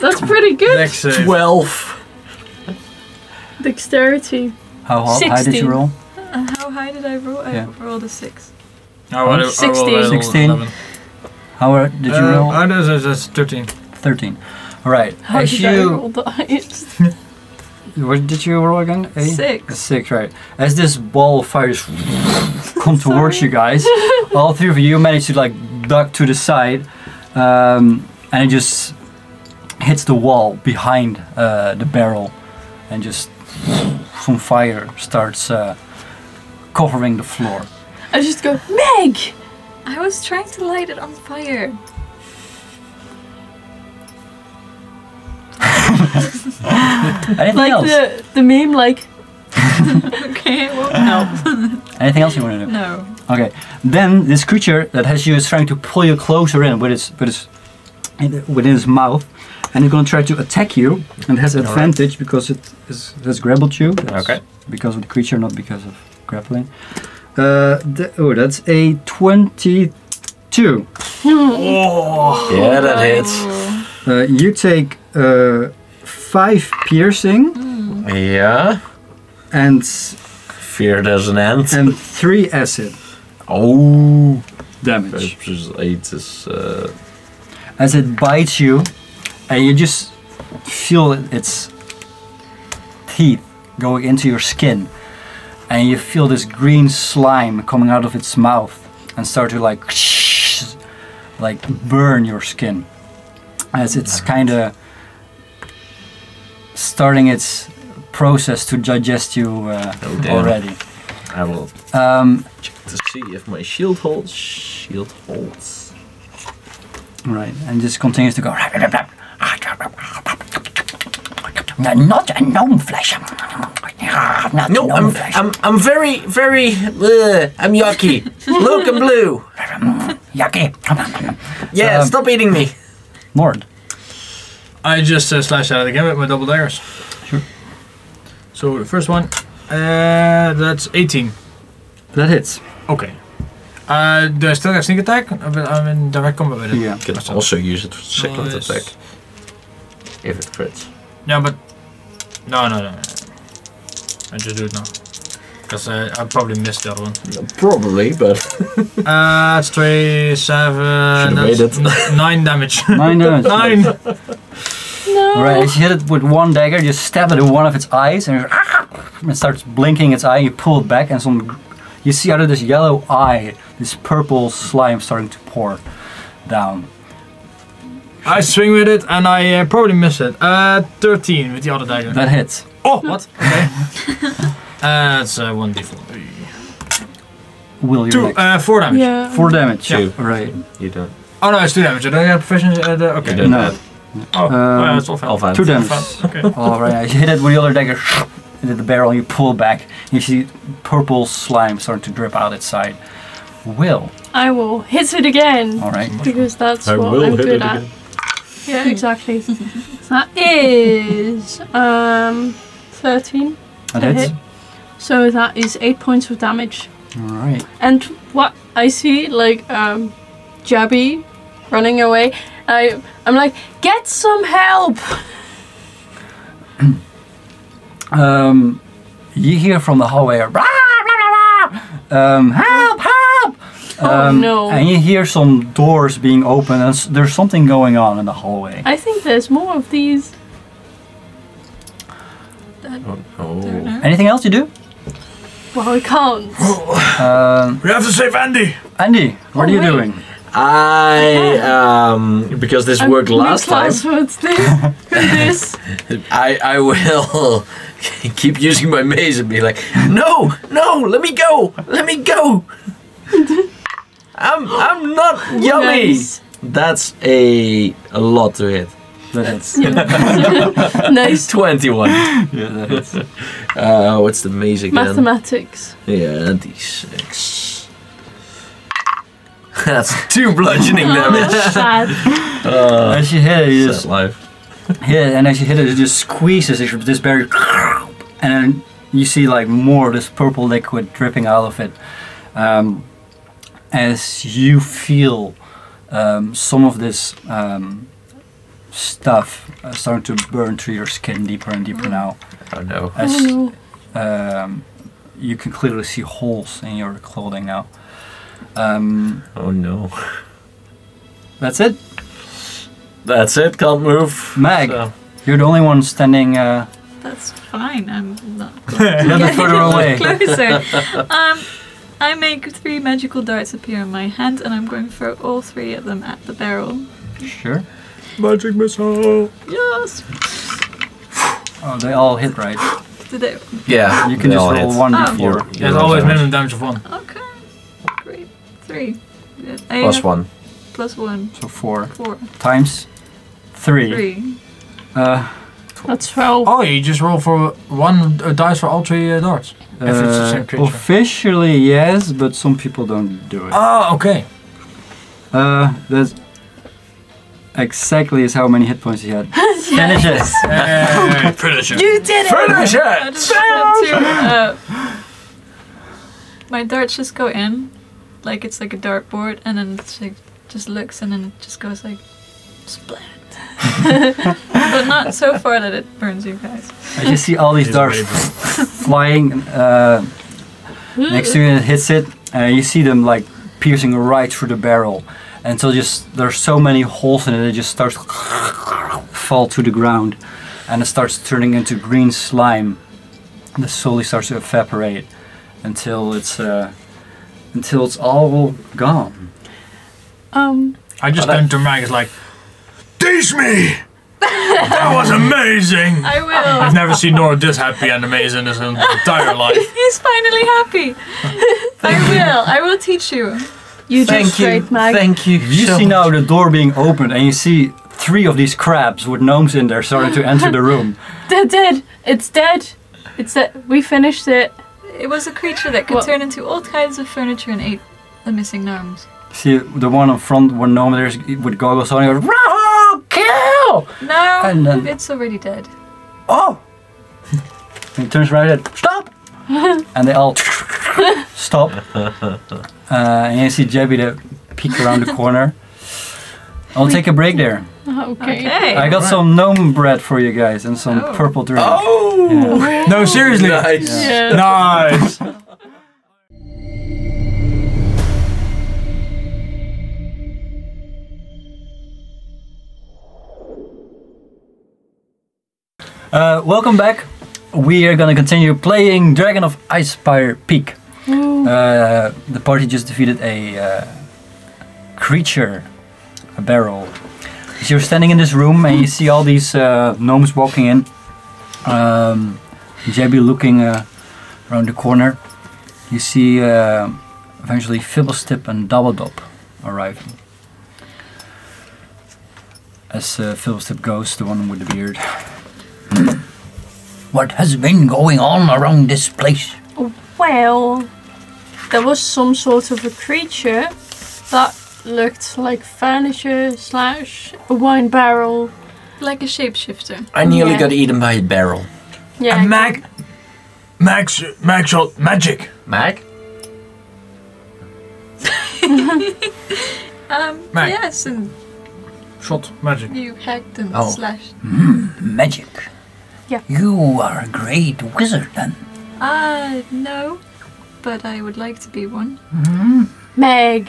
Speaker 5: That's pretty good.
Speaker 6: Next uh, save.
Speaker 2: Twelve.
Speaker 5: Dexterity.
Speaker 1: How ho- high did you
Speaker 5: 16.
Speaker 1: roll?
Speaker 4: Uh, how high did I roll? I
Speaker 1: Yeah.
Speaker 4: rolled a six.
Speaker 6: I rolled- I rolled
Speaker 5: 16.
Speaker 1: 16.
Speaker 6: 11.
Speaker 1: How are, did you
Speaker 6: Uh,
Speaker 1: roll?
Speaker 6: Oh, no, that's, that's 13.
Speaker 1: 13. Alright.
Speaker 5: How
Speaker 1: As
Speaker 5: did I
Speaker 1: you.
Speaker 5: roll dice?
Speaker 1: What did you roll again? A?
Speaker 4: Six.
Speaker 1: A Six, right. As this ball of fire just come towards you guys, all three of you manage to like duck to the side, um, and it just hits the wall behind uh, the barrel, and just some fire starts uh, covering the floor.
Speaker 5: I just go, Meg!
Speaker 4: I was trying to light it on fire.
Speaker 1: Anything
Speaker 5: Like
Speaker 1: else?
Speaker 5: the, the meme, like,
Speaker 4: Okay, it won't help.
Speaker 1: Anything else you want to do?
Speaker 4: No.
Speaker 1: Okay. Then this creature that has you is trying to pull you closer in with its with its within its mouth, and it's going to try to attack you and has advantage because it is, has grappled you. That's
Speaker 2: Okay.
Speaker 1: Because of the creature, not because of grappling. Uh, th- oh, that's a twenty-two.
Speaker 2: Yeah,
Speaker 5: Oh,
Speaker 2: that hits.
Speaker 1: Uh, you take uh, five piercing
Speaker 2: Yeah.
Speaker 1: and
Speaker 2: Fear doesn't end.
Speaker 1: and three acid
Speaker 2: Oh.
Speaker 1: damage.
Speaker 2: Versus 8 is. Uh,
Speaker 1: as it bites you, and you just feel its teeth going into your skin, and you feel this green slime coming out of its mouth and start to like like burn your skin as it's kind of starting its process to digest you uh,
Speaker 2: Oh, damn.
Speaker 1: already.
Speaker 2: I will
Speaker 1: Um,
Speaker 2: check to see if my shield holds. Shield holds.
Speaker 1: Right, and just continues to go. Not a gnome flesh. Not
Speaker 2: No,
Speaker 1: gnome
Speaker 2: I'm,
Speaker 1: flesh.
Speaker 2: I'm, I'm very, very. Uh, I'm yucky. Look, I'm blue.
Speaker 1: Yucky.
Speaker 2: Yeah,
Speaker 1: Um,
Speaker 2: stop eating me.
Speaker 1: Lord,
Speaker 6: I just uh, slash at it again with my double daggers.
Speaker 1: Sure.
Speaker 6: So the first one, uh, that's 18.
Speaker 1: That hits.
Speaker 6: Okay. Uh, do I still have sneak attack? I'm in- I'm in direct combat with it.
Speaker 1: Yeah.
Speaker 2: You can also use it for second
Speaker 6: Nice.
Speaker 2: attack if it crits.
Speaker 6: No, but no, no, no. no. I just do it now because I, I probably missed the other one.
Speaker 2: Probably, but
Speaker 6: Uh, it's three, seven,
Speaker 2: Should've
Speaker 6: that's n- nine damage.
Speaker 1: Nine damage.
Speaker 6: nine.
Speaker 5: No.
Speaker 1: All right, as you hit it with one dagger, you stab it in one of its eyes, and it starts blinking its eye. You pull it back, and some you see out of this yellow eye, this purple slime starting to pour down.
Speaker 6: I swing with it and I uh, probably miss it. Uh, thirteen with the other dagger.
Speaker 1: That hits.
Speaker 6: oh,
Speaker 5: Hm.
Speaker 6: what? Okay. uh, it's uh, one d four.
Speaker 1: Will
Speaker 6: Two,
Speaker 1: you?
Speaker 6: uh, four damage.
Speaker 5: Yeah.
Speaker 1: Four damage.
Speaker 2: Two.
Speaker 1: All Right.
Speaker 2: you don't.
Speaker 6: Oh no, it's two damage. I don't have proficiency. Uh, the- okay.
Speaker 2: You don't
Speaker 1: No.
Speaker 2: have
Speaker 6: Oh, oh, yeah,
Speaker 1: Um,
Speaker 6: it's all fine.
Speaker 2: all fine.
Speaker 1: Two damage.
Speaker 6: Fine, Okay.
Speaker 1: All right. As you hit it with the other dagger into the barrel, and you pull back. You see purple slime starting to drip out its side. Will.
Speaker 5: I will hit it again
Speaker 1: All right.
Speaker 5: because that's
Speaker 2: I
Speaker 5: what
Speaker 2: will
Speaker 5: I'm
Speaker 2: hit
Speaker 5: good
Speaker 2: it
Speaker 5: at.
Speaker 2: again.
Speaker 5: Yeah, exactly. that is um thirteen.
Speaker 1: That
Speaker 5: to
Speaker 1: hits.
Speaker 5: hit. So that is eight points of damage.
Speaker 1: All right.
Speaker 5: And what I see, like, um, Jabby running away, I, I'm like, get some help!
Speaker 1: Um, you hear from the hallway, "Rah, rah, rah, rah." um, help, help!
Speaker 5: Oh,
Speaker 1: Um,
Speaker 5: no.
Speaker 1: And you hear some doors being open, and s- there's something going on in the hallway.
Speaker 5: I think there's more of these.
Speaker 4: Don't
Speaker 2: Oh,
Speaker 4: know.
Speaker 1: Anything else you do?
Speaker 5: Well, I can't.
Speaker 1: Um,
Speaker 3: We have to save Andy.
Speaker 1: Andy, what are
Speaker 5: Oh,
Speaker 1: you
Speaker 5: wait.
Speaker 1: doing?
Speaker 2: I um because this
Speaker 5: I'm
Speaker 2: worked last time.
Speaker 5: class with this. with this.
Speaker 2: I I will keep using my maze and be like, no, no, let me go, let me go. I'm I'm not yummy.
Speaker 5: Nice.
Speaker 2: That's a a lot to hit.
Speaker 1: That hits.
Speaker 5: Yeah. nice.
Speaker 2: Twenty one.
Speaker 1: yeah, that hits.
Speaker 2: Uh, what's the maze again?
Speaker 5: Mathematics.
Speaker 2: Yeah, d six. That's two bludgeoning damage.
Speaker 5: Oh, Sad.
Speaker 2: Uh,
Speaker 1: As you hit it, you
Speaker 2: that's
Speaker 1: just
Speaker 2: life.
Speaker 1: hit it, and as you hit it, it just squeezes it- this berry, and then you see like more of this purple liquid dripping out of it. Um, as you feel um, some of this um, stuff uh, starting to burn through your skin deeper and deeper now,
Speaker 2: Oh no.
Speaker 1: as
Speaker 5: Oh,
Speaker 1: um, you can clearly see holes in your clothing now. Um,
Speaker 2: Oh no.
Speaker 1: that's it,
Speaker 2: That's it. Can't move.
Speaker 1: Meg.
Speaker 2: So-
Speaker 1: You're the only one standing uh,
Speaker 4: That's fine. I'm not
Speaker 1: a little bit further away.
Speaker 4: closer. um, I make three magical darts appear in my hand, and I'm going to throw all three of them at the barrel.
Speaker 1: Sure.
Speaker 6: Magic missile.
Speaker 4: Yes.
Speaker 1: Oh, they all hit right.
Speaker 4: Did it?
Speaker 2: Yeah.
Speaker 1: You can
Speaker 2: they
Speaker 1: just
Speaker 2: all
Speaker 1: roll
Speaker 2: hit.
Speaker 1: one
Speaker 4: Oh.
Speaker 1: before.
Speaker 2: You're-
Speaker 6: There's
Speaker 2: you're
Speaker 6: always
Speaker 2: damage.
Speaker 6: minimum damage of one.
Speaker 4: Okay. Great. Three. Good. I
Speaker 2: Plus
Speaker 4: have
Speaker 2: one.
Speaker 4: Plus one.
Speaker 1: So four
Speaker 4: Four.
Speaker 1: times three.
Speaker 4: Three.
Speaker 1: Uh,
Speaker 5: that's 12.
Speaker 6: Oh, you just roll for one uh, dice for all three uh, darts. If it's the
Speaker 1: uh,
Speaker 6: same creature.
Speaker 1: officially yes, but some people don't do it.
Speaker 6: Oh, okay.
Speaker 1: Uh, that's exactly is how many hit points he had. Finish it.
Speaker 6: Uh, Finish it.
Speaker 5: You did it!
Speaker 6: Finish
Speaker 4: I
Speaker 6: it.
Speaker 4: just want to, uh, my darts just go in, like it's like a dartboard, and then it's like just looks, and then it just goes like splat. but not so far that it burns you guys.
Speaker 1: I just see all these darts flying uh, next to you, and it hits it. And you see them like piercing right through the barrel, and so just there's so many holes in it, it just starts fall to the ground, and it starts turning into green slime. And it slowly starts to evaporate until it's uh, until it's all gone.
Speaker 5: Um,
Speaker 6: I just turned to Mag. It's like
Speaker 3: Tease me. that was amazing.
Speaker 4: I will.
Speaker 6: I've never seen Nora this happy and amazing in his entire life.
Speaker 4: He's finally happy. I will. I will teach you.
Speaker 5: you just straight mag.
Speaker 2: Thank you.
Speaker 1: You see now the door being opened, and you see three of these crabs with gnomes in there starting to enter the room.
Speaker 5: They're dead. It's dead. It's dead. We finished it.
Speaker 4: It was a creature that could
Speaker 5: Well-
Speaker 4: turn into all kinds of furniture and ate the missing gnomes.
Speaker 1: See the one in front, one gnome there is- with goggles on. He goes, "Raho, kill
Speaker 2: No!
Speaker 4: No,
Speaker 1: And then-
Speaker 4: it's already dead.
Speaker 1: Oh! And he turns around and stop! and they all stop. Uh, and you see Jebby to peek around the corner. I'll take a break there.
Speaker 5: Oh, Okay.
Speaker 4: Okay.
Speaker 1: I got some gnome bread for you guys and some
Speaker 4: Oh.
Speaker 1: purple drink.
Speaker 2: Oh!
Speaker 6: No, seriously.
Speaker 2: Nice.
Speaker 5: Yeah.
Speaker 6: Nice.
Speaker 1: Uh, welcome back. We are gonna continue playing Dragon of Icefire Peak. Uh, the party just defeated a uh, creature, a barrel. So you're standing in this room and you see all these uh, gnomes walking in. Um, Jebby looking uh, around the corner. You see uh, eventually Fibblestip and Dabbledop arriving. As uh, Fibblestip goes, the one with the beard. What has been going on around this place?
Speaker 5: Well, there was some sort of a creature that looked like furniture slash a wine barrel.
Speaker 4: Like a shapeshifter.
Speaker 2: I nearly
Speaker 5: Yeah.
Speaker 2: got eaten by a barrel.
Speaker 5: Yeah.
Speaker 3: And mag, max, max shot magic.
Speaker 2: Mag?
Speaker 4: Um,
Speaker 6: Right.
Speaker 4: yes, and
Speaker 6: Shot magic.
Speaker 4: you hacked and
Speaker 2: Oh.
Speaker 4: slashed.
Speaker 1: Magic.
Speaker 5: Yeah.
Speaker 1: You are a great wizard then.
Speaker 4: Ah, no, but I would like to be one.
Speaker 5: Meg,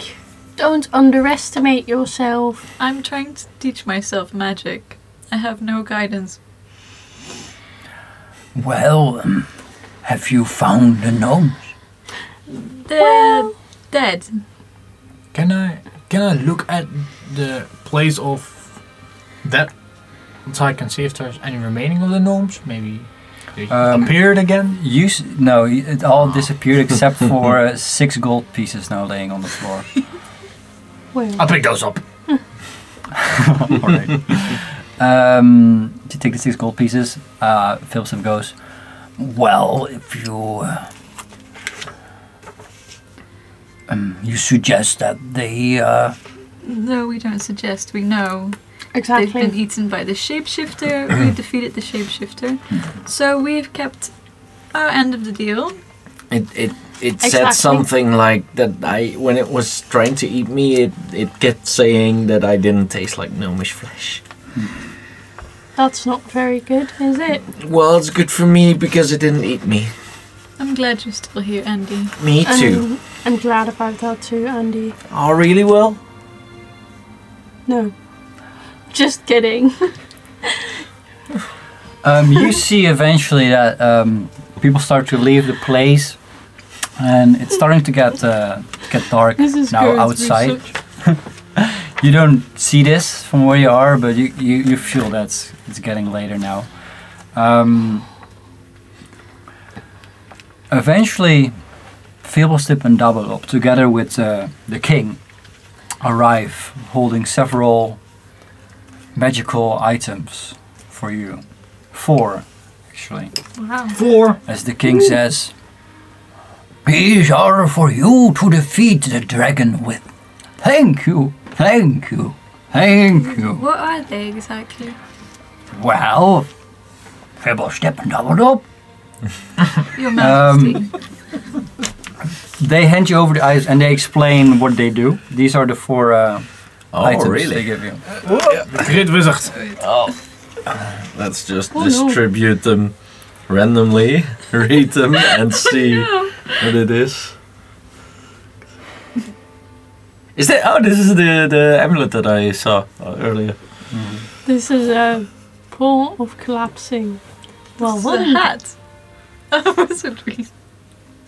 Speaker 5: don't underestimate yourself.
Speaker 4: I'm trying to teach myself magic. I have no guidance.
Speaker 1: Well, um, have you found the gnomes?
Speaker 4: They're dead.
Speaker 6: Can I can I look at the place of that so I can see if there's any remaining of the gnomes? Maybe they
Speaker 1: Um,
Speaker 6: appeared again.
Speaker 1: You s- no, y- it all disappeared except for uh, six gold pieces now laying on the floor.
Speaker 5: Well,
Speaker 6: I
Speaker 3: Uh,
Speaker 6: pick those up.
Speaker 1: all right. Um, to take the six gold pieces, uh, Philson goes. Well, if you uh, um, you suggest that they uh,
Speaker 4: No, we don't suggest. We know. They've been
Speaker 5: exactly.
Speaker 4: eaten by the shapeshifter. we defeated the shapeshifter. So we've kept our end of the deal.
Speaker 2: It, it, it said
Speaker 5: Exactly.
Speaker 2: something like that I, when it was trying to eat me, it, it kept saying that I didn't taste like gnomish flesh.
Speaker 5: That's not very good, is it?
Speaker 2: Well, it's good for me because it didn't eat me.
Speaker 4: I'm glad you're still here, Andy.
Speaker 2: Me too.
Speaker 5: Um, I'm glad about that too, Andy.
Speaker 2: oh, really? Well,
Speaker 5: No. Just kidding.
Speaker 1: Um, you see eventually that um, people start to leave the place, and it's starting to get uh, get dark
Speaker 5: This is
Speaker 1: now
Speaker 5: good
Speaker 1: outside.
Speaker 5: research.
Speaker 1: You don't see this from where you are, but you, you, you feel that it's- it's getting later now. Um, eventually, Fibblestip and Dabalop, together with uh, the king, arrive holding several magical items for you. Four, actually
Speaker 4: Wow.
Speaker 6: Four.
Speaker 1: as the king says. These are for you to defeat the dragon with. Thank you, thank you, thank you.
Speaker 4: What are they exactly?
Speaker 1: Well, Fibble step and double up.
Speaker 4: Your Majesty.
Speaker 1: They hand you over the eyes and they explain what they do. These are the four uh,
Speaker 2: oh,
Speaker 1: items they
Speaker 2: really?
Speaker 1: give you.
Speaker 6: The Great wizard.
Speaker 2: Oh, let's just
Speaker 5: Oh, no.
Speaker 2: distribute them randomly, read them, and see what it is. Is that? Oh, this is the the amulet that I saw uh, earlier.
Speaker 5: This is a paw of collapsing. Well,
Speaker 4: Well, what a
Speaker 5: one.
Speaker 4: hat. A wizardry.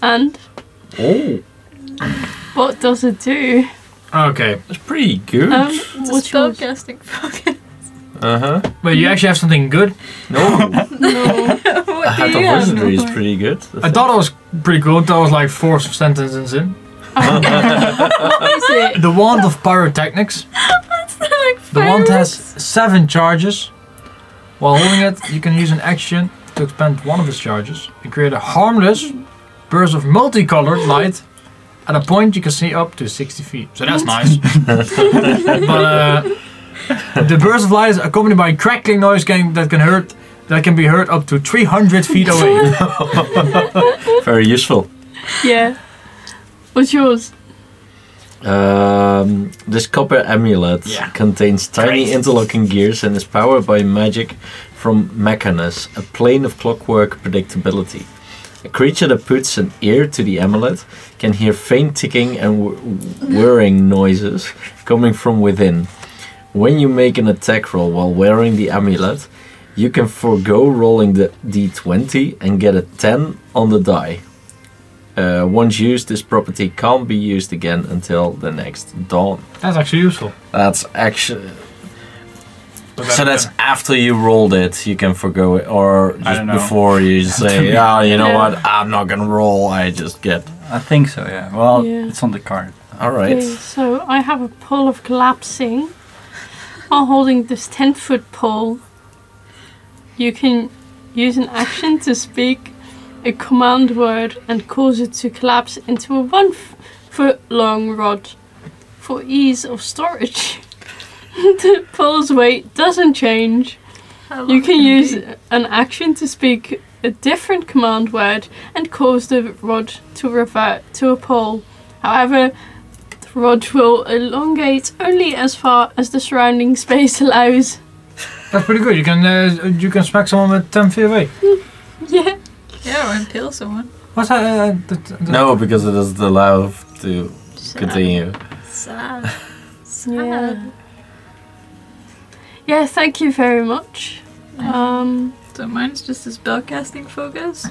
Speaker 5: And
Speaker 2: Oh,
Speaker 5: what does it do?
Speaker 6: Okay.
Speaker 2: that's pretty good.
Speaker 5: Um,
Speaker 4: It's a
Speaker 5: what's yours?
Speaker 4: spellcasting pocket.
Speaker 2: uh huh.
Speaker 6: Wait, you actually have something good?
Speaker 2: No,
Speaker 5: No.
Speaker 4: what
Speaker 2: a hat
Speaker 4: do
Speaker 2: of
Speaker 4: you
Speaker 5: um,
Speaker 4: have?
Speaker 2: wizardry is pretty good.
Speaker 6: I thought it was pretty cool. That was like four sentences in.
Speaker 5: what is it?
Speaker 6: The wand of pyrotechnics.
Speaker 4: like
Speaker 6: The wand has seven charges. While holding it, you can use an action to expend one of its charges and create a harmless burst of multicolored light at a point you can see up to 60 feet. So that's nice. but uh, the burst of light is accompanied by a crackling noise can, that can hurt that can be heard up to 300 feet away.
Speaker 2: Very useful.
Speaker 5: Yeah. What's yours?
Speaker 2: Um, this copper amulet
Speaker 3: Yeah.
Speaker 2: contains tiny
Speaker 3: Great.
Speaker 2: interlocking gears and is powered by magic from Mechanus, a plane of clockwork predictability. A creature that puts an ear to the amulet can hear faint ticking and wh- whirring noises coming from within. When you make an attack roll while wearing the amulet, you can forego rolling the d20 and get a 10 on the die. Uh, once used, this property can't be used again until the next dawn.
Speaker 6: That's actually useful.
Speaker 2: That's actually.
Speaker 6: But
Speaker 2: So
Speaker 6: then-
Speaker 2: that's after you rolled it, you can forego it, or just
Speaker 6: don't know.
Speaker 2: before you just say, "Yeah, you know
Speaker 5: Yeah.
Speaker 2: what? I'm not gonna roll. I just get."
Speaker 1: I think so, yeah. Well,
Speaker 5: Yeah.
Speaker 1: it's on the card.
Speaker 2: All right.
Speaker 5: Okay, so I have a pole of collapsing. While holding this 10 foot pole, you can use an action to speak a command word and cause it to collapse into a one f- foot long rod for ease of storage. the pole's weight doesn't change.
Speaker 4: How long
Speaker 5: You can
Speaker 4: it
Speaker 5: use
Speaker 4: be?
Speaker 5: an action to speak a different command word and cause the rod to revert to a pole. However, the rod will elongate only as far as the surrounding space allows.
Speaker 6: That's pretty good. You can uh, you can smack someone with 10 feet away.
Speaker 5: Yeah.
Speaker 4: Yeah, or impale someone.
Speaker 6: What's that? Uh, th- th- th-
Speaker 2: No, because it doesn't allow to continue.
Speaker 4: Sad. Sad.
Speaker 5: Yeah. Yeah, thank you very much. Um,
Speaker 4: So mine's just a spellcasting focus.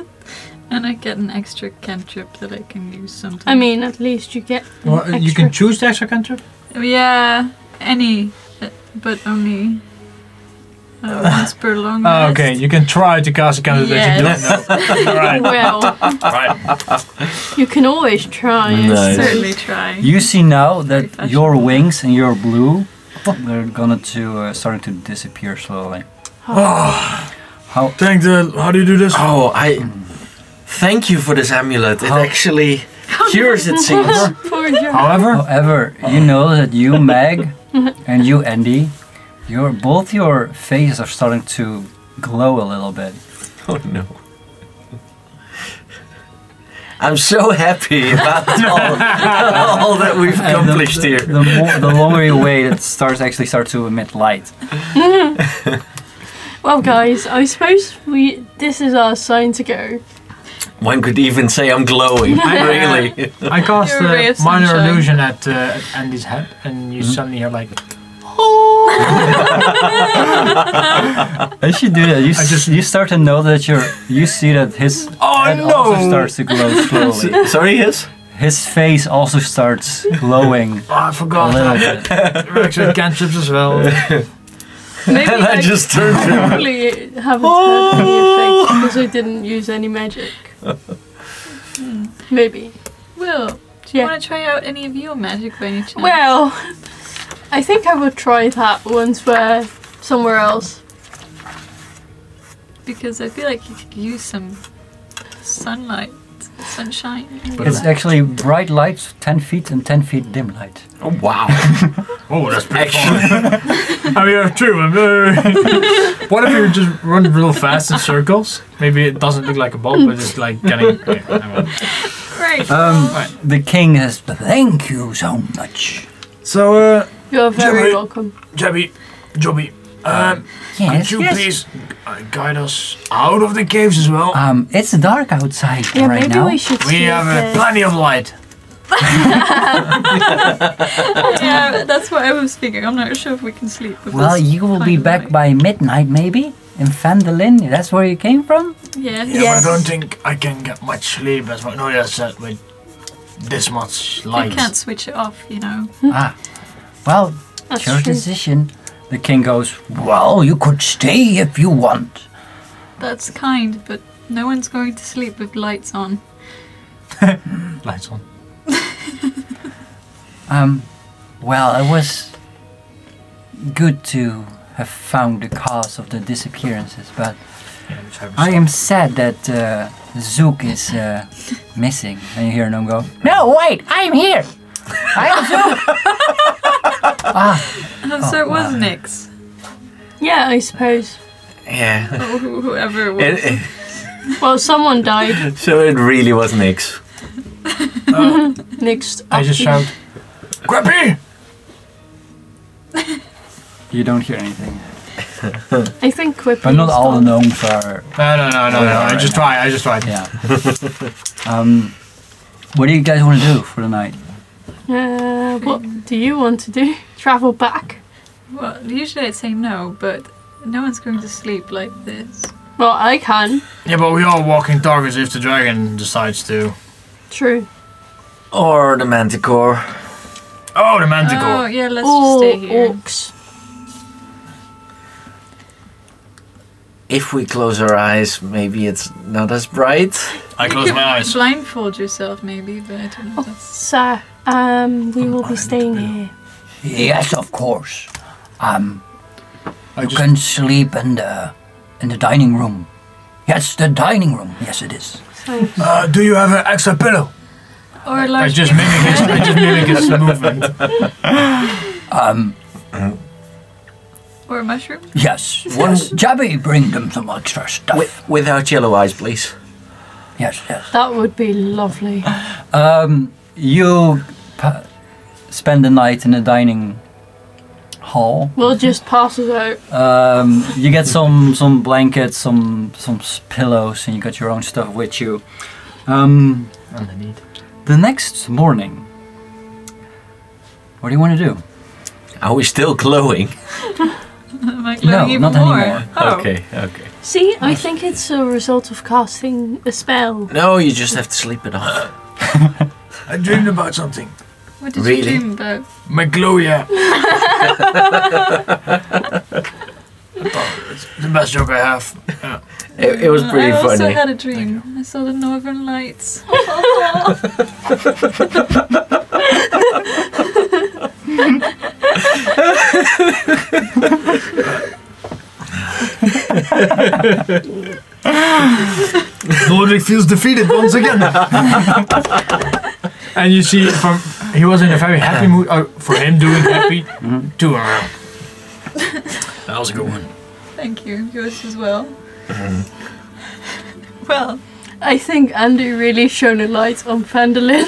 Speaker 4: and I get an extra cantrip that I can use sometimes.
Speaker 5: I mean, at least you get. an
Speaker 6: Well, you
Speaker 5: extra-
Speaker 6: can choose the extra cantrip.
Speaker 4: Yeah, any, uh, but only uh, once per long
Speaker 6: Oh,
Speaker 4: rest.
Speaker 6: okay, you can try to cast a cantrip
Speaker 4: Yes.
Speaker 6: that you don't know. All right.
Speaker 5: Well,
Speaker 6: right.
Speaker 5: you can always try.
Speaker 2: Nice.
Speaker 4: Certainly try.
Speaker 1: You see now
Speaker 4: Very
Speaker 1: that
Speaker 4: fashionable.
Speaker 1: your wings and your blue, they're gonna to uh, starting to disappear slowly. How
Speaker 3: Thank the. How do you do this?
Speaker 2: Oh, I thank you for this amulet. It
Speaker 1: How-
Speaker 2: actually cures, it seems.
Speaker 5: Poor John.
Speaker 6: However,
Speaker 1: However, you know that you, Meg, and you, Andy, your both your faces are starting to glow a little bit.
Speaker 2: Oh no. I'm so happy about all, all that we've
Speaker 1: And the-
Speaker 2: accomplished
Speaker 1: the,
Speaker 2: here.
Speaker 1: The, more, the longer you wait, it starts actually start to emit light.
Speaker 5: Well, guys, I suppose we this is our sign to go.
Speaker 2: One could even say I'm glowing. really.
Speaker 6: I cast
Speaker 4: You're a ray
Speaker 6: a
Speaker 4: of
Speaker 6: minor
Speaker 4: sunshine.
Speaker 6: illusion at, uh, at Andy's head, and you suddenly hear like,
Speaker 1: As you do that, you,
Speaker 6: I
Speaker 1: s-
Speaker 6: just-
Speaker 1: you start to know that you're you see that his
Speaker 2: Oh,
Speaker 1: head also starts to glow slowly.
Speaker 2: Sorry, yes.
Speaker 1: his face also starts glowing
Speaker 3: Oh, I
Speaker 1: a
Speaker 3: forgot.
Speaker 1: little bit.
Speaker 6: actually cantrips as well.
Speaker 5: Maybe
Speaker 2: And I just turned him.
Speaker 5: probably haven't had any
Speaker 1: Oh.
Speaker 5: effect because I didn't use any magic. Maybe.
Speaker 4: Will, do you
Speaker 5: Yeah.
Speaker 4: want to try out any of your magic by any chance?
Speaker 5: Well, I think I would try that once where somewhere else.
Speaker 4: because I feel like you could use some sunlight, sunshine.
Speaker 1: It's actually bright light, ten feet and ten feet dim light.
Speaker 2: Oh wow!
Speaker 6: oh, that's pretty
Speaker 2: Actually,
Speaker 6: I mean, yeah, true. I'm, uh, what if you just run real fast in circles? Maybe it doesn't look like a ball, but it's like getting. Okay, never mind.
Speaker 4: Right.
Speaker 1: Um,
Speaker 6: Right.
Speaker 1: the king has. Thank you so much.
Speaker 3: So, uh,
Speaker 5: You are very
Speaker 3: Jimmy.
Speaker 5: welcome.
Speaker 3: Jobby, Jobby,
Speaker 6: uh,
Speaker 3: um, could you please uh, guide us out of the caves as well?
Speaker 6: Uh,
Speaker 1: Um, it's dark outside
Speaker 5: Yeah,
Speaker 1: right
Speaker 5: maybe
Speaker 1: now.
Speaker 5: we should
Speaker 3: we
Speaker 5: see
Speaker 3: have uh,
Speaker 5: if, uh,
Speaker 3: plenty of light.
Speaker 4: yeah, that's what I was thinking. I'm not sure if we can sleep. With
Speaker 1: well,
Speaker 4: this
Speaker 1: you will be
Speaker 4: kind of
Speaker 1: back
Speaker 4: light.
Speaker 1: by midnight, maybe in Fandolin. That's where you came from.
Speaker 4: Yeah.
Speaker 3: Yeah,
Speaker 5: Yes.
Speaker 3: but I don't think I can get much sleep as well. No, yes, uh, with this much
Speaker 4: You
Speaker 3: light.
Speaker 4: can't switch it off, you know.
Speaker 1: ah, well,
Speaker 5: That's
Speaker 1: your
Speaker 5: true.
Speaker 1: decision. The king goes. Well, you could stay if you want.
Speaker 4: That's kind, but no one's going to sleep with lights on.
Speaker 6: Lights on.
Speaker 1: Um, well, it was good to have found the cause of the disappearances, but
Speaker 6: Yeah, it's very
Speaker 1: I am sad that uh, Zook is uh, missing. And you hear Nom go, No, wait, I'm here! I'm Zook! ah,
Speaker 4: so
Speaker 1: Oh,
Speaker 4: it was
Speaker 1: wow.
Speaker 4: Nyx.
Speaker 5: Yeah, I suppose.
Speaker 2: Yeah.
Speaker 4: Or who- whoever it was.
Speaker 2: It-
Speaker 5: Well, someone died
Speaker 2: it- so it really was Nyx.
Speaker 5: next.
Speaker 3: Oh.
Speaker 6: I just
Speaker 5: after-
Speaker 6: shout.
Speaker 3: Crappy!
Speaker 1: You don't hear anything.
Speaker 5: I think Quippy.
Speaker 1: But not
Speaker 5: is
Speaker 1: all the
Speaker 5: gone.
Speaker 1: gnomes are.
Speaker 6: No, no, no, no, no. I just tried. I just tried.
Speaker 1: Yeah. um, what do you guys want to do for the night?
Speaker 5: Uh, what do you want to do? Travel back?
Speaker 4: Well, usually I'd say no, but no one's going to sleep like this.
Speaker 5: Well, I can.
Speaker 6: Yeah, but we are walking targets if the dragon decides to.
Speaker 5: True.
Speaker 2: Or the Manticore.
Speaker 6: Oh, the manticore.
Speaker 4: Oh, yeah, let's just
Speaker 5: Or
Speaker 4: stay here.
Speaker 5: orcs.
Speaker 2: If we close our eyes, maybe it's not as bright.
Speaker 6: I
Speaker 4: Oh, You
Speaker 6: close
Speaker 4: could
Speaker 6: my eyes.
Speaker 4: Blindfold yourself, maybe, but I don't know. That's...
Speaker 5: So, um, we will be staying here.
Speaker 1: Yes, of course. Um,
Speaker 6: I
Speaker 1: you
Speaker 6: just-
Speaker 1: can sleep in the in the dining room. Yes, the dining room. Yes, it is.
Speaker 5: Thanks.
Speaker 3: Uh, do you have an extra pillow?
Speaker 4: Or a
Speaker 6: I
Speaker 4: large
Speaker 6: just
Speaker 4: piece
Speaker 6: mimic his.
Speaker 4: of
Speaker 6: I just mimic his movement.
Speaker 1: Um,
Speaker 4: bread Or mushrooms?
Speaker 1: yes.
Speaker 2: One-
Speaker 1: yes. Jabby, bring them some extra stuff.
Speaker 2: Wi- without yellow eyes, please.
Speaker 1: Yes, yes.
Speaker 5: That would be lovely.
Speaker 1: Um, you pa- spend the night in the dining hall.
Speaker 5: We'll just pass it out.
Speaker 1: Um, you get some some blankets, some some s- pillows, and you got your own stuff with you. Um, the next morning, what do you want to do?
Speaker 2: Are we still glowing?
Speaker 4: Am I glowing even
Speaker 1: not
Speaker 4: more?
Speaker 1: anymore.
Speaker 4: Oh.
Speaker 2: Okay, okay.
Speaker 5: See, I think it's a result of casting a spell.
Speaker 2: No, you just have to sleep it off.
Speaker 3: I dreamed about something.
Speaker 4: What did
Speaker 2: Really?
Speaker 4: you dream about?
Speaker 3: My glow, yeah. Oh, it's the best joke I have.
Speaker 2: It, it was
Speaker 4: Uh,
Speaker 2: pretty
Speaker 4: I also
Speaker 2: funny.
Speaker 4: had a dream. I saw the northern lights.
Speaker 6: Ludwig feels defeated once again. and you see, from he was in a very happy mood.
Speaker 3: Oh,
Speaker 6: Uh, for him, doing happy to uh,
Speaker 3: That was a good one.
Speaker 4: Thank you. Yours as well.
Speaker 2: Mm-hmm.
Speaker 4: well,
Speaker 5: I think Andy really shone a light on Fandolin.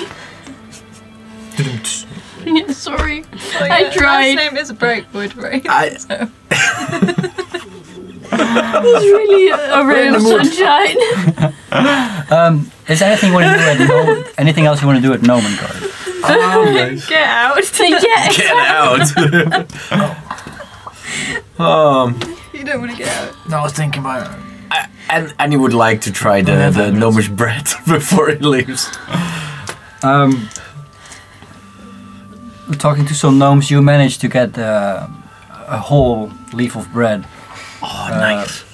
Speaker 5: yeah, sorry.
Speaker 4: well,
Speaker 5: I
Speaker 4: your
Speaker 5: tried.
Speaker 4: Last name is Brightwood, right?
Speaker 2: I-
Speaker 4: So,
Speaker 5: It's really a, a ray of sunshine.
Speaker 1: Um, is there anything you want to do at no- anything else you want to do at Nomen Guard?
Speaker 4: get out.
Speaker 5: yeah,
Speaker 2: Get out! um,
Speaker 4: You don't want to get out.
Speaker 3: No, I was thinking about it.
Speaker 2: I- and and you would like to try the the gnomish bread before it leaves.
Speaker 1: Um, talking to some gnomes, you managed to get uh, a whole leaf of bread.
Speaker 2: Oh,
Speaker 1: nice.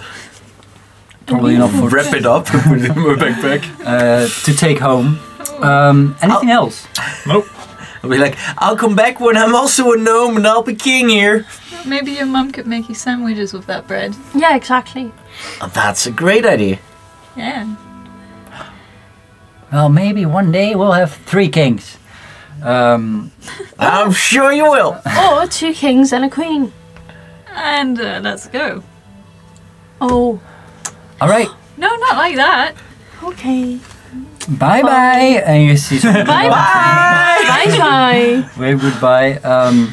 Speaker 1: Probably not for
Speaker 2: Uh, Wrap it up and put it in my backpack.
Speaker 1: uh, to take home. Um, anything else?
Speaker 2: I'll be like, I'll come back when I'm also a gnome and I'll be king here.
Speaker 4: Maybe your mum could make you sandwiches with that bread.
Speaker 5: yeah, exactly.
Speaker 2: That's a great idea.
Speaker 4: Yeah.
Speaker 1: Well, maybe one day we'll have three kings. Um,
Speaker 2: I'm sure you will.
Speaker 5: Or two kings and a queen.
Speaker 4: And uh, let's go.
Speaker 5: Oh,
Speaker 1: all right,
Speaker 4: No, not like that.
Speaker 5: okay.
Speaker 1: bye bye, and you see some
Speaker 5: Bye bye. Bye bye.
Speaker 1: wave goodbye. Um,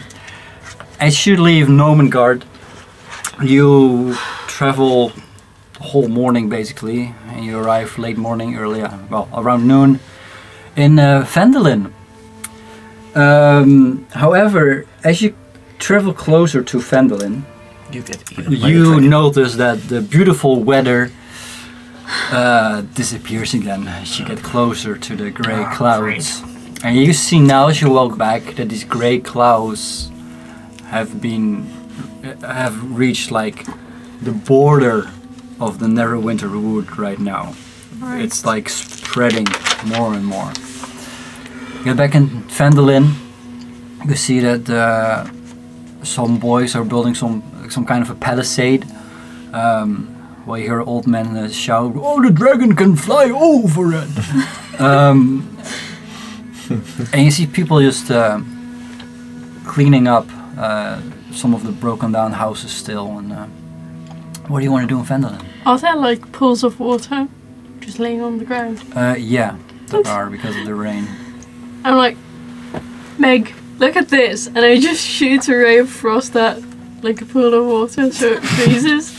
Speaker 1: as you leave Nomengard, you travel the whole morning basically, and you arrive late morning, early well around noon, in uh, Fendelin. Um, however, as you travel closer to Fendelin,
Speaker 2: You get
Speaker 1: you notice that the beautiful weather uh, disappears again as you get closer to the gray
Speaker 3: Ah,
Speaker 1: clouds. And you see now as you walk back that these gray clouds have been have reached like the border of the Neverwinter wood right now. It's like spreading more and more. Get back in Fendelin. You see that uh, some boys are building some some kind of a palisade. Um, while you hear old men uh, shout, "Oh, the dragon can fly over it!" um, and you see people just uh, cleaning up uh, some of the broken down houses still. And uh, what do you want to do in Fenderlin?
Speaker 5: Are there like pools of water just laying on the ground?
Speaker 1: Uh, yeah, there are because of the rain.
Speaker 5: I'm like, Meg, look at this, and I just shoot a ray of frost at like a pool of water so it freezes.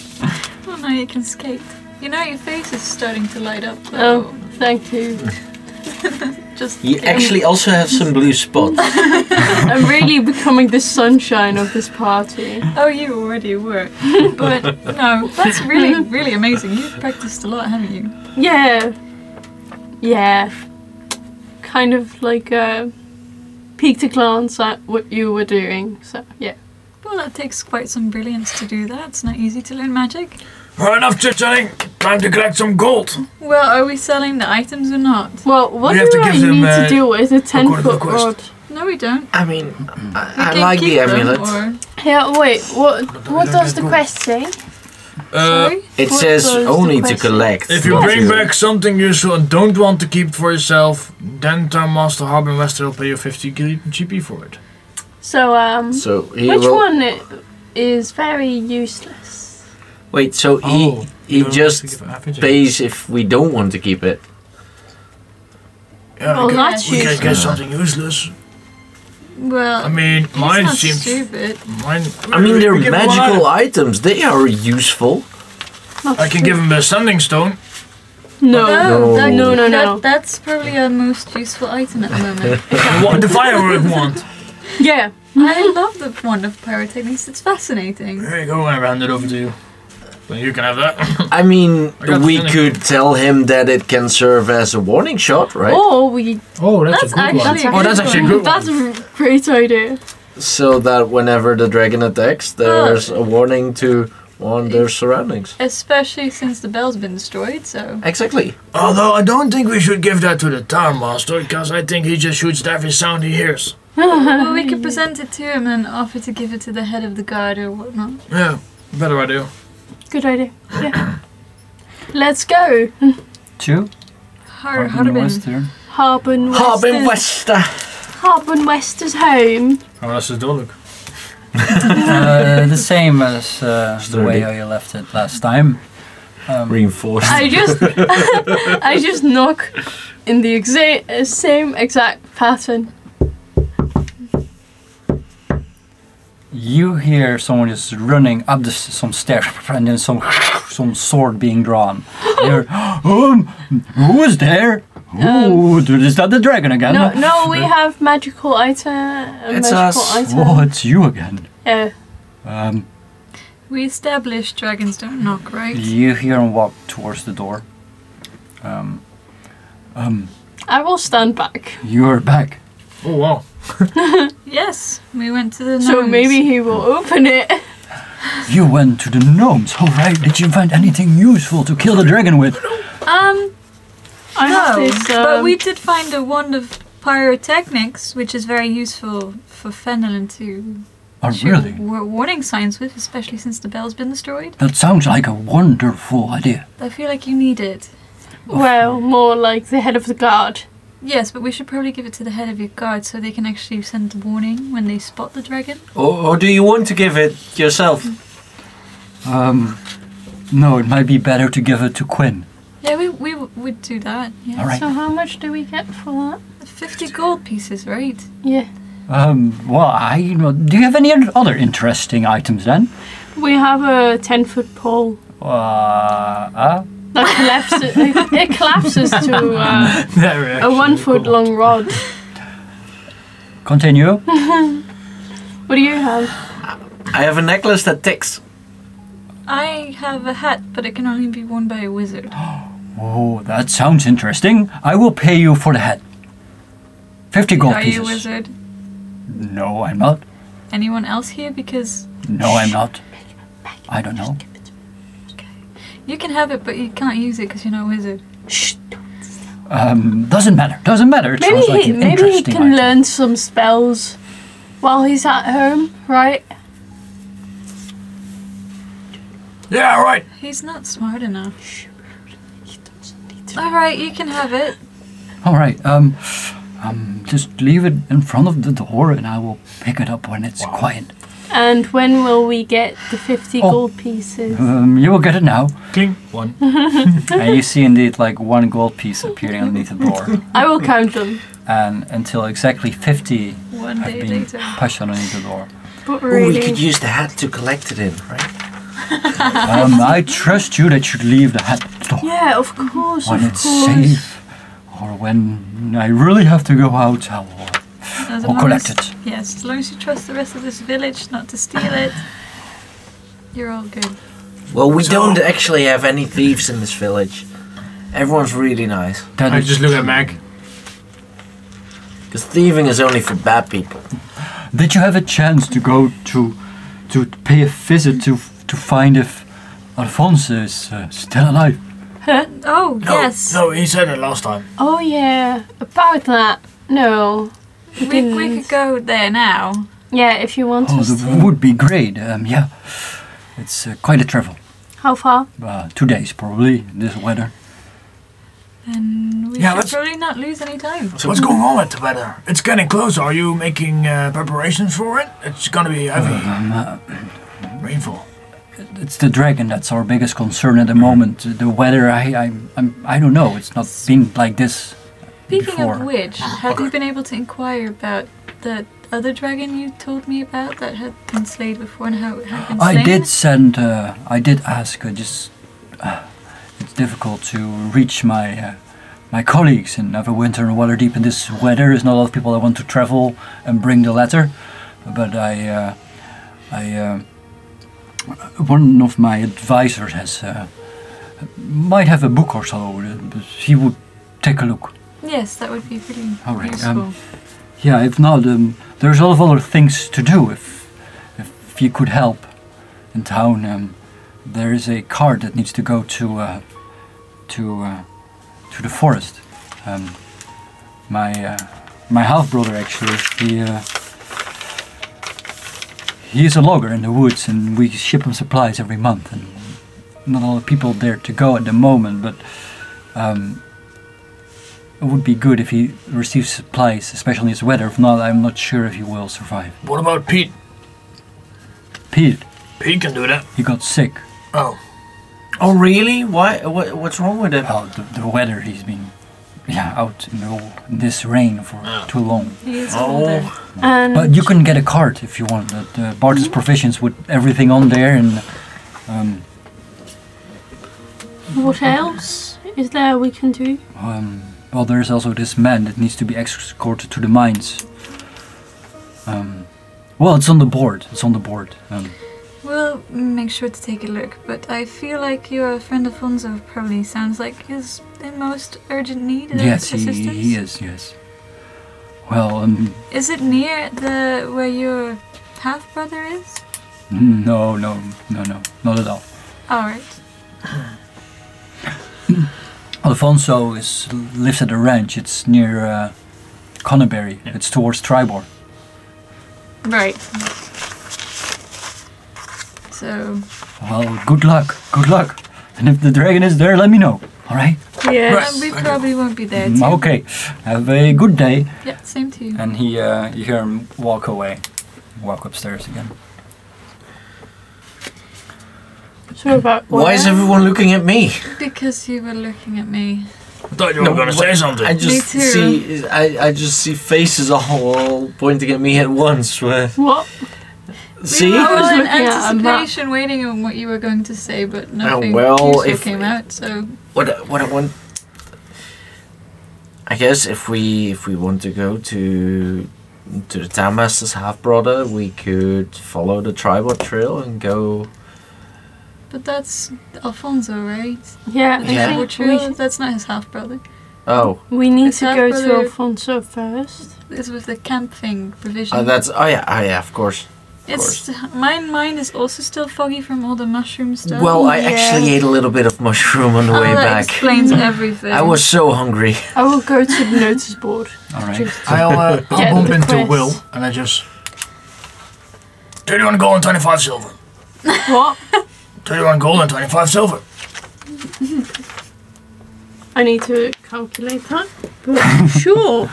Speaker 4: Oh no, you can skate. You know your face is starting to light up.
Speaker 5: oh,
Speaker 4: Though.
Speaker 5: thank you.
Speaker 4: Just
Speaker 2: You
Speaker 4: kidding.
Speaker 2: actually also have some blue spots.
Speaker 5: I'm really becoming the sunshine of this party.
Speaker 4: Oh, you already were. But no, that's really, really amazing. You've practiced a lot, haven't you?
Speaker 5: Yeah, yeah. Kind of like uh, peeked a glance at what you were doing. So yeah.
Speaker 4: Well, that takes quite some brilliance to do that. It's not easy to learn magic.
Speaker 3: Right, enough chit-chatting. Time to collect some gold.
Speaker 4: Well, are we selling the items or not?
Speaker 5: Well, what
Speaker 3: We have
Speaker 5: do
Speaker 3: to
Speaker 5: I
Speaker 3: give them,
Speaker 5: need
Speaker 3: uh,
Speaker 5: to deal with a ten
Speaker 3: according to the
Speaker 5: foot
Speaker 3: quest.
Speaker 5: rod?
Speaker 4: No, we don't.
Speaker 2: I mean,
Speaker 4: We
Speaker 2: I, I
Speaker 4: can
Speaker 2: like the
Speaker 4: keep them,
Speaker 2: amulet.
Speaker 4: or-
Speaker 5: Yeah. Wait. What? What
Speaker 3: don't
Speaker 5: does
Speaker 3: get
Speaker 5: the
Speaker 3: gold.
Speaker 5: quest say?
Speaker 3: Uh,
Speaker 4: Sorry?
Speaker 2: It
Speaker 5: What
Speaker 2: says
Speaker 5: does the
Speaker 2: only to
Speaker 5: quest-
Speaker 2: collect.
Speaker 3: If you
Speaker 2: not
Speaker 3: bring
Speaker 2: to-
Speaker 3: back something useful and don't want to keep for yourself, then Town Master Harbin Wester will pay you 50 gil- GP for it.
Speaker 5: So um.
Speaker 2: So he
Speaker 5: Which
Speaker 2: will.
Speaker 5: one i- is very useless?
Speaker 2: Wait, so
Speaker 6: Oh,
Speaker 2: he he just pays if we don't want to keep it.
Speaker 3: Yeah,
Speaker 5: Well,
Speaker 3: we can-
Speaker 5: that's
Speaker 3: we can
Speaker 5: useless.
Speaker 3: get something useless.
Speaker 4: Well,
Speaker 3: I mean,
Speaker 4: he's
Speaker 3: mine
Speaker 4: not
Speaker 3: seems.
Speaker 4: stupid.
Speaker 3: Mine.
Speaker 2: I mean, they're
Speaker 3: We give him one
Speaker 2: magical items. They are useful.
Speaker 5: Not
Speaker 3: I can
Speaker 5: true.
Speaker 3: give him a sending stone.
Speaker 5: Oh, No.
Speaker 4: No, that-
Speaker 5: No, no,
Speaker 4: that-
Speaker 5: no.
Speaker 4: that's probably our most useful item at the moment.
Speaker 3: What the firework wand.
Speaker 5: Yeah.
Speaker 4: I love the wand of pyrotechnics. It's fascinating.
Speaker 3: There you go, I hand it over to you. Then you can have that.
Speaker 2: I mean,
Speaker 3: I got
Speaker 2: we
Speaker 3: the
Speaker 2: could tell him that it can serve as a warning shot, right?
Speaker 5: Or we.
Speaker 6: Oh,
Speaker 4: That's actually. a
Speaker 3: Oh, that's
Speaker 4: good
Speaker 3: actually
Speaker 4: one.
Speaker 3: good.
Speaker 5: That's a great idea.
Speaker 2: So that whenever the dragon attacks, there's a warning to warn their surroundings.
Speaker 4: Especially since the bell's been destroyed, so.
Speaker 2: Exactly.
Speaker 3: Although I don't think we should give that to the town master, because I think he just shoots every sound he hears.
Speaker 4: Well, we could present it to him and offer to give it to the head of the guard or whatnot.
Speaker 3: Yeah, better idea.
Speaker 5: Good idea. Yeah. Let's go.
Speaker 1: Two.
Speaker 4: Har-
Speaker 1: Harbin
Speaker 4: Harbin.
Speaker 1: Western.
Speaker 5: Harbin West.
Speaker 2: Harbin
Speaker 5: is-
Speaker 2: Wester.
Speaker 5: Harbin West is home.
Speaker 6: Oh, that's a dog.
Speaker 1: Uh, the same as uh, the way
Speaker 2: Sturdy.
Speaker 1: how you left it last time. Um,
Speaker 2: Reinforced.
Speaker 5: I just. I just knock in the exact uh, same exact pattern.
Speaker 1: you hear someone is running up the, s- some stairs and then some some sword being drawn. You're, um, who is there? Who is that the dragon again?
Speaker 5: No, no, we have magical item. a
Speaker 2: It's
Speaker 5: magical
Speaker 2: us.
Speaker 5: item.
Speaker 1: Oh, it's you again.
Speaker 5: Yeah.
Speaker 1: Um,
Speaker 4: We established dragons don't knock, right?
Speaker 1: you hear him walk towards the door. Um, um,
Speaker 5: I will stand back.
Speaker 1: you're back.
Speaker 6: Oh, wow.
Speaker 4: Yes, we went to the
Speaker 5: So
Speaker 4: gnomes.
Speaker 5: maybe he will open it.
Speaker 1: You went to the gnomes. All right. Did you find anything useful to kill the dragon with?
Speaker 4: Um,
Speaker 5: I have
Speaker 4: no,
Speaker 5: this. Um,
Speaker 4: but we did find a wand of pyrotechnics, which is very useful for Fenelon to
Speaker 1: Oh,
Speaker 4: shoot
Speaker 1: really?
Speaker 4: wa- warning signs with, especially since the bell's been destroyed.
Speaker 1: That sounds like a wonderful idea.
Speaker 4: I feel like you need it.
Speaker 5: well, more like the head of the guard.
Speaker 4: Yes, but we should probably give it to the head of your guard so they can actually send the warning when they spot the dragon.
Speaker 2: Or, or do you want to give it yourself?
Speaker 1: Um, no, it might be better to give it to Quinn.
Speaker 4: Yeah, we, we w- would do that. Yeah.
Speaker 1: All right.
Speaker 5: So how much do we get for that?
Speaker 4: 50 gold pieces, right?
Speaker 5: Yeah.
Speaker 1: Um, well, I do you have any other interesting items then?
Speaker 5: We have a ten foot pole
Speaker 1: Uh, uh
Speaker 5: that collapses. it, it collapses to uh,
Speaker 6: There
Speaker 5: a one foot long rod.
Speaker 1: continue.
Speaker 5: What do you have?
Speaker 2: I have a necklace that ticks.
Speaker 4: I have a hat, but it can only be worn by a wizard.
Speaker 1: Oh, that sounds interesting. I will pay you for the hat. Fifty gold
Speaker 4: Are you a
Speaker 1: pieces.
Speaker 4: wizard?
Speaker 1: No, I'm not.
Speaker 4: Anyone else here? Because
Speaker 1: No, I'm not. I don't know.
Speaker 4: you can have it, but you can't use it because you're not a wizard.
Speaker 1: Um, doesn't matter. Doesn't matter. It
Speaker 5: Maybe
Speaker 1: sounds like
Speaker 5: he,
Speaker 1: an
Speaker 5: maybe he
Speaker 1: interesting
Speaker 5: can
Speaker 1: item.
Speaker 5: learn some spells while he's at home, right?
Speaker 3: Yeah, right.
Speaker 4: He's not smart enough. All right, you can have it.
Speaker 1: All right. Um, um, just leave it in front of the door, and I will pick it up when it's quiet.
Speaker 5: And when will we get the 50
Speaker 1: Oh.
Speaker 5: gold pieces?
Speaker 1: Um, you will get it now.
Speaker 6: Cling. One.
Speaker 1: and you see indeed like one gold piece appearing underneath the door,
Speaker 5: I will count them.
Speaker 1: and until exactly 50
Speaker 4: One
Speaker 1: have
Speaker 4: day
Speaker 1: been
Speaker 4: later.
Speaker 1: pushed underneath the door.
Speaker 5: But
Speaker 1: Oh,
Speaker 2: Ooh, we
Speaker 5: really,
Speaker 2: could use the hat to collect it in, right?
Speaker 1: Um, I trust you that you'd leave the hat door
Speaker 5: yeah, of course,
Speaker 1: when
Speaker 5: of
Speaker 1: it's
Speaker 5: course.
Speaker 1: safe, or when I really have to go out. I will
Speaker 4: As
Speaker 1: Or
Speaker 4: long
Speaker 1: collect
Speaker 4: as-
Speaker 1: it.
Speaker 4: Yes, as long as you trust the rest of this village not to steal it, you're all good.
Speaker 2: Well, we
Speaker 3: So-
Speaker 2: don't actually have any thieves in this village. Everyone's really nice.
Speaker 1: That
Speaker 6: I
Speaker 1: is
Speaker 6: just look at
Speaker 1: true.
Speaker 6: Mac.
Speaker 2: Because thieving is only for bad people.
Speaker 1: Did you have a chance to go to to pay a visit to to find if Alphonse is uh, still alive?
Speaker 3: No,
Speaker 4: Oh, yes.
Speaker 3: No, he said it last time.
Speaker 5: Oh, yeah, about that. No. we
Speaker 4: We, we
Speaker 5: didn't.
Speaker 4: could go there now.
Speaker 5: Yeah, if you want
Speaker 1: Oh,
Speaker 5: us
Speaker 1: that
Speaker 5: to.
Speaker 1: would be great. Um, yeah, it's uh, quite a travel.
Speaker 5: How far?
Speaker 1: Uh, two days probably in this weather.
Speaker 4: And we
Speaker 3: Yeah,
Speaker 4: should
Speaker 3: let's-
Speaker 4: probably not lose any time.
Speaker 3: So what's going on with the weather? It's getting close. Are you making uh, preparations for it? It's gonna be heavy
Speaker 1: Um, uh,
Speaker 3: rainfall.
Speaker 1: it's the dragon that's our biggest concern at the moment. The weather, I, I, I'm, I don't know. It's not been like this.
Speaker 4: Speaking
Speaker 1: before.
Speaker 4: of which, have you been able to inquire about that other dragon you told me about that had been slayed before and how it had been slain?
Speaker 1: I did send. Uh, I did ask. I just. Uh, it's difficult to reach my uh, my colleagues in Neverwinter and Waterdeep in this weather. There's not a lot of people that want to travel and bring the letter, but I. Uh, I. Uh, one of my advisors has. Uh, might have a book or so. uh, but He would take a look.
Speaker 4: Yes, that would be pretty
Speaker 1: All right,
Speaker 4: useful.
Speaker 1: um, Yeah, if not, um, there's a lot of other things to do. If if you could help in town, um, there is a cart that needs to go to uh, to uh, to the forest. Um, my uh, my half brother actually, he uh, he is a logger in the woods, and we ship him supplies every month. And not a lot of people there to go at the moment, but. Um, it would be good if he receives supplies, especially in his weather. If not, I'm not sure if he will survive.
Speaker 3: What about Pete?
Speaker 1: Pete,
Speaker 3: Pete can do that.
Speaker 1: he got sick.
Speaker 3: Oh,
Speaker 2: Oh, really? Why? What, what's wrong with him?
Speaker 1: Well, the, the weather, he's been yeah, out in, the, in this rain for too long.
Speaker 4: He is older.
Speaker 2: Oh,
Speaker 5: And
Speaker 1: But you can get a cart if you want. The, the Bart is provisions with everything on there. And um,
Speaker 5: what else is there we can do?
Speaker 1: um, well, there's also this man that needs to be escorted to the mines. Um, well, it's on the board. It's on the board. Um,
Speaker 4: We'll make sure to take a look, but I feel like your friend Alfonso probably sounds like he's in most urgent need of
Speaker 1: yes, he,
Speaker 4: assistance.
Speaker 1: he is. Yes. Well, um,
Speaker 4: Is it near the where your half brother is?
Speaker 1: No, no, no, no, not at all.
Speaker 4: All right.
Speaker 1: Alfonso is lives at a ranch. It's near uh, Connerbury. It's towards Tribor.
Speaker 4: Right. So
Speaker 1: Well, good luck, good luck. And if the dragon is there, let me know. All right.
Speaker 5: Yes.
Speaker 4: uh, we probably won't be there.
Speaker 1: Mm,
Speaker 4: Too.
Speaker 1: Okay. Have a good day.
Speaker 4: Yeah, same to you.
Speaker 1: And he, uh, you hear him walk away, walk upstairs again.
Speaker 5: So about
Speaker 2: why is everyone looking at me?
Speaker 4: Because you were looking at me.
Speaker 3: I thought you were gonna say something.
Speaker 2: I just
Speaker 4: Me too.
Speaker 2: see, I, I just see faces all pointing at me at once. Where,
Speaker 5: What?
Speaker 2: see?
Speaker 4: we were
Speaker 5: I was
Speaker 4: all in
Speaker 5: looking at a map.
Speaker 4: anticipation, waiting on what you were going to say, but nothing
Speaker 2: well,
Speaker 4: useful
Speaker 2: if-
Speaker 4: came out. So
Speaker 2: what I- what I want. I guess if we if we want to go to to the town master's half brother, we could follow the tribal trail and go.
Speaker 4: But that's Alfonso, right?
Speaker 5: Yeah, I
Speaker 2: Yeah.
Speaker 4: Tribal
Speaker 5: think
Speaker 4: Trail, that's not his half brother.
Speaker 2: Oh,
Speaker 5: we, we need
Speaker 4: Is
Speaker 5: to
Speaker 4: that
Speaker 5: go
Speaker 4: for
Speaker 5: to
Speaker 4: the-
Speaker 5: Alfonso first.
Speaker 4: This was the camp thing provision.
Speaker 2: oh that's oh yeah, oh yeah, of course.
Speaker 4: it's my mind is also still foggy from all the mushroom stuff.
Speaker 2: Well, I
Speaker 5: Yeah.
Speaker 2: actually ate a little bit of mushroom on the
Speaker 4: Oh,
Speaker 2: way
Speaker 4: that
Speaker 2: back.
Speaker 4: explains everything.
Speaker 2: I was so hungry.
Speaker 5: I will go to the notice board.
Speaker 1: All right.
Speaker 5: Just-
Speaker 3: I'll, uh, I'll
Speaker 5: Yeah,
Speaker 3: bump
Speaker 5: the
Speaker 3: into
Speaker 5: quest.
Speaker 3: Will and I just. Thirty-one gold and twenty-five silver.
Speaker 5: What?
Speaker 3: Thirty-one gold and twenty-five silver.
Speaker 5: I need to calculate that. But sure.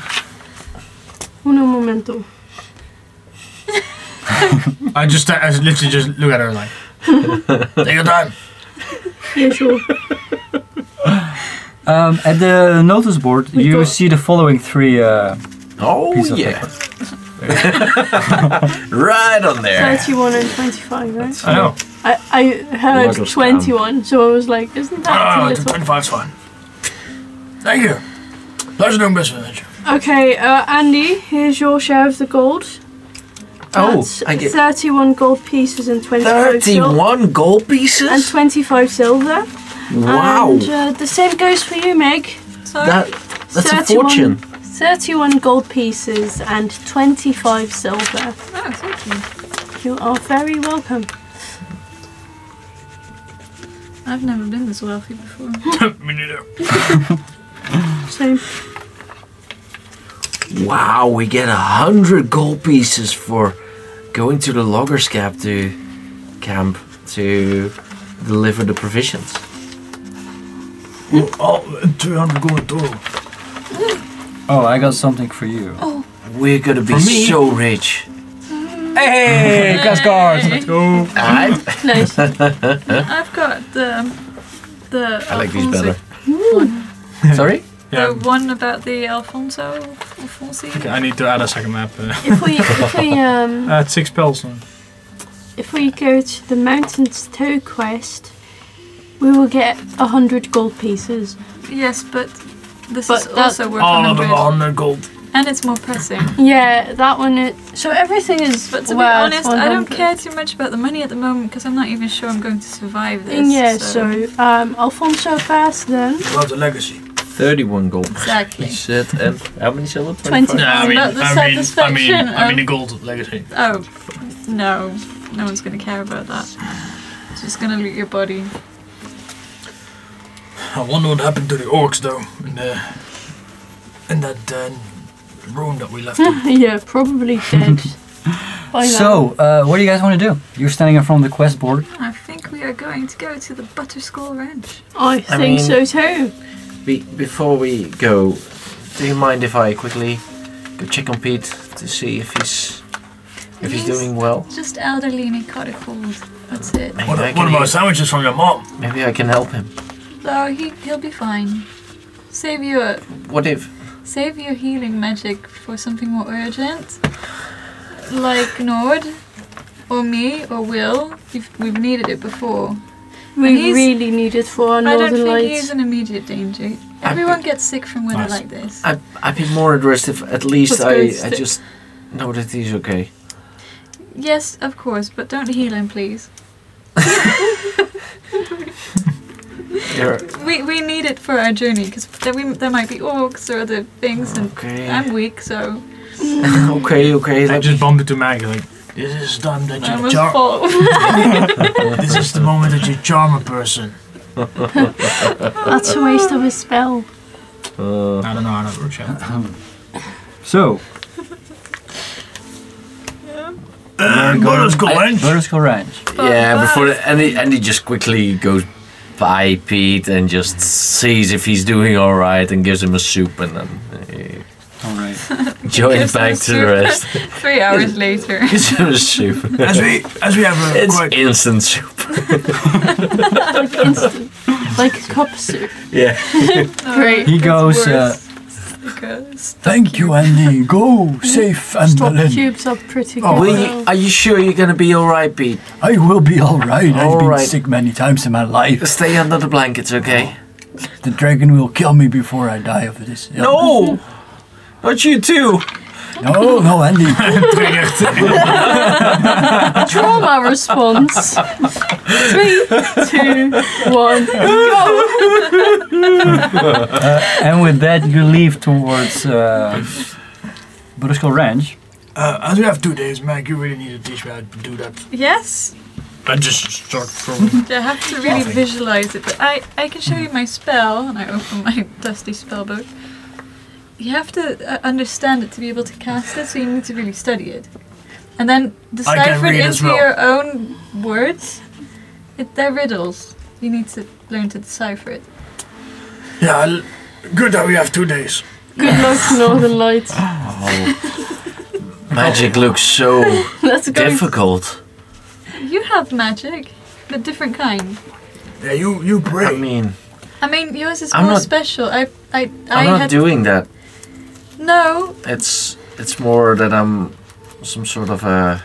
Speaker 5: Uno momento.
Speaker 6: I just, I literally just look at her like,
Speaker 3: Take your time.
Speaker 5: Yeah, sure.
Speaker 1: Um, at the notice board,
Speaker 5: We
Speaker 1: you
Speaker 5: got-
Speaker 1: see the following three uh,
Speaker 2: Oh
Speaker 1: pieces
Speaker 2: yeah,
Speaker 1: of paper.
Speaker 2: right on there.
Speaker 5: 31 and 25, right?
Speaker 6: I know.
Speaker 5: I, I heard
Speaker 2: Waddle scam.
Speaker 5: 21, so I was like, isn't
Speaker 3: Ah,
Speaker 5: that too little?
Speaker 3: 25's fine. Thank you. Pleasure doing business with you.
Speaker 5: Okay, uh, Andy, here's your share of the gold.
Speaker 2: Oh,
Speaker 5: That's
Speaker 2: I get-
Speaker 5: 31 gold pieces and 25 silver.
Speaker 2: Thirty-one gold
Speaker 5: And
Speaker 2: pieces.
Speaker 5: 25 silver.
Speaker 2: Wow,
Speaker 5: And uh, the same goes for you, Meg.
Speaker 4: Sorry.
Speaker 2: that that's a fortune.
Speaker 5: 31 gold pieces and 25 silver.
Speaker 4: Oh, thank you.
Speaker 5: You are very welcome.
Speaker 4: I've never been this wealthy before.
Speaker 3: Me neither.
Speaker 5: So,
Speaker 2: Wow, we get a hundred gold pieces for going to the loggers camp to camp to deliver the provisions.
Speaker 3: Oh, 200 gold total.
Speaker 1: Oh, I got something for you.
Speaker 2: We're gonna be
Speaker 6: For me?
Speaker 2: so rich.
Speaker 6: Hey, class cards. Let's go.
Speaker 2: Alright.
Speaker 5: nice.
Speaker 4: I've got the the.
Speaker 2: I like these
Speaker 4: Alfonso-
Speaker 2: better. Sorry?
Speaker 4: The one about the Alfonso Alfonsi.
Speaker 6: Okay, I need to add a second map.
Speaker 3: eh.
Speaker 6: Uh,
Speaker 5: if we, if we, um,
Speaker 6: add six spells. then.
Speaker 5: If we go to the Mountain's Toe quest, we will get a hundred gold pieces.
Speaker 4: Yes, but this
Speaker 5: But
Speaker 4: is
Speaker 5: that-
Speaker 4: also worth
Speaker 3: All of them
Speaker 4: 100,
Speaker 3: 100 gold.
Speaker 4: and it's more pressing.
Speaker 5: Yeah, that one. It, so everything is.
Speaker 4: But to be
Speaker 5: worth
Speaker 4: honest, I don't
Speaker 5: 100.
Speaker 4: care too much about the money at the moment because I'm not even sure I'm going to survive this.
Speaker 5: Yeah, so, um, Alfonso first, then
Speaker 3: Love the legacy.
Speaker 2: Thirty-one gold
Speaker 4: exactly.
Speaker 2: pieces and how many silver?
Speaker 5: 20.
Speaker 3: No, I
Speaker 4: It's
Speaker 3: mean,
Speaker 4: not the
Speaker 3: I mean, I mean,
Speaker 4: satisfaction eh.
Speaker 3: I mean the
Speaker 4: of-
Speaker 3: gold legacy.
Speaker 4: Oh no, no one's going to care about that. It's Just going to loot your body.
Speaker 3: I wonder what happened to the orcs though, in the in that uh, room that we left. them.
Speaker 5: yeah, probably dead. by now.
Speaker 1: So, uh, what do you guys want to do? You're standing in front of the quest board.
Speaker 4: I think we are going to go to the Butter School Ranch.
Speaker 5: I
Speaker 2: mean-
Speaker 5: think so too.
Speaker 2: Be- before we go, do you mind if I quickly go check on Pete to see if he's if he's
Speaker 4: Yes.
Speaker 2: doing well?
Speaker 4: Just elderly and he caught a cold. That's it.
Speaker 2: Maybe
Speaker 3: What,
Speaker 2: I
Speaker 3: what
Speaker 2: can
Speaker 3: about sandwiches from your mom?
Speaker 2: maybe I can help him.
Speaker 4: No, he he'll be fine. Save your
Speaker 2: What if
Speaker 4: save your healing magic for something more urgent, like Nord, or me, or Will. You've, we've needed it before. And
Speaker 5: We
Speaker 4: he's-
Speaker 5: really need it for our
Speaker 4: I don't
Speaker 5: Northern
Speaker 4: think he's
Speaker 5: Lights.
Speaker 4: an immediate danger. Everyone gets sick from weather
Speaker 6: Nice.
Speaker 4: like this.
Speaker 2: I, I'd be more addressed if at least
Speaker 5: Let's
Speaker 2: I,
Speaker 5: go
Speaker 2: I
Speaker 5: st-
Speaker 2: just know that he's okay.
Speaker 4: Yes, of course, but don't heal him, please.
Speaker 2: You're
Speaker 4: We we need it for our journey because there we there might be orcs or other things, and
Speaker 2: okay.
Speaker 4: I'm weak, so
Speaker 2: okay, okay.
Speaker 6: I
Speaker 2: let
Speaker 6: just bumped into Maggie. Like,
Speaker 3: This is the time that
Speaker 4: I
Speaker 3: you
Speaker 4: almost
Speaker 3: charm.
Speaker 4: fall.
Speaker 3: This is the moment that you charm a person.
Speaker 5: That's a waste of a spell.
Speaker 2: me- uh,
Speaker 6: I don't know how that works yet.
Speaker 1: So,
Speaker 3: Uh,
Speaker 1: go.
Speaker 3: Butter School Ranch.
Speaker 1: Vertical Range.
Speaker 2: yeah, before the, and he, and he just quickly goes by Pete and just sees if he's doing all right and gives him a soup and then
Speaker 1: All right.
Speaker 2: he joins
Speaker 4: Gives him
Speaker 2: back
Speaker 4: a
Speaker 2: to the
Speaker 4: soup.
Speaker 2: rest.
Speaker 4: Three hours later.
Speaker 2: gives him a soup.
Speaker 3: As we as we have a
Speaker 2: It's
Speaker 3: quite
Speaker 2: instant soup.
Speaker 5: Like instant, like cup soup.
Speaker 2: Yeah.
Speaker 4: No,
Speaker 5: Great.
Speaker 1: He
Speaker 4: it's
Speaker 1: goes, uh,
Speaker 2: uh,
Speaker 4: worse. Because
Speaker 1: Thank you, Andy. Go safe and
Speaker 5: Stop cubes are pretty good.
Speaker 2: Will
Speaker 5: though.
Speaker 2: you, are you sure you're gonna be all right, Pete?
Speaker 1: I will be all right.
Speaker 2: All right.
Speaker 1: many times in my life.
Speaker 2: Stay under the blankets, okay?
Speaker 1: The dragon will kill me before I die of this.
Speaker 2: No, not you too.
Speaker 1: no, no, Andy.
Speaker 5: Trauma response. Three, two, one.
Speaker 1: and with that, you leave towards uh, Brusco Ranch.
Speaker 3: uh, as we have two days, Mac, you really need to teach me how to do that.
Speaker 4: yes,
Speaker 6: I just start from.
Speaker 4: I have to really visualize it. But I I can show you my spell, and I open my dusty spell book. You have to uh, understand it to be able to cast it, so you need to really study it, and then decipher it
Speaker 3: read as
Speaker 4: into
Speaker 3: well.
Speaker 4: your own words. It, they're riddles. You need to learn to decipher it.
Speaker 3: Yeah, I'll- good that we have two days.
Speaker 5: Good luck, Northern Lights.
Speaker 2: Magic looks so
Speaker 5: Let's go.
Speaker 2: difficult.
Speaker 4: you have magic, but different kind.
Speaker 3: Yeah, you you pray.
Speaker 2: I mean,
Speaker 4: I mean, yours is
Speaker 2: I'm
Speaker 4: more
Speaker 2: not-
Speaker 4: special. I, I, I
Speaker 2: I'm not
Speaker 4: had
Speaker 2: doing that.
Speaker 4: no.
Speaker 2: It's it's more that I'm some sort of a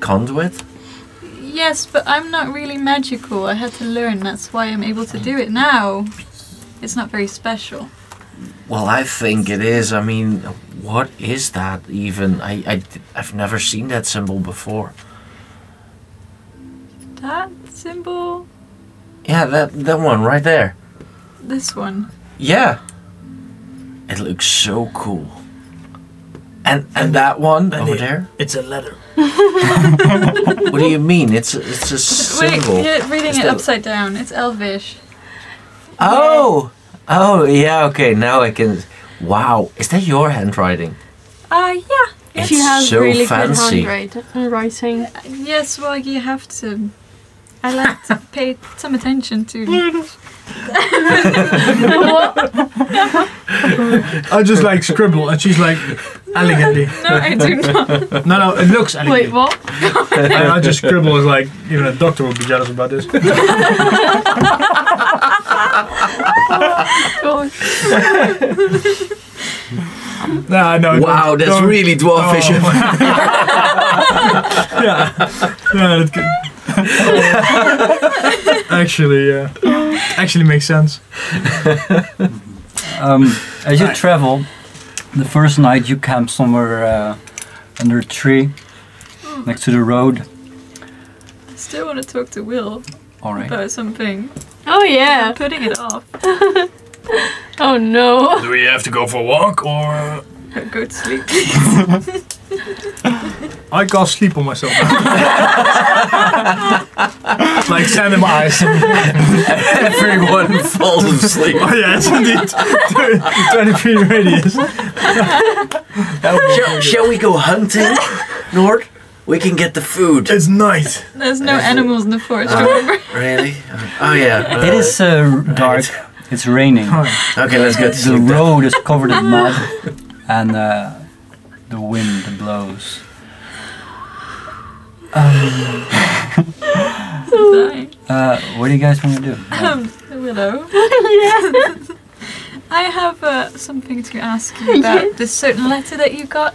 Speaker 2: conduit.
Speaker 4: Yes, but I'm not really magical. I had to learn. That's why I'm able to do it now. It's not very special.
Speaker 2: Well, I think it is. I mean, what is that even? I, I I've never seen that symbol before.
Speaker 4: That symbol,
Speaker 2: Yeah, that that one right there.
Speaker 4: this one.
Speaker 2: Yeah. It looks so cool. And and that one
Speaker 3: And
Speaker 2: over
Speaker 3: it-
Speaker 2: there?
Speaker 3: It's a letter.
Speaker 2: What do you mean? It's a, it's a
Speaker 4: Wait,
Speaker 2: symbol.
Speaker 4: yeah, reading
Speaker 2: Is
Speaker 4: it
Speaker 2: that-
Speaker 4: upside down. It's Elvish.
Speaker 2: Oh. Oh, yeah, okay. Now I can Wow, is that your handwriting?
Speaker 4: Ah, yeah.
Speaker 2: It's
Speaker 5: she has
Speaker 2: so
Speaker 5: really
Speaker 2: fancy.
Speaker 5: good handwriting. handwriting.
Speaker 4: Yes, well, you have to. I like to pay some attention to.
Speaker 5: What?
Speaker 6: I just like scribble, and she's like elegantly.
Speaker 4: No, I do not.
Speaker 6: No, no, it looks
Speaker 5: Wait,
Speaker 6: elegant.
Speaker 5: what?
Speaker 6: And I just scribble is like even a doctor would be jealous about this.
Speaker 5: God.
Speaker 6: No, no.
Speaker 2: Wow,
Speaker 6: don't-
Speaker 2: that's
Speaker 6: don't-
Speaker 2: really dwarfish.
Speaker 6: yeah. Yeah, that could. Actually, yeah. Actually makes sense.
Speaker 1: Um, as you travel, the first night you camp somewhere uh, under a tree next to the road.
Speaker 4: Still want to talk to Will
Speaker 1: All right.
Speaker 4: about something.
Speaker 5: Oh
Speaker 4: I'm
Speaker 5: yeah.
Speaker 4: putting it off.
Speaker 5: Oh no.
Speaker 3: Do we have to go for a walk or?
Speaker 4: Go to sleep.
Speaker 6: I can't sleep on myself. like sand in my eyes. oh
Speaker 2: Everyone falls asleep.
Speaker 6: yes, indeed. Tw- Twenty-three radius.
Speaker 2: shall, shall we go hunting, Nord? We can get the food.
Speaker 6: It's night.
Speaker 4: There's no animals in the forest, remember?
Speaker 2: Really? Oh yeah. Uh,
Speaker 1: It is uh, dark. It's raining.
Speaker 2: Okay, let's go to
Speaker 1: The
Speaker 2: sleep. then.
Speaker 1: road is covered in mud, and uh, the wind blows.
Speaker 4: Sorry.
Speaker 1: Uh, what do you guys want to do?
Speaker 4: Um, Willow. I have uh, something to ask you about this certain letter that you got.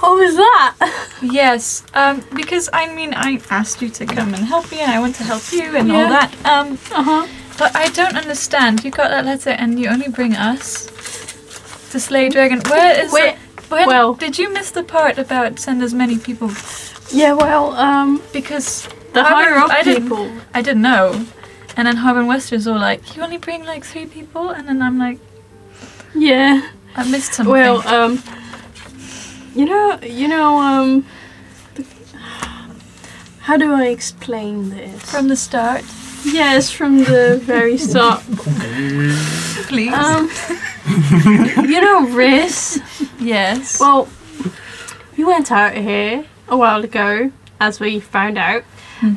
Speaker 5: What was that?
Speaker 4: Yes, um, because I mean, I asked you to come and help me, and I want to help you and all
Speaker 5: Yeah.
Speaker 4: that. Um,
Speaker 5: Uh huh.
Speaker 4: but I don't understand. You got that letter, and you only bring us to slay dragon. Where is
Speaker 5: Wait,
Speaker 4: it? When
Speaker 5: well-
Speaker 4: did you miss the part about send as many people?
Speaker 5: Yeah. Well, um,
Speaker 4: Because
Speaker 5: the
Speaker 4: I
Speaker 5: higher
Speaker 4: didn't-
Speaker 5: up
Speaker 4: I didn't-
Speaker 5: people.
Speaker 4: I didn't know. And then Harbin Wester's all like, you only bring like three people? And then I'm like,
Speaker 5: Yeah.
Speaker 4: I missed something.
Speaker 5: Well, um, you know, you know, um, how do I explain this?
Speaker 4: from the start,
Speaker 5: yes, from the very start.
Speaker 4: please.
Speaker 5: Um, you know, Riz.
Speaker 4: yes.
Speaker 5: Well, you went out here a while ago, as we found out.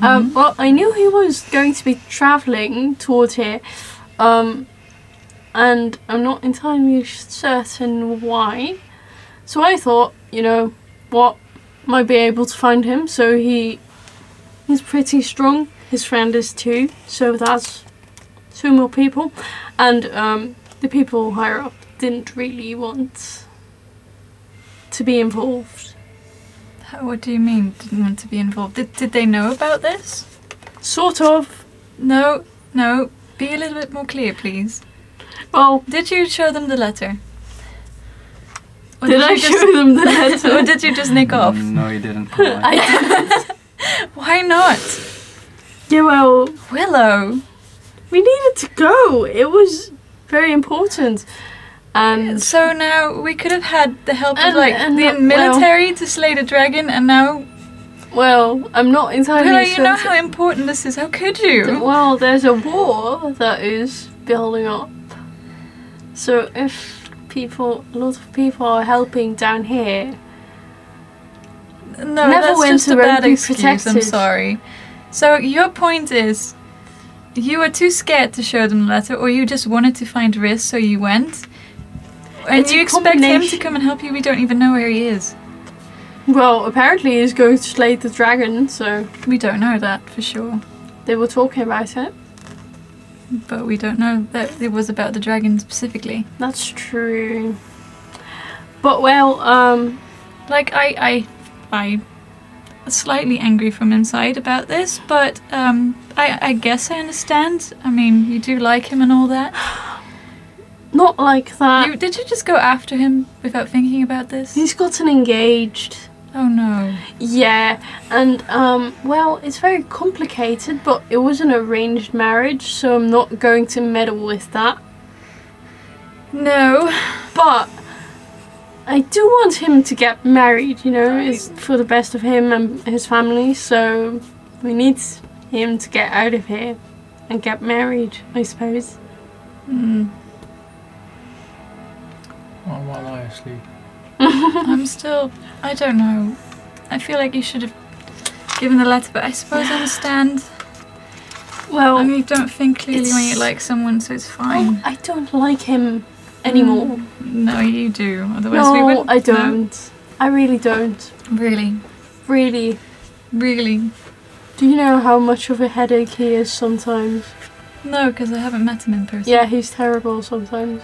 Speaker 5: Um, well, I knew he was going to be travelling towards here, um, and I'm not entirely certain why. So I thought, you know, what might be able to find him. So he he's pretty strong. His friend is too. So that's two more people, and um, the people higher up didn't really want to be involved.
Speaker 4: How- Uh, what do you mean, didn't want to be involved? Did, did they know about this?
Speaker 5: Sort of.
Speaker 4: No, no. Be a little bit more clear, please.
Speaker 5: Well,
Speaker 4: Did you show them the letter? Or
Speaker 5: did, I
Speaker 4: you just-
Speaker 5: show them Mm. the letter?
Speaker 4: or did you just nick off?
Speaker 1: No, you didn't. Pauline.
Speaker 5: I
Speaker 4: Why not?
Speaker 5: Yeah, well,
Speaker 4: Willow.
Speaker 5: we needed to go. It was very important. And
Speaker 4: So now we could have had the help of
Speaker 5: And-
Speaker 4: like
Speaker 5: and
Speaker 4: the
Speaker 5: not- well-
Speaker 4: military to slay the dragon, and now
Speaker 5: well, I'm not entirely
Speaker 4: Willow, you
Speaker 5: sure.
Speaker 4: know how important this is. How could you?
Speaker 5: well, there's a war that is building up. So if people, a lot of people are helping down here.
Speaker 4: No,
Speaker 5: Never
Speaker 4: that's
Speaker 5: went
Speaker 4: just
Speaker 5: to
Speaker 4: a
Speaker 5: where
Speaker 4: bad
Speaker 5: you
Speaker 4: excuse. I'm
Speaker 5: protected.
Speaker 4: sorry. So your point is, you were too scared to show them the letter, or you just wanted to find Riz, so you went. And
Speaker 5: It's
Speaker 4: you
Speaker 5: a
Speaker 4: expect him to
Speaker 5: combination.
Speaker 4: come and help you? We don't even know where he is.
Speaker 5: Well, apparently he's going to slay the dragon, so
Speaker 4: We don't know that for sure,
Speaker 5: they were talking about it.
Speaker 4: but we don't know that it was about the dragon specifically.
Speaker 5: That's true. But well, um,
Speaker 4: Like I, I, I, slightly angry from inside about this, but um, I, I guess I understand. I mean, you do like him and all that.
Speaker 5: not like that.
Speaker 4: You, did you just go after him without thinking about this?
Speaker 5: Uh, He's gotten engaged.
Speaker 4: Oh no.
Speaker 5: Yeah, and um, well, it's very complicated, but it was an arranged marriage, so I'm not going to meddle with that.
Speaker 4: No.
Speaker 5: But I do want him to get married, you know, it's for the best of him and his family, so we need him to get out of here and get married, I suppose.
Speaker 4: Mm,
Speaker 6: While, while I sleep.
Speaker 4: I'm still. I don't know. I feel like you should have given the letter, but I suppose I understand.
Speaker 5: Well,
Speaker 4: I mean, you don't think clearly when you
Speaker 5: Oh. It's-
Speaker 4: like someone, so it's fine. Hmm.
Speaker 5: I, I don't like him anymore.
Speaker 4: No, you do. Otherwise, we
Speaker 5: no,
Speaker 4: wouldn't.
Speaker 5: I don't. I really don't.
Speaker 4: No. Really,
Speaker 5: Really.
Speaker 4: really,
Speaker 5: Do you know how much of a headache he is sometimes?
Speaker 4: no, because I haven't met him in person.
Speaker 5: Yeah, he's terrible sometimes.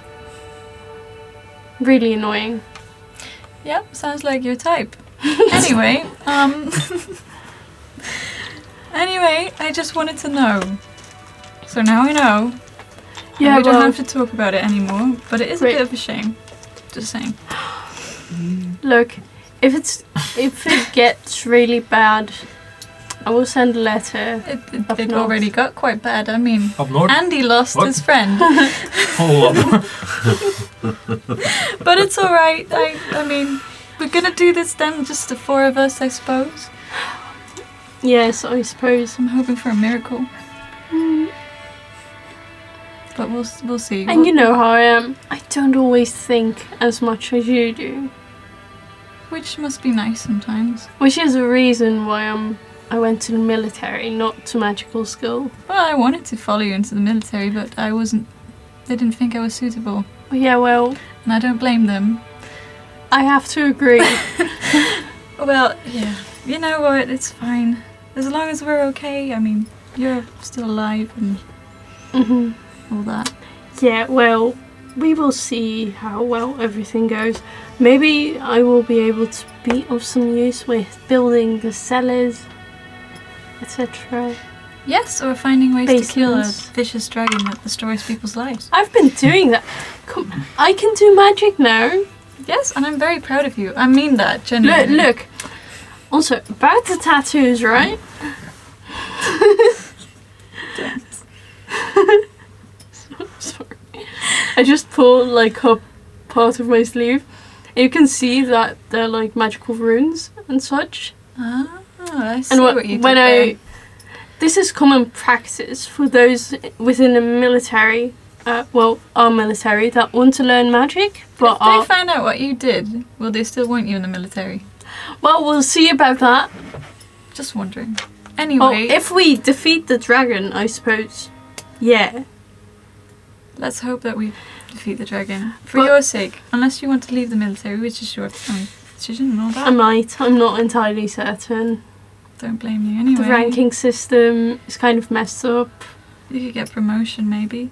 Speaker 5: Really annoying.
Speaker 4: Yeah, sounds like your type. anyway, um. anyway, I just wanted to know. So now I know. and
Speaker 5: Yeah,
Speaker 4: we don't
Speaker 5: well,
Speaker 4: have to talk about it anymore. But it is
Speaker 5: Right.
Speaker 4: a bit of a shame. Just saying.
Speaker 5: look, if it's if it gets really bad, I will send a letter.
Speaker 4: It,
Speaker 5: Up
Speaker 4: it, it
Speaker 5: north.
Speaker 4: already got quite bad. I mean,
Speaker 6: Up north?
Speaker 4: Andy lost
Speaker 6: What?
Speaker 4: his friend,
Speaker 6: Oh, up.
Speaker 4: but it's all right. I, I mean, we're gonna do this then, just the four of us, I suppose.
Speaker 5: Yes, I suppose.
Speaker 4: I'm hoping for a miracle, but we'll s- we'll see.
Speaker 5: Mm. And you know how I am. I don't always think as much as you do,
Speaker 4: which must be nice sometimes.
Speaker 5: which is a reason why I'm. I went to the military, not to magical school.
Speaker 4: Well, I wanted to follow you into the military, but I wasn't. They didn't think I was suitable,
Speaker 5: But yeah, well,
Speaker 4: and I don't blame them.
Speaker 5: I have to agree.
Speaker 4: Well, yeah, you know what? It's fine as long as we're okay. I mean, you're still alive and
Speaker 5: hmm
Speaker 4: all that.
Speaker 5: Yeah, well, we will see how well everything goes. Maybe I will be able to be of some use with building the cellars, etc.
Speaker 4: Yes, or finding ways to kill a
Speaker 5: Basements.
Speaker 4: vicious dragon that destroys people's lives.
Speaker 5: I've been doing that. Come, I can do magic now.
Speaker 4: Yes, and I'm very proud of you. I mean that,
Speaker 5: Look,
Speaker 4: genuinely.
Speaker 5: look. Also, about the tattoos, right? Sorry. I just pulled like up part of my sleeve. You can see that they're like magical runes and such.
Speaker 4: Ah, I see
Speaker 5: and wh-
Speaker 4: what, you did
Speaker 5: when
Speaker 4: there.
Speaker 5: I, this is common practice for those within the military, uh, well, our military that want to learn magic, but
Speaker 4: if
Speaker 5: are
Speaker 4: they find out what you did, will they still want you in the military?
Speaker 5: well, we'll see about that.
Speaker 4: Just wondering.
Speaker 5: Oh,
Speaker 4: Anyway,
Speaker 5: if we defeat the dragon, I suppose. Yeah.
Speaker 4: let's hope that we defeat the dragon for
Speaker 5: But-
Speaker 4: your sake. Unless you want to leave the military, which is your um, decision and all that.
Speaker 5: I might. I'm not entirely certain.
Speaker 4: Don't blame you anyway.
Speaker 5: The ranking system is kind of messed up.
Speaker 4: You could get promotion maybe.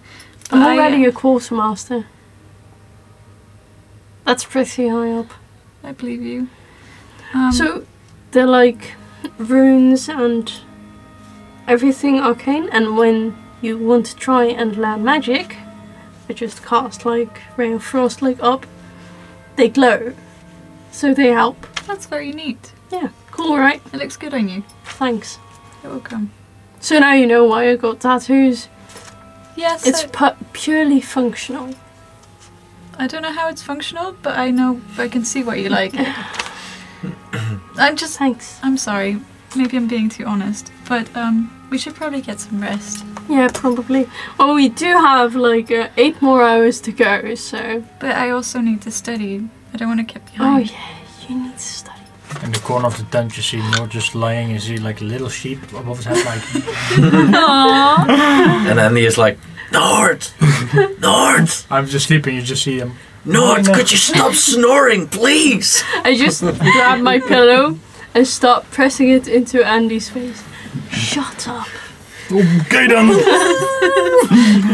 Speaker 5: I'm
Speaker 4: But I-
Speaker 5: already a quartermaster. That's pretty high up.
Speaker 4: I believe you. Um,
Speaker 5: so they're like runes and everything arcane, and when you want to try and learn magic, I just cast like Ray of Frost like up. They glow. So they help.
Speaker 4: that's very neat.
Speaker 5: Yeah, cool, right?
Speaker 4: It looks good on you.
Speaker 5: Thanks.
Speaker 4: You're welcome.
Speaker 5: So now you know why I got tattoos.
Speaker 4: Yes,
Speaker 5: It's
Speaker 4: I-
Speaker 5: pu- purely functional.
Speaker 4: I don't know how it's functional, but I know I can see what you like. I'm just.
Speaker 5: Thanks.
Speaker 4: I'm sorry. Maybe I'm being too honest, but um, we should probably get some rest.
Speaker 5: Yeah, probably. Well, we do have like uh, eight more hours to go, so.
Speaker 4: But I also need to study. I don't want to get
Speaker 5: Oh,
Speaker 4: behind.
Speaker 5: yeah, you need to study.
Speaker 6: In the corner of the tent, you see Noor just lying. You see like a little sheep above his head, like
Speaker 4: Aww.
Speaker 2: And Andy is like, North! North!
Speaker 6: I'm just sleeping. You just see him.
Speaker 2: North, could you stop snoring, please?
Speaker 5: I just grab my pillow and start pressing it into Andy's face. Shut up.
Speaker 6: Okay then.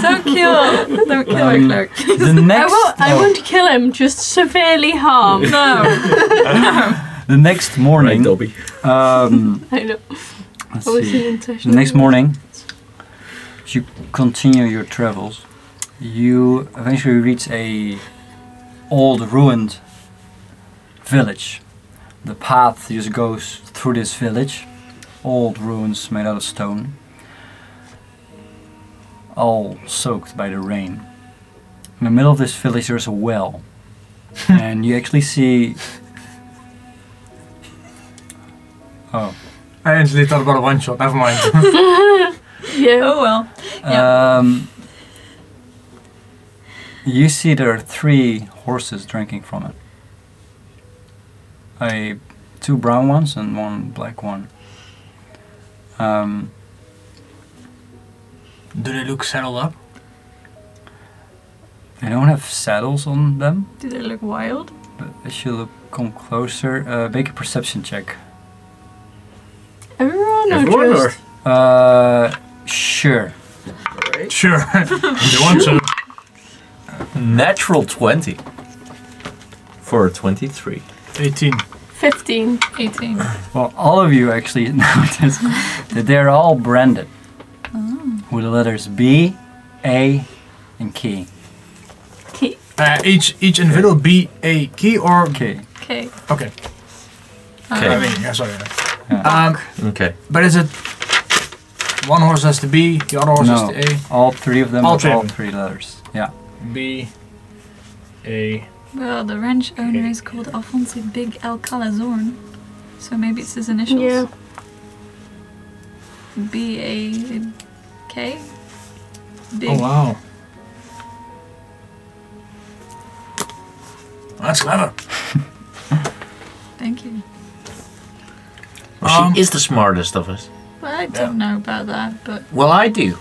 Speaker 4: Don't kill. Don't kill our
Speaker 1: Um,
Speaker 4: clerk.
Speaker 1: The
Speaker 5: I
Speaker 1: next,
Speaker 5: won't, I
Speaker 1: oh,
Speaker 5: won't kill him, just severely harm.
Speaker 4: No.
Speaker 1: the next morning.
Speaker 2: Dobby.
Speaker 1: um,
Speaker 5: I know.
Speaker 1: let's
Speaker 5: I was
Speaker 1: see.
Speaker 5: in
Speaker 1: The next morning, as you continue your travels, you eventually reach a old ruined village. The path just goes through this village, old ruins made out of stone, all soaked by the rain. In the middle of this village, there's a well, and you actually see. Oh.
Speaker 6: I actually thought about a one shot. Never mind.
Speaker 5: Yeah.
Speaker 4: Oh well.
Speaker 1: Um, you see there are three horses drinking from it. I, two brown ones and one black one. Um,
Speaker 6: Do they look saddled up?
Speaker 1: they don't have saddles on them,
Speaker 4: Do they look wild?
Speaker 1: but if you look, come closer, uh, make a perception check.
Speaker 5: Everyone,
Speaker 2: Everyone
Speaker 5: or just
Speaker 1: Uh, sure.
Speaker 6: Sure. they want to.
Speaker 2: Natural 20. For a 23.
Speaker 6: 18.
Speaker 5: 15.
Speaker 4: 18.
Speaker 1: Well, all of you actually notice that they're all branded with the letters B, A, and K.
Speaker 5: Keep.
Speaker 6: Uh, each each individual be a key or
Speaker 1: K.
Speaker 4: Okay.
Speaker 6: okay. I
Speaker 2: Okay.
Speaker 6: mean, yeah, sorry.
Speaker 1: Yeah.
Speaker 6: Um,
Speaker 2: Okay.
Speaker 6: but is it one horse has to B, the other horse
Speaker 1: No,
Speaker 6: has to A,
Speaker 1: all three of them
Speaker 6: All
Speaker 1: have
Speaker 6: three of
Speaker 1: all
Speaker 6: them.
Speaker 1: three letters. Yeah.
Speaker 6: B, A.
Speaker 4: Well, the ranch owner is called Alfonso Big El Calazorn. So maybe it's his initials.
Speaker 5: Yeah.
Speaker 4: B A K? Big.
Speaker 6: Oh wow.
Speaker 3: That's clever.
Speaker 4: Thank you.
Speaker 6: Um,
Speaker 2: she is the smartest of us.
Speaker 4: Well, I don't know about that, but
Speaker 2: Well, I do.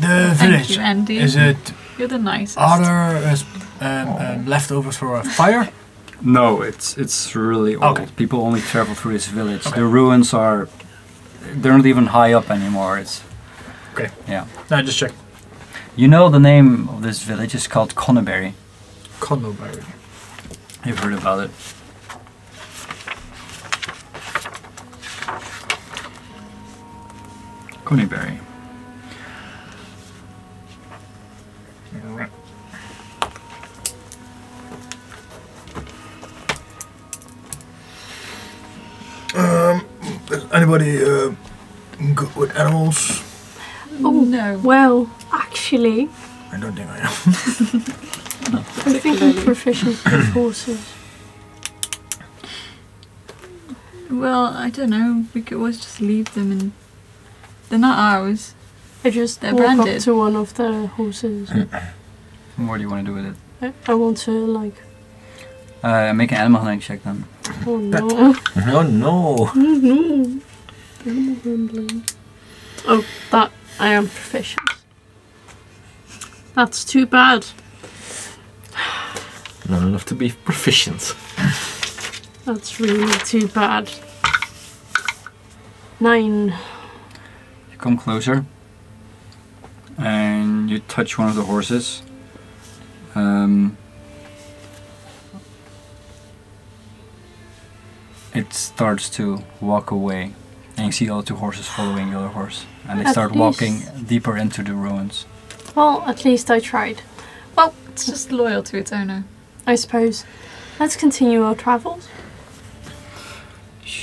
Speaker 6: The
Speaker 4: thank you,
Speaker 6: village.
Speaker 4: Andy.
Speaker 6: Is it
Speaker 4: You're the nicest.
Speaker 6: other as um, um, leftovers for a fire?
Speaker 1: No, it's it's really old.
Speaker 6: Okay.
Speaker 1: People only travel through this village. The ruins are they're not even high up anymore. It's
Speaker 6: Okay.
Speaker 1: yeah.
Speaker 6: No, just check.
Speaker 1: You know the name of this village is called Conneberry.
Speaker 6: Condoberry.
Speaker 1: You've heard about it. Conneberry.
Speaker 3: Um, Anybody uh, good with animals?
Speaker 5: Oh.
Speaker 4: no.
Speaker 5: Well, actually,
Speaker 3: I don't think I am.
Speaker 5: I think I'm proficient with horses.
Speaker 4: Well, I don't know. We could always just leave them and. They're not ours.
Speaker 5: I just
Speaker 4: They're
Speaker 5: walk
Speaker 4: branded.
Speaker 5: up to one of the horses.
Speaker 1: And What do you want to do with it?
Speaker 5: I, I want to, like,
Speaker 1: Uh, make an animal handling check then.
Speaker 5: oh no.
Speaker 2: Oh no.
Speaker 5: Oh no. Animal handling. Oh, that, I am proficient. That's too bad.
Speaker 2: Not enough to be proficient.
Speaker 5: That's really too bad. Nine.
Speaker 1: You come closer and you touch one of the horses. Um, it starts to walk away, and you see all two horses following the other horse, and they
Speaker 5: At
Speaker 1: start walking
Speaker 5: least-
Speaker 1: deeper into the ruins.
Speaker 5: Well, at least I tried.
Speaker 4: It's just loyal to its owner.
Speaker 5: I suppose. Let's continue our travels.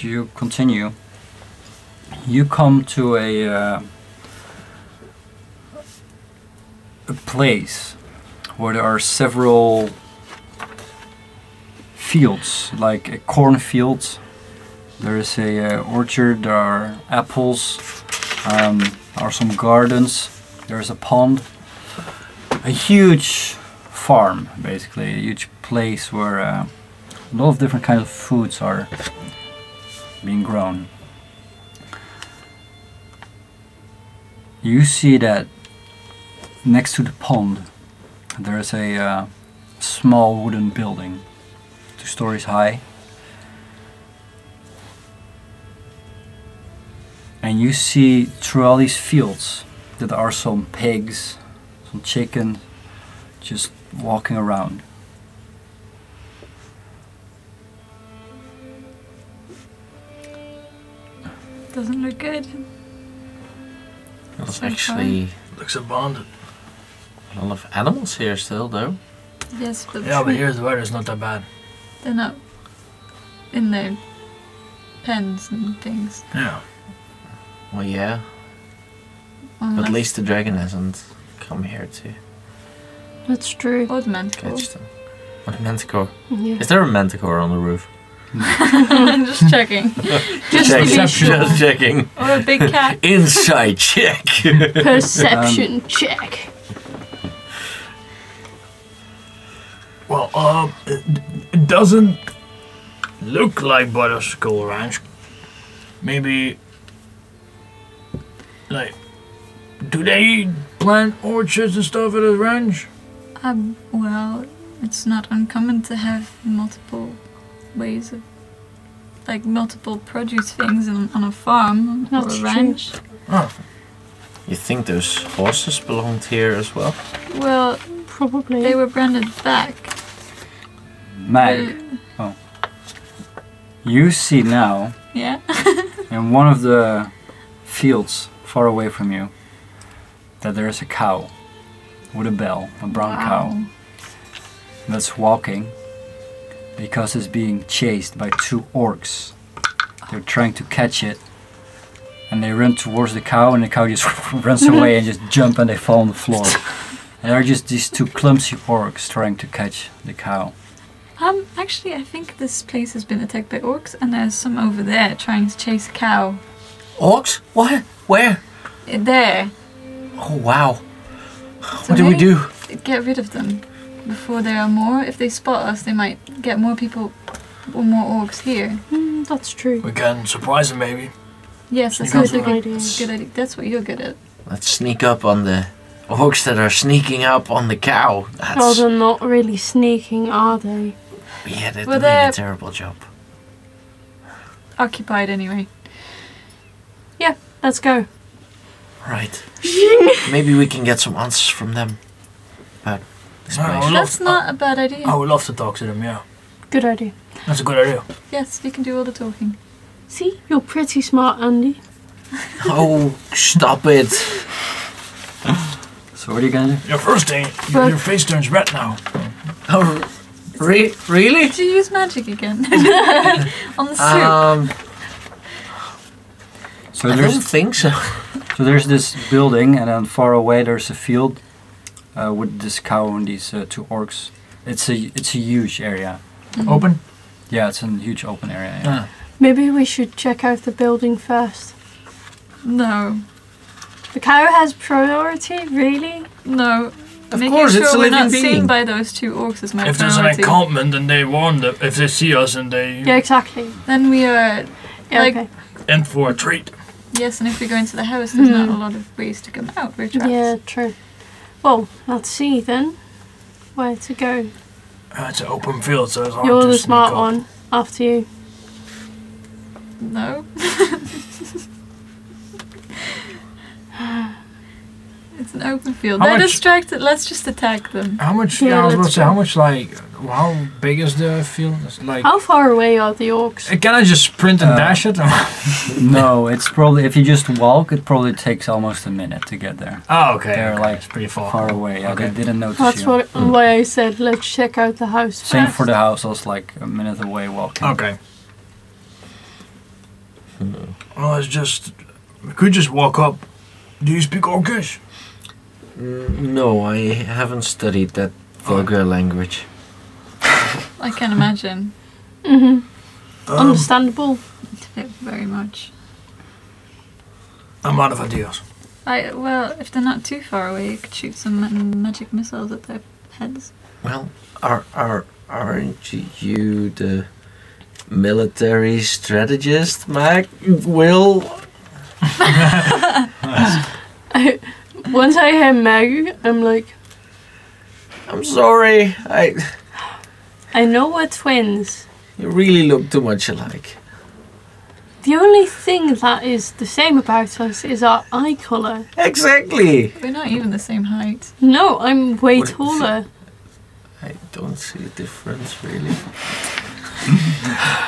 Speaker 1: You continue. You come to a uh, a place where there are several fields, like a cornfield. There is a uh, orchard. There are apples. Um, there are some gardens. There is a pond. A huge farm, basically, a huge place where uh, a lot of different kinds of foods are being grown. You see that next to the pond, there is a uh, small wooden building, two stories high. And you see through all these fields that are some pigs, some chicken, just walking around.
Speaker 4: Doesn't look good.
Speaker 2: There's
Speaker 4: So
Speaker 2: actually
Speaker 3: Looks abandoned.
Speaker 2: a lot of animals here still, though.
Speaker 4: Yes, but,
Speaker 3: Yeah, but here the weather's not that bad.
Speaker 4: they're not in their pens and things.
Speaker 3: Yeah.
Speaker 2: Well, yeah. But
Speaker 4: Unless
Speaker 2: at least the dragon hasn't come here to
Speaker 5: That's true.
Speaker 4: old man
Speaker 5: Oh.
Speaker 2: catch them. What a manticore!
Speaker 5: Yeah.
Speaker 2: Is there a manticore on the roof?
Speaker 4: Just checking.
Speaker 5: Just
Speaker 2: Check.
Speaker 5: to be sure.
Speaker 2: Just checking.
Speaker 4: Or a big cat.
Speaker 2: Inside check.
Speaker 5: Perception Um, check.
Speaker 3: Well, um, it, it doesn't look like Butterskull Ranch. Maybe, like, do they plant orchards and stuff at a ranch?
Speaker 4: Um, well, it's not uncommon to have multiple ways of, like, multiple produce things on, on a farm
Speaker 5: That's
Speaker 4: or a
Speaker 5: true.
Speaker 4: ranch.
Speaker 2: You think those horses belonged here as well?
Speaker 4: Well,
Speaker 5: Probably.
Speaker 4: they were branded back.
Speaker 1: Mag, Oh. you see now
Speaker 4: Yeah.
Speaker 1: in one of the fields far away from you that there is a cow with a bell, a brown cow, that's walking because it's being chased by two orcs. They're trying to catch it and they run towards the cow and the cow just runs away and just jump and they fall on the floor. And there are just these two clumsy orcs trying to catch the cow.
Speaker 4: Um, actually, I think this place has been attacked by orcs, and there's some over there trying to chase a cow.
Speaker 2: Orcs? What? Where?
Speaker 4: Uh, There.
Speaker 2: Oh wow!
Speaker 4: So
Speaker 2: What do we
Speaker 4: maybe
Speaker 2: do?
Speaker 4: Get rid of them before there are more. If they spot us, they might get more people or more orcs here.
Speaker 5: Mm, that's true.
Speaker 3: We can surprise them, maybe.
Speaker 4: Yes,
Speaker 3: Sneak
Speaker 4: that's a
Speaker 5: up
Speaker 4: good,
Speaker 5: on
Speaker 4: good
Speaker 5: them.
Speaker 4: idea. That's what you're good at.
Speaker 2: Let's sneak up on the orcs that are sneaking up on the cow.
Speaker 5: Well,
Speaker 2: That's
Speaker 5: they're not really sneaking, are they?
Speaker 2: yeah, they're
Speaker 4: Well,
Speaker 2: doing
Speaker 4: they're-
Speaker 2: a terrible job.
Speaker 4: Occupied anyway.
Speaker 5: Let's go.
Speaker 2: Right. Maybe we can get some answers from them about this
Speaker 3: No,
Speaker 2: place.
Speaker 3: I love-
Speaker 4: That's not a bad idea.
Speaker 2: Oh.
Speaker 3: I would love to talk to them, yeah.
Speaker 5: Good idea.
Speaker 3: That's a good idea.
Speaker 4: Yes, we can do all the talking.
Speaker 5: See, you're pretty smart, Andy.
Speaker 2: Oh, stop it!
Speaker 1: So what are you gonna do?
Speaker 3: Your first thing, your,
Speaker 5: But-
Speaker 3: your face turns red now.
Speaker 2: Oh, re- really?
Speaker 4: Did you use magic again? On the soup.
Speaker 2: Um,
Speaker 1: So
Speaker 2: I
Speaker 1: there's
Speaker 2: don't think so.
Speaker 1: So there's this building, and then far away there's a field uh, with this cow and these uh, two orcs. It's a it's a huge area.
Speaker 5: Mm-hmm.
Speaker 3: Open?
Speaker 1: Yeah, it's a huge open area. Yeah.
Speaker 3: Yeah.
Speaker 5: Maybe we should check out the building first.
Speaker 4: No.
Speaker 5: The cow has priority, really?
Speaker 4: No.
Speaker 2: Of
Speaker 4: Making
Speaker 2: course,
Speaker 4: sure
Speaker 2: it's a
Speaker 4: we're
Speaker 2: living
Speaker 4: not
Speaker 2: being.
Speaker 4: seen by those two orcs is my
Speaker 3: If there's an
Speaker 4: priority.
Speaker 3: encampment and they warn them, if they see us and they
Speaker 5: Yeah, exactly.
Speaker 4: then we are
Speaker 5: Yeah,
Speaker 4: Like-
Speaker 5: okay.
Speaker 3: end for a treat.
Speaker 4: yes, and if we go into the house, there's not a lot of ways to come out. We're trapped.
Speaker 5: Yeah, true. Well, let's see then where to go.
Speaker 3: Uh, it's an open field, so it's hard
Speaker 5: You're
Speaker 3: to
Speaker 5: the
Speaker 3: sneak
Speaker 5: smart
Speaker 3: up.
Speaker 5: one. After you.
Speaker 4: No. it's an open field.
Speaker 3: How
Speaker 4: They're
Speaker 3: much-
Speaker 4: distracted. Let's just attack them.
Speaker 3: How much?
Speaker 5: Yeah,
Speaker 3: Yeah, I was about to
Speaker 5: let's
Speaker 3: say,
Speaker 5: go.
Speaker 3: how much? Like, how big is the field? It's like,
Speaker 5: How far away are the orcs?
Speaker 3: Uh, can I just sprint and
Speaker 1: Uh,
Speaker 3: dash it? oh,
Speaker 1: No, it's probably if you just walk, it probably takes almost a minute to get there.
Speaker 3: Ah, okay.
Speaker 1: They're
Speaker 3: okay,
Speaker 1: like
Speaker 3: it's pretty far.
Speaker 1: Far away. Yeah,
Speaker 3: Okay.
Speaker 1: They didn't notice
Speaker 5: That's
Speaker 1: you.
Speaker 5: what why I said let's check out the house
Speaker 1: Same
Speaker 5: first.
Speaker 1: for the house. I was like a minute away walking.
Speaker 3: Okay. Well, Oh, it's just we could just walk up. Do you speak Orcish?
Speaker 2: Mm, No, I haven't studied that vulgar language.
Speaker 4: I can imagine.
Speaker 5: hmm
Speaker 3: Um,
Speaker 5: Understandable.
Speaker 4: Very much.
Speaker 3: I'm out of ideas.
Speaker 4: I well, if they're not too far away, you could shoot some ma- magic missiles at their heads.
Speaker 2: Well, are are aren't you the military strategist, Mac? Will?
Speaker 5: Once I hear Maggie, I'm like,
Speaker 2: I'm sorry. I
Speaker 5: I know we're twins.
Speaker 2: you really look too much alike.
Speaker 5: The only thing that is the same about us is our eye colour.
Speaker 2: Exactly.
Speaker 4: We're not even the same height.
Speaker 5: No, I'm way
Speaker 2: What is it?
Speaker 5: taller.
Speaker 2: I don't see a difference really.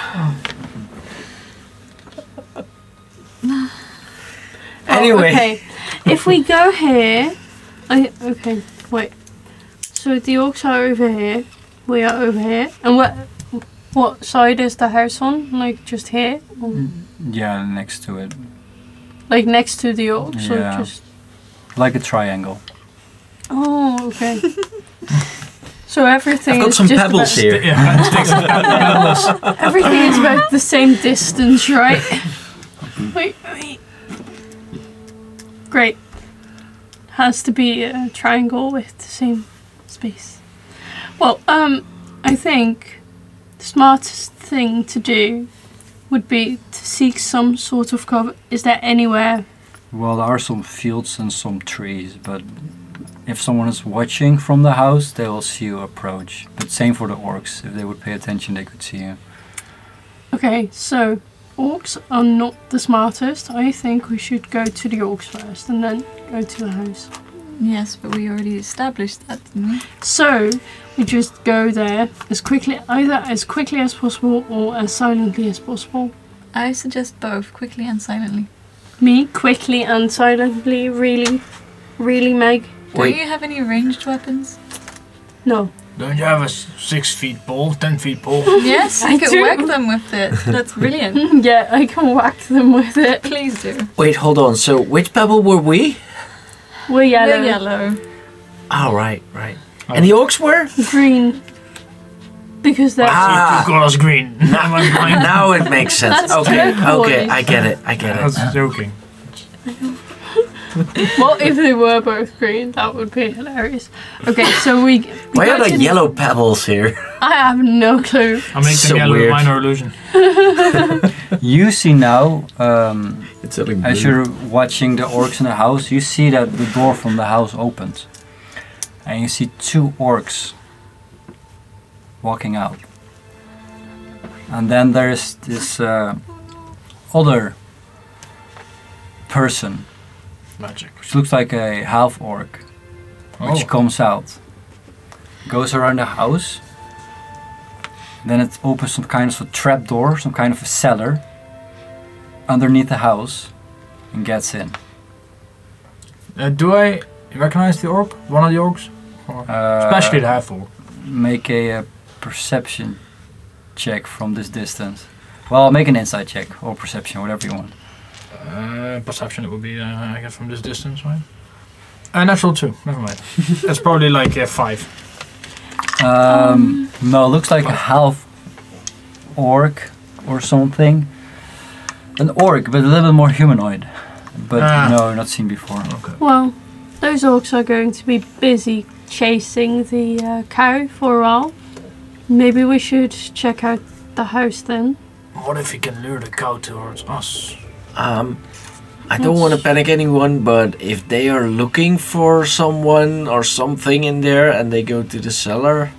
Speaker 5: Oh,
Speaker 2: anyway,
Speaker 5: okay. if we go here, I okay. Wait. So the orcs are over here. We are over here, and what what side is the house on? Like just here, or,
Speaker 2: Hmm.
Speaker 1: Yeah, next to it.
Speaker 5: like next to the orcs,
Speaker 1: Yeah.
Speaker 5: or just
Speaker 1: Like a triangle.
Speaker 5: oh okay. so everything
Speaker 2: I've got
Speaker 5: is
Speaker 2: some
Speaker 5: just
Speaker 2: pebbles
Speaker 5: about,
Speaker 2: here.
Speaker 6: Yeah, it takes
Speaker 5: Everything is about the same distance, right? wait, wait. Great. Has to be a triangle with the same space. Well, um, I think the smartest thing to do would be to seek some sort of cover. Is there anywhere?
Speaker 1: Well, there are some fields and some trees, but if someone is watching from the house, they will see you approach. But same for the orcs. If they would pay attention, they could see you.
Speaker 5: Okay, so orcs are not the smartest. I think we should go to the orcs first and then go to the house.
Speaker 4: Yes, but we already established that, didn't we?
Speaker 5: So we just go there as quickly, either as quickly as possible or as silently as possible.
Speaker 4: I suggest both, quickly and silently.
Speaker 5: Me, quickly and silently, really, really, Meg.
Speaker 2: Wait.
Speaker 4: Do you have any ranged weapons?
Speaker 5: No,
Speaker 3: Don't you have a s- six feet pole, ten feet pole?
Speaker 4: yes,
Speaker 5: I
Speaker 4: you could
Speaker 5: do.
Speaker 4: whack them with it. That's brilliant.
Speaker 5: yeah, I can whack them with it.
Speaker 4: Please do.
Speaker 2: Wait, hold on. So, which pebble were we?
Speaker 5: We're yellow,
Speaker 4: They're yellow.
Speaker 2: Oh, right, right. And the orcs were?
Speaker 5: green, because they're
Speaker 2: Ah.
Speaker 3: See, two colors green. Am I blind?
Speaker 2: now it makes sense.
Speaker 5: That's
Speaker 2: okay,
Speaker 5: turquoise.
Speaker 2: okay, I get it. I get
Speaker 6: I
Speaker 2: it.
Speaker 6: was joking.
Speaker 5: well, if they were both green, that would be hilarious. Okay, so we. we
Speaker 2: Why
Speaker 5: go
Speaker 2: are
Speaker 5: to
Speaker 2: there
Speaker 5: the-
Speaker 2: yellow pebbles here?
Speaker 5: I have no clue.
Speaker 6: I'll make
Speaker 2: So
Speaker 6: them yellow
Speaker 2: weird.
Speaker 6: with minor illusion.
Speaker 1: You see now, um,
Speaker 2: It's only
Speaker 1: as you're watching the orcs in the house, you see that the door from the house opens. And you see two orcs walking out. And then there's this uh, other person,
Speaker 6: Magic.
Speaker 1: which looks like a half orc, which
Speaker 6: Oh.
Speaker 1: comes out, goes around the house. Then it opens some kind of a trap door, some kind of a cellar underneath the house, and gets in.
Speaker 6: Uh, do I recognize the orc? One of the orcs?
Speaker 1: Uh,
Speaker 6: Especially the half orc.
Speaker 1: make a, uh perception check from this distance. Well, make an insight check or perception, whatever you want.
Speaker 6: Uh, perception it would be, uh, I guess, from this distance, right? Uh, natural two. Never mind. That's probably like uh, five.
Speaker 1: Um, no, looks like a half orc or something. An orc, but a little bit more humanoid. But
Speaker 6: Ah.
Speaker 1: no, not seen before.
Speaker 5: Well, those orcs are going to be busy chasing the uh, cow for a while. Maybe we should check out the house then.
Speaker 3: What if he can lure the cow towards us?
Speaker 2: Um, I don't want to panic anyone, but if they are looking for someone or something in there and they go to the cellar,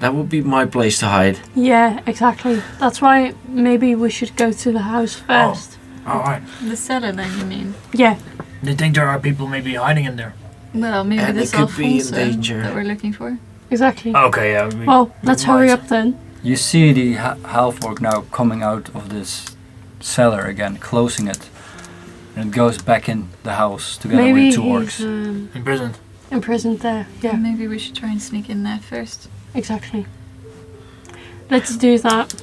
Speaker 2: that would be my place to hide.
Speaker 5: Yeah, exactly. That's why maybe we should go to the house
Speaker 1: Oh.
Speaker 5: first.
Speaker 3: All right.
Speaker 4: The cellar, then you mean?
Speaker 5: Yeah,
Speaker 3: They think there are people maybe hiding in there.
Speaker 4: Well, maybe
Speaker 2: And
Speaker 4: this
Speaker 2: it could be in
Speaker 4: Alfonso
Speaker 2: danger.
Speaker 4: that we're looking for.
Speaker 5: exactly.
Speaker 1: Uh,
Speaker 3: Okay, yeah. we-
Speaker 5: well, let's
Speaker 3: never
Speaker 5: hurry
Speaker 3: mind.
Speaker 5: up then.
Speaker 1: You see the ha- half orc now coming out of this cellar again, closing it. And it goes back in the house together
Speaker 5: maybe
Speaker 1: with two
Speaker 5: he's
Speaker 1: orcs.
Speaker 5: um,
Speaker 3: In prison.
Speaker 5: imprisoned there. Yeah,
Speaker 4: Maybe we should try and sneak in there first.
Speaker 5: exactly. Let's do that.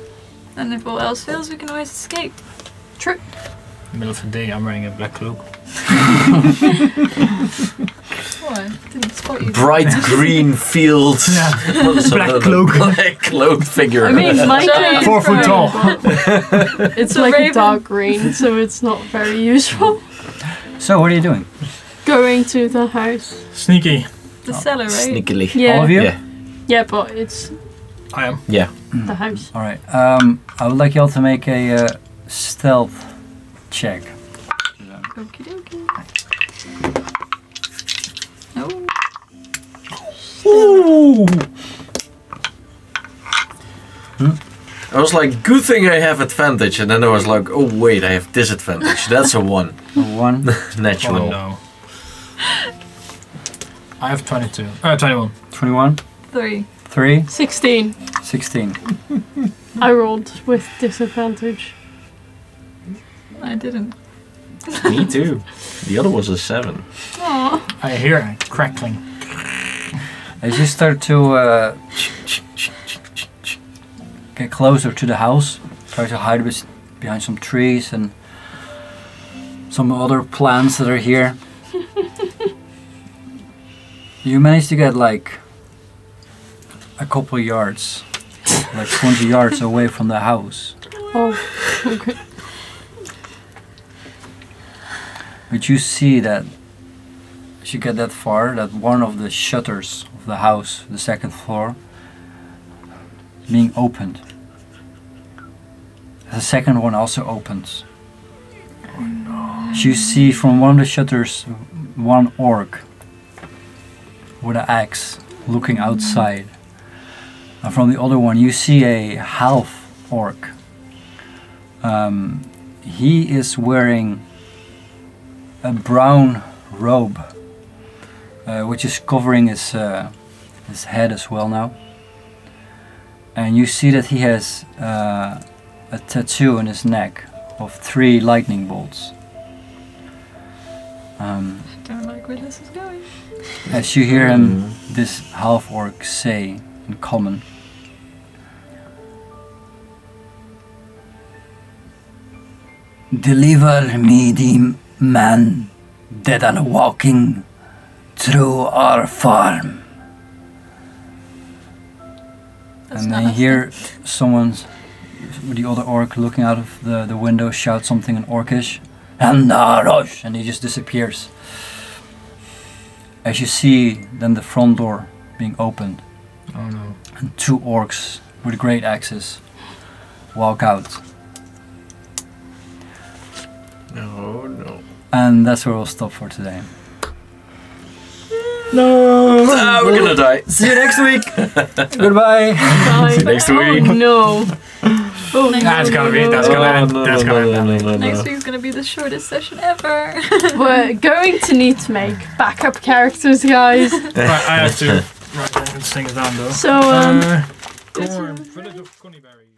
Speaker 4: And if all else fails, we can always escape.
Speaker 5: True.
Speaker 6: Middle of the day, I'm wearing a black cloak.
Speaker 4: What? Didn't spot you.
Speaker 2: Bright green fields. What's
Speaker 6: Black
Speaker 2: another
Speaker 6: cloak.
Speaker 2: Black cloak figure.
Speaker 5: I mean, my
Speaker 4: Giant
Speaker 5: cloak
Speaker 6: Four foot tall.
Speaker 4: frog.
Speaker 5: it's
Speaker 4: a
Speaker 5: like a
Speaker 4: raven.
Speaker 5: dark green, so it's not very useful.
Speaker 1: So, what are you doing?
Speaker 5: Going to the house.
Speaker 6: Sneaky.
Speaker 4: The cellar, right?
Speaker 2: Sneakily.
Speaker 5: Yeah.
Speaker 1: All of you?
Speaker 2: Yeah.
Speaker 5: Yeah, but it's
Speaker 6: I am.
Speaker 2: Yeah.
Speaker 5: the house.
Speaker 1: All right. Um, I would like y'all to make a uh, stealth check.
Speaker 4: Okie dokie. Oh,
Speaker 2: I was like, good thing I have advantage, and then I was like, oh wait, I have disadvantage. That's a one,
Speaker 1: One.
Speaker 2: natural.
Speaker 6: Oh no. I have 22. Uh, 21.
Speaker 1: 21.
Speaker 4: Three.
Speaker 1: 3.
Speaker 5: 16.
Speaker 1: 16.
Speaker 5: I rolled with disadvantage.
Speaker 4: I didn't.
Speaker 2: Me too. The other was a seven.
Speaker 5: Aww.
Speaker 6: I hear it crackling.
Speaker 1: As you start to uh, get closer to the house, try to hide bes- behind some trees and some other plants that are here. you manage to get like a couple yards, like 20 yards away from the house,
Speaker 5: Oh, okay.
Speaker 1: but you see that as you get that far, that one of the shutters of the house, the second floor, being opened. The second one also opens. You see from one of the shutters one orc with an axe looking outside. And from the other one, you see a half orc. Um, he is wearing a brown robe, uh, which is covering his, uh, his head as well now. And you see that he has uh, a tattoo on his neck of three lightning bolts. Um,
Speaker 4: I don't like where this is going.
Speaker 1: as you hear him, this half orc say in common, Deliver me the man that are walking through our farm.
Speaker 4: That's
Speaker 1: and
Speaker 4: not
Speaker 1: I
Speaker 4: a
Speaker 1: hear someone's the other orc looking out of the, the window shout something in orcish and rush and he just disappears as you see then the front door being opened
Speaker 6: Oh no.
Speaker 1: and two orcs with great axes walk out
Speaker 2: No, no.
Speaker 1: and that's where we'll stop for today
Speaker 2: Ah, we're gonna die.
Speaker 1: see you next week goodbye
Speaker 5: Bye.
Speaker 2: you next week.
Speaker 5: Oh, no. Oh, no,
Speaker 6: That's
Speaker 5: no,
Speaker 6: gonna
Speaker 5: no,
Speaker 6: be- that's
Speaker 5: no.
Speaker 6: gonna- end. That's gonna end.
Speaker 2: Oh, no, no, no,
Speaker 4: Next
Speaker 2: no.
Speaker 4: week's gonna be the shortest session ever.
Speaker 5: We're going to need to make backup characters, guys.
Speaker 6: I, I have to write all these things down though.
Speaker 5: So, um.
Speaker 6: uh,
Speaker 5: this
Speaker 6: Corn,
Speaker 5: is-
Speaker 6: village of Coneybury.